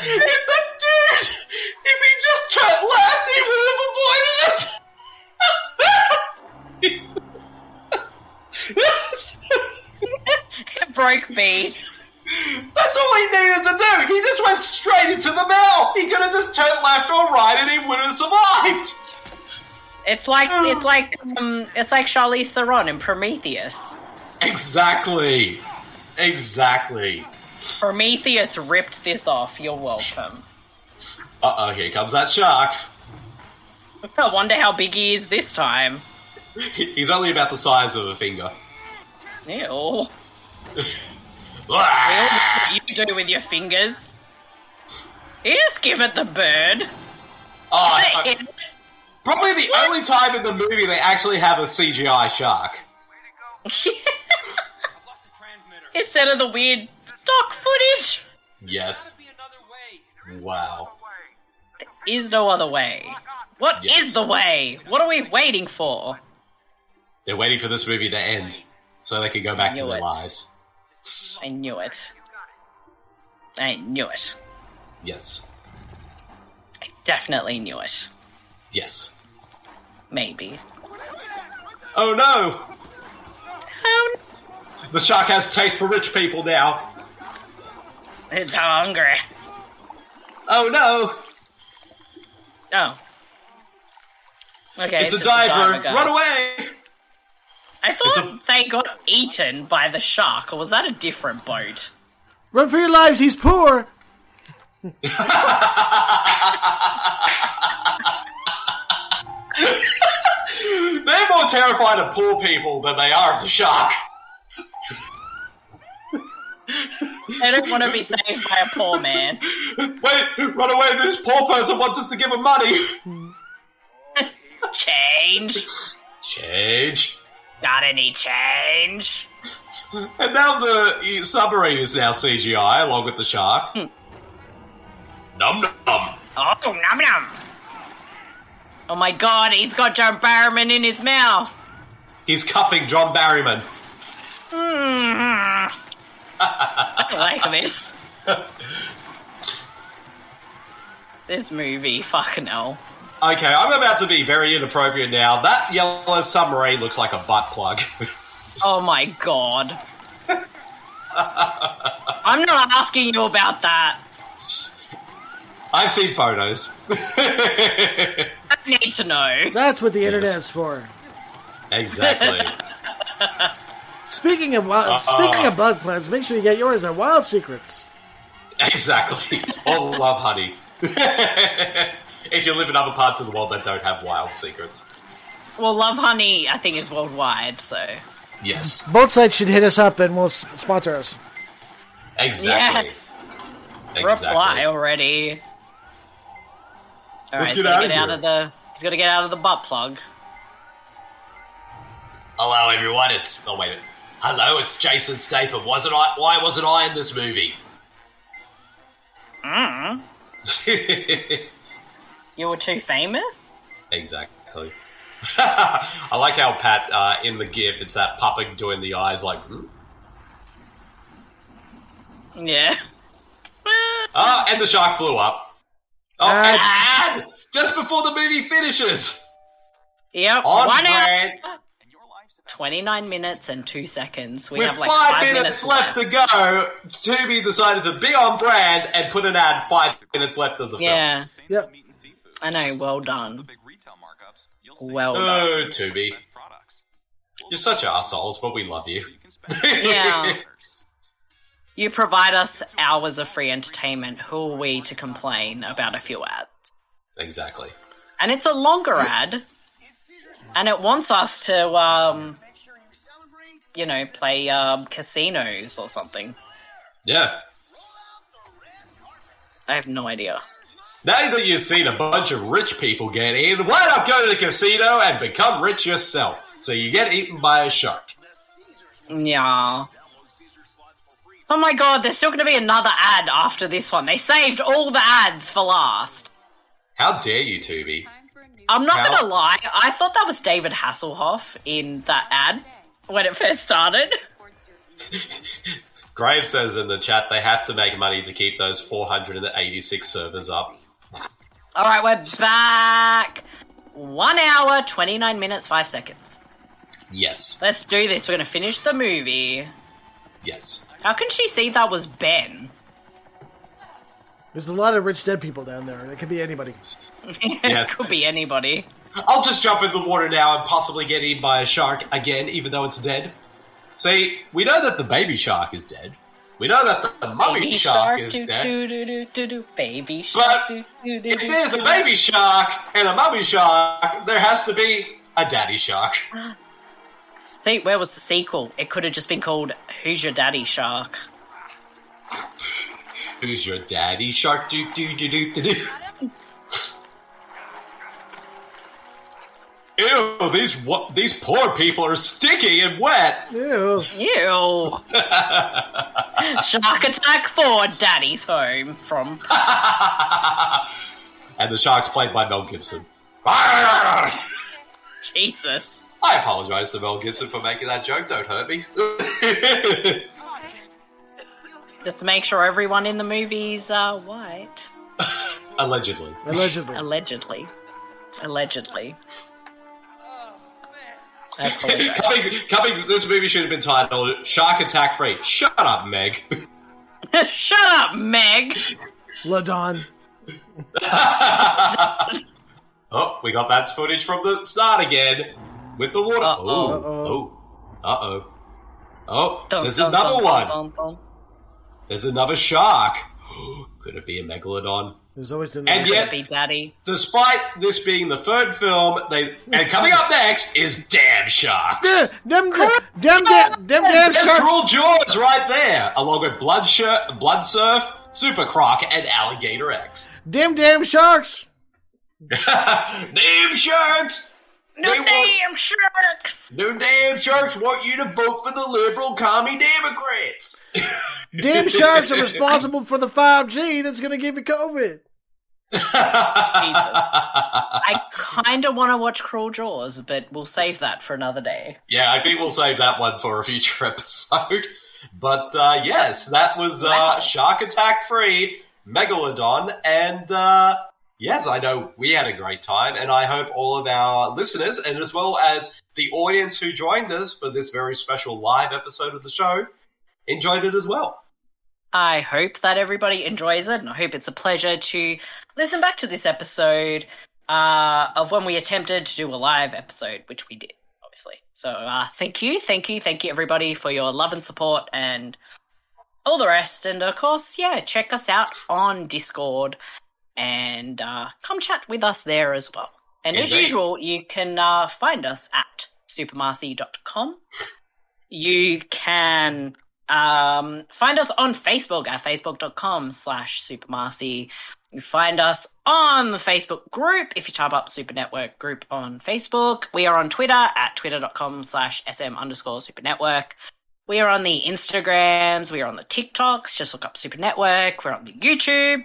G: if that dude, if he just turned left, he would have avoided it.
B: It broke me.
G: That's all he needed to do. He just went straight into the bell. He could have just turned left or right, and he would have survived.
B: It's like it's like um, it's like Charlize Theron in Prometheus.
G: Exactly. Exactly.
B: Prometheus ripped this off. You're welcome.
G: Uh oh, here comes that shark.
B: I wonder how big he is this time.
G: He's only about the size of a finger.
B: Ew. Bill,
G: Ah!
B: what do you do with your fingers? You just give it the bird.
G: Oh, I-
B: It-
G: probably the only time in the movie they actually have a CGI shark.
H: I've lost the transmitter.
B: Instead of the weird stock footage,
G: Yes.
H: Be another way.
G: Wow.
B: is no other way. What is
G: Yes.
B: the way? What are we waiting for?
G: They're waiting for this movie to end so they can go back to
B: Knew
G: their
B: it.
G: lies.
B: I knew it. I knew it.
G: Yes.
B: I definitely knew it.
G: Yes.
B: Maybe.
G: Oh no!
B: Oh,
G: The shark has taste for rich people now.
B: it's hungry.
G: Oh no!
B: Oh. Okay.
G: It's, a
B: just
G: diver.
B: guy.
G: Run away!
B: I thought
G: It's
B: they got eaten by the shark, or was that a different boat?
D: Run for your lives, he's poor.
G: They're more terrified of poor people than they are of the shark.
B: They don't want to be saved by a poor man.
G: Wait, run away! This poor person wants us to give him money.
B: Change.
G: Change.
B: Got any change?
G: And now the submarine is now CGI along with the shark.
B: Hmm.
G: Num num.
B: Oh, num num. Oh my god, he's got John Barrowman in his mouth.
G: He's cupping John Barryman.
B: Mm. I like this. This movie, fucking hell.
G: Okay, I'm about to be very inappropriate now. That yellow submarine looks like a butt plug.
B: Oh my god. I'm not asking you about that.
G: I've seen photos.
B: I need to know.
D: That's what the internet's for.
G: exactly.
D: Speaking of wild,
G: Uh-uh.
D: speaking of bug plants, make sure you get yours at Wild Secrets.
G: Exactly. All love honey. if you live in other parts of the world that don't have wild secrets.
B: Well, Love Honey, I think, is worldwide, so.
G: Yes.
D: Both sides should hit us up and we'll s- sponsor us.
G: Exactly.
B: Yes.
G: Exactly.
B: Reply already. All
G: Let's
B: right,
G: get
B: he's gotta
G: out of
B: get out
G: here.
B: of the. He's got to get out of the butt plug.
G: Hello, everyone. It's oh wait, a minute. hello. It's Jason Statham. Wasn't I? Why wasn't I in this movie?
B: Mm. You were too famous.
G: exactly. I like how Pat uh, in the GIF. It's that puppet doing the eyes like. Hmm?
B: Yeah.
G: Oh, and the shark blew up. Oh,
D: Uh,
G: and, and just before the movie finishes.
B: Yep.
G: On
B: One hour,
G: brand.
B: twenty-nine minutes and two seconds. We
G: With
B: have like
G: five,
B: five
G: minutes, left, to go, Tubi decided to be on brand and put an ad five minutes left of the
B: Yeah,
D: Yep.
H: Meat and seafood.
B: I know. Well done.
H: Big retail markups. You'll see
B: Well
G: film.
B: done.
G: Oh, Tubi,
H: best products.
G: you're such assholes, but we love you.
H: You can spend
B: Yeah.
H: dollars.
B: You provide us hours of free entertainment. Who are we to complain about a few ads?
G: exactly.
B: And it's a longer ad, and it wants us to, um, you know, play um, casinos or something.
G: Yeah.
B: I have no idea.
G: Now that you've seen a bunch of rich people get in, why not go to the casino and become rich yourself? So you get eaten by a shark.
B: Yeah. Oh my god, there's still gonna be another ad after this one. They saved all the ads for last.
G: How dare you, Tubi?
I: Time for a new
B: I'm not
G: How-
B: gonna lie, I thought that was David Hasselhoff in that ad when it first started.
I: towards your
G: Grave says in the chat they have to make money to keep those 486 servers up.
B: Alright, we're back. One hour, 29 minutes, 5 seconds.
G: Yes,
B: Let's do this. We're gonna finish the movie.
G: yes.
B: How can she see that was Ben?
D: There's a lot of rich dead people down there. That could be anybody.
B: it could be anybody.
G: I'll just jump in the water now and possibly get eaten by a shark again, even though it's dead. See, we know that the baby shark is dead. We know that the mummy
B: Baby
G: shark,
B: shark,
G: is
B: do,
G: dead.
B: do, do, do, do, do. Baby
G: But
B: shark, do, do, do,
G: If
B: do.
G: there's a baby shark and a mummy shark, there has to be a daddy shark.
B: See, where was the sequel? It could have just been called Who's Your Daddy Shark?
G: Who's your daddy shark? Do do do do do do. Ew! These what? These poor people are sticky and wet.
D: Ew.
B: Ew. shark Attack 4 Daddy's Home from.
G: and the shark's played by Mel Gibson. I
B: Jesus.
G: apologize to Mel Gibson for making that joke. Don't hurt me.
B: Just to make sure everyone in the movie's uh, white.
G: Allegedly.
D: Allegedly.
B: Allegedly. Allegedly. I apologize.
G: coming, coming. This movie should have been titled "Shark Attack Free." Shut up, Meg.
B: Shut up, Meg!
D: Ladon.
G: Oh, we got that footage from the start again with the water.
B: Uh-oh.
G: Oh, oh, uh oh, oh.
B: Dun,
G: there's
B: dun,
G: another
B: dun,
G: one.
B: dun, dun, dun.
G: There's another shark. Could it be a megalodon?
D: There's always the
G: And yet-
B: Be daddy.
G: Despite this being the third film, they and coming up next is Damn Shark.
D: Eh, Them, them, them, them, them damn
G: That's Cruel
D: sharks.
G: Jaws right there, along with Blood, Shir- Blood Surf, Super Croc, and Alligator X.
D: Damn, damn sharks.
G: Damn Sharks!
B: No
G: They
B: damn
G: want-
B: sharks!
G: No damn sharks want you to vote for the liberal commie Democrats.
D: Damn sharks are responsible for the 5G that's going to give you COVID.
B: I kind of want to watch Cruel Jaws, but we'll save that for another day.
G: yeah, I think we'll save that one for a future episode. But uh, yes, that was uh, Shark Attack Free, Megalodon, and uh, yes, I know we had a great time, and I hope all of our listeners, and as well as the audience who joined us for this very special live episode of the show, enjoyed it as well.
B: I hope that everybody enjoys it, and I hope it's a pleasure to listen back to this episode uh, of when we attempted to do a live episode, which we did, obviously. So uh, thank you, thank you, thank you, everybody, for your love and support and all the rest. And of course, yeah, check us out on Discord and uh, come chat with us there as well. And as
G: Indeed.
B: usual, you can uh, find us at supermarcy.com. You can um, find us on Facebook at facebook.com slash supermarcy. You find us on the Facebook group if you type up Super Network group on Facebook. We are on Twitter at twitter.com slash sm underscore super network. We are on the Instagrams, we are on the TikToks, just look up Super Network. We're on the YouTube,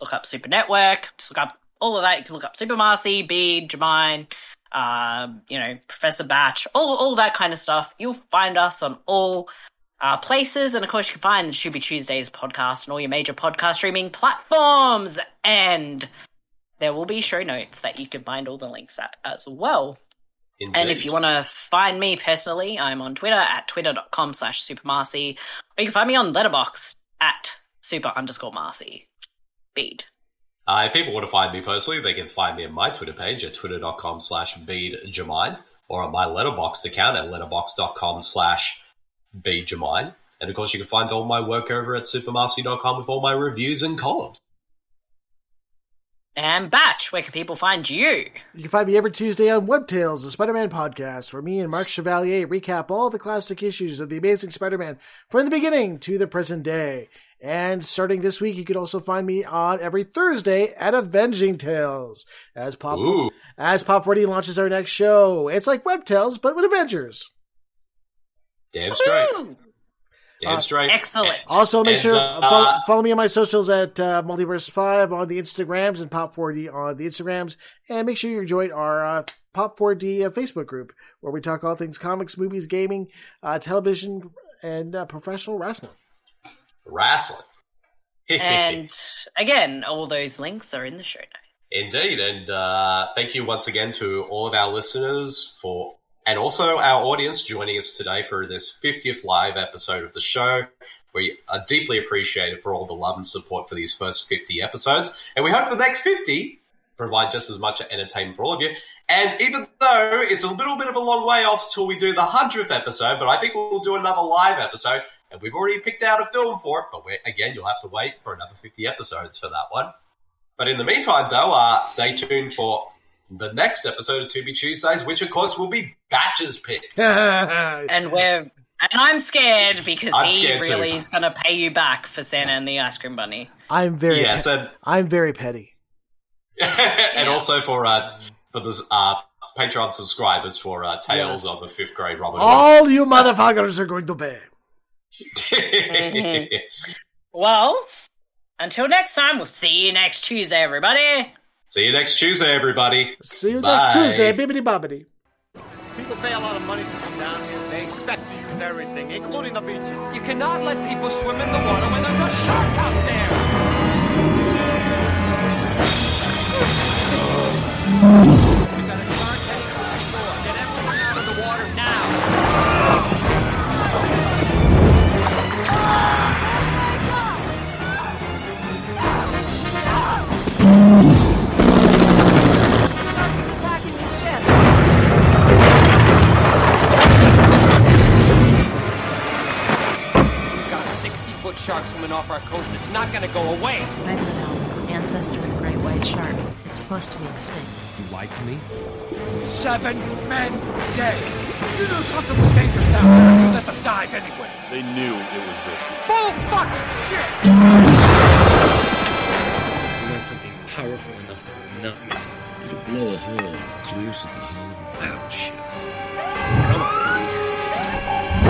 B: look up Super Network, just look up all of that. You can look up Super Marcy, Bede, Jermaine, um, you know, Professor Batch, all, all that kind of stuff. You'll find us on all uh, places. And of course, you can find the Should Be Tuesdays podcast on all your major podcast streaming platforms. And there will be show notes that you can find all the links at as well. And if
G: Indeed.
B: you want to find me personally, I'm on Twitter at twitter.com slash supermarcy. Or you can find me on Letterbox at super underscore marcy. Bead.
G: Uh, if people want to find me personally, they can find me on my Twitter page at twitter.com slash beadjamine or on my letterbox account at letterbox.com slash beadjamine. And of course, you can find all my work over at supermastery.com with all my reviews and columns.
B: And Batch, where can people find you?
D: You can find me every Tuesday on Web Tales, the Spider Man podcast, where me and Mark Chevalier recap all the classic issues of The Amazing Spider Man from the beginning to the present day. And starting this week, you can also find me on every Thursday at Avenging Tales as Pop
G: Ooh.
D: as Pop 40 launches our next show. It's like Web Tales, but with Avengers.
G: Damn straight.
B: Woo!
G: Damn straight.
B: Excellent.
D: Also, make
G: And,
D: sure
G: uh,
D: follow, follow me on my socials at uh, Multiverse Five on the Instagrams and Pop 4D on the Instagrams, and make sure you join our uh, Pop 4D uh, Facebook group where we talk all things comics, movies, gaming, uh, television, and uh, professional wrestling.
G: Wrestling.
B: And again, all those links are in the show notes.
G: Indeed, and uh, thank you once again to all of our listeners for, and also our audience joining us today for this 50th live episode of the show. We are deeply appreciated for all the love and support for these first 50 episodes, and we hope the next 50 provide just as much entertainment for all of you. And even though it's a little bit of a long way off till we do the 100th episode, but I think we'll do another live episode, and we've already picked out a film for it, but we again, you'll have to wait for another 50 episodes for that one. But in the meantime, though, uh, stay tuned for the next episode of To Be Tuesdays, which of course will be Batch's pick.
K: And we're and I'm scared because
G: I'm
K: he
G: scared too.
K: really is going to pay you back for Santa and the Ice Cream Bunny.
D: I'm very
G: Yes,
D: pe-
G: and
D: I'm very petty.
G: and also for uh, for the uh, Patreon subscribers for uh, Tales
D: Yes. Oh!
G: of the Fifth Grade Robin.
D: All you motherfuckers are going to pay.
G: Hood.
K: Well, until next time, we'll see you next Tuesday, everybody.
G: See you next Tuesday, everybody.
D: See you next
G: Bye.
D: Tuesday. Bibbidi bobbidi.
L: People pay a lot of money to come down here. They expect to use everything, including the beaches.
C: You cannot let people swim in the water when there's a shark out there. We've got a shark heading for the shore. Get everyone out of the water now. We've got a 60-foot shark swimming off our coast. It's not going to go away.
I: Ragnadown, ancestor of the great white shark. It's supposed to be extinct.
M: You lied to me?
C: Seven men dead. You knew something was dangerous down there, and you let them dive anyway.
N: They knew it was risky.
C: Bull fucking shit!
O: We want something powerful enough that we're not missing. It'll blow a hole in the clears of the whole battleship. Come on, baby.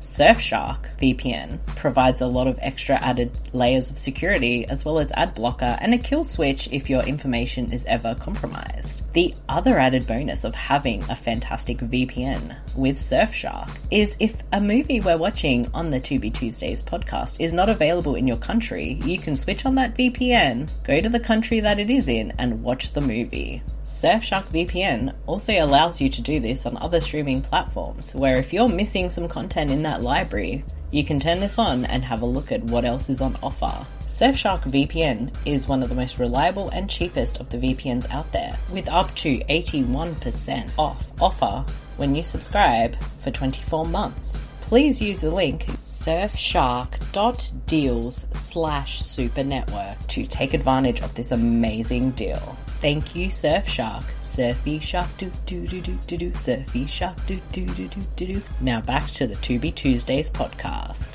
B: Surfshark VPN provides a lot of extra added layers of security, as well as ad blocker and a kill switch if your information is ever compromised. The other added bonus of having a fantastic VPN with Surfshark is if a movie we're watching on the To Be Tuesdays podcast is not available in your country, you can switch on that VPN, go to the country that it is in, and watch the movie. Surfshark VPN also allows you to do this on other streaming platforms, where if you're missing some content in that library, you can turn this on and have a look at what else is on offer. Surfshark VPN is one of the most reliable and cheapest of the VPNs out there, with up to 81% off offer when you subscribe for 24 months. Please use the link surfshark.deals slash supernetwork to take advantage of this amazing deal. Thank you, Surfshark. Surfy shark do do do do do do. Surfy shark do do do do do do. Now back to the To Be Tuesdays podcast.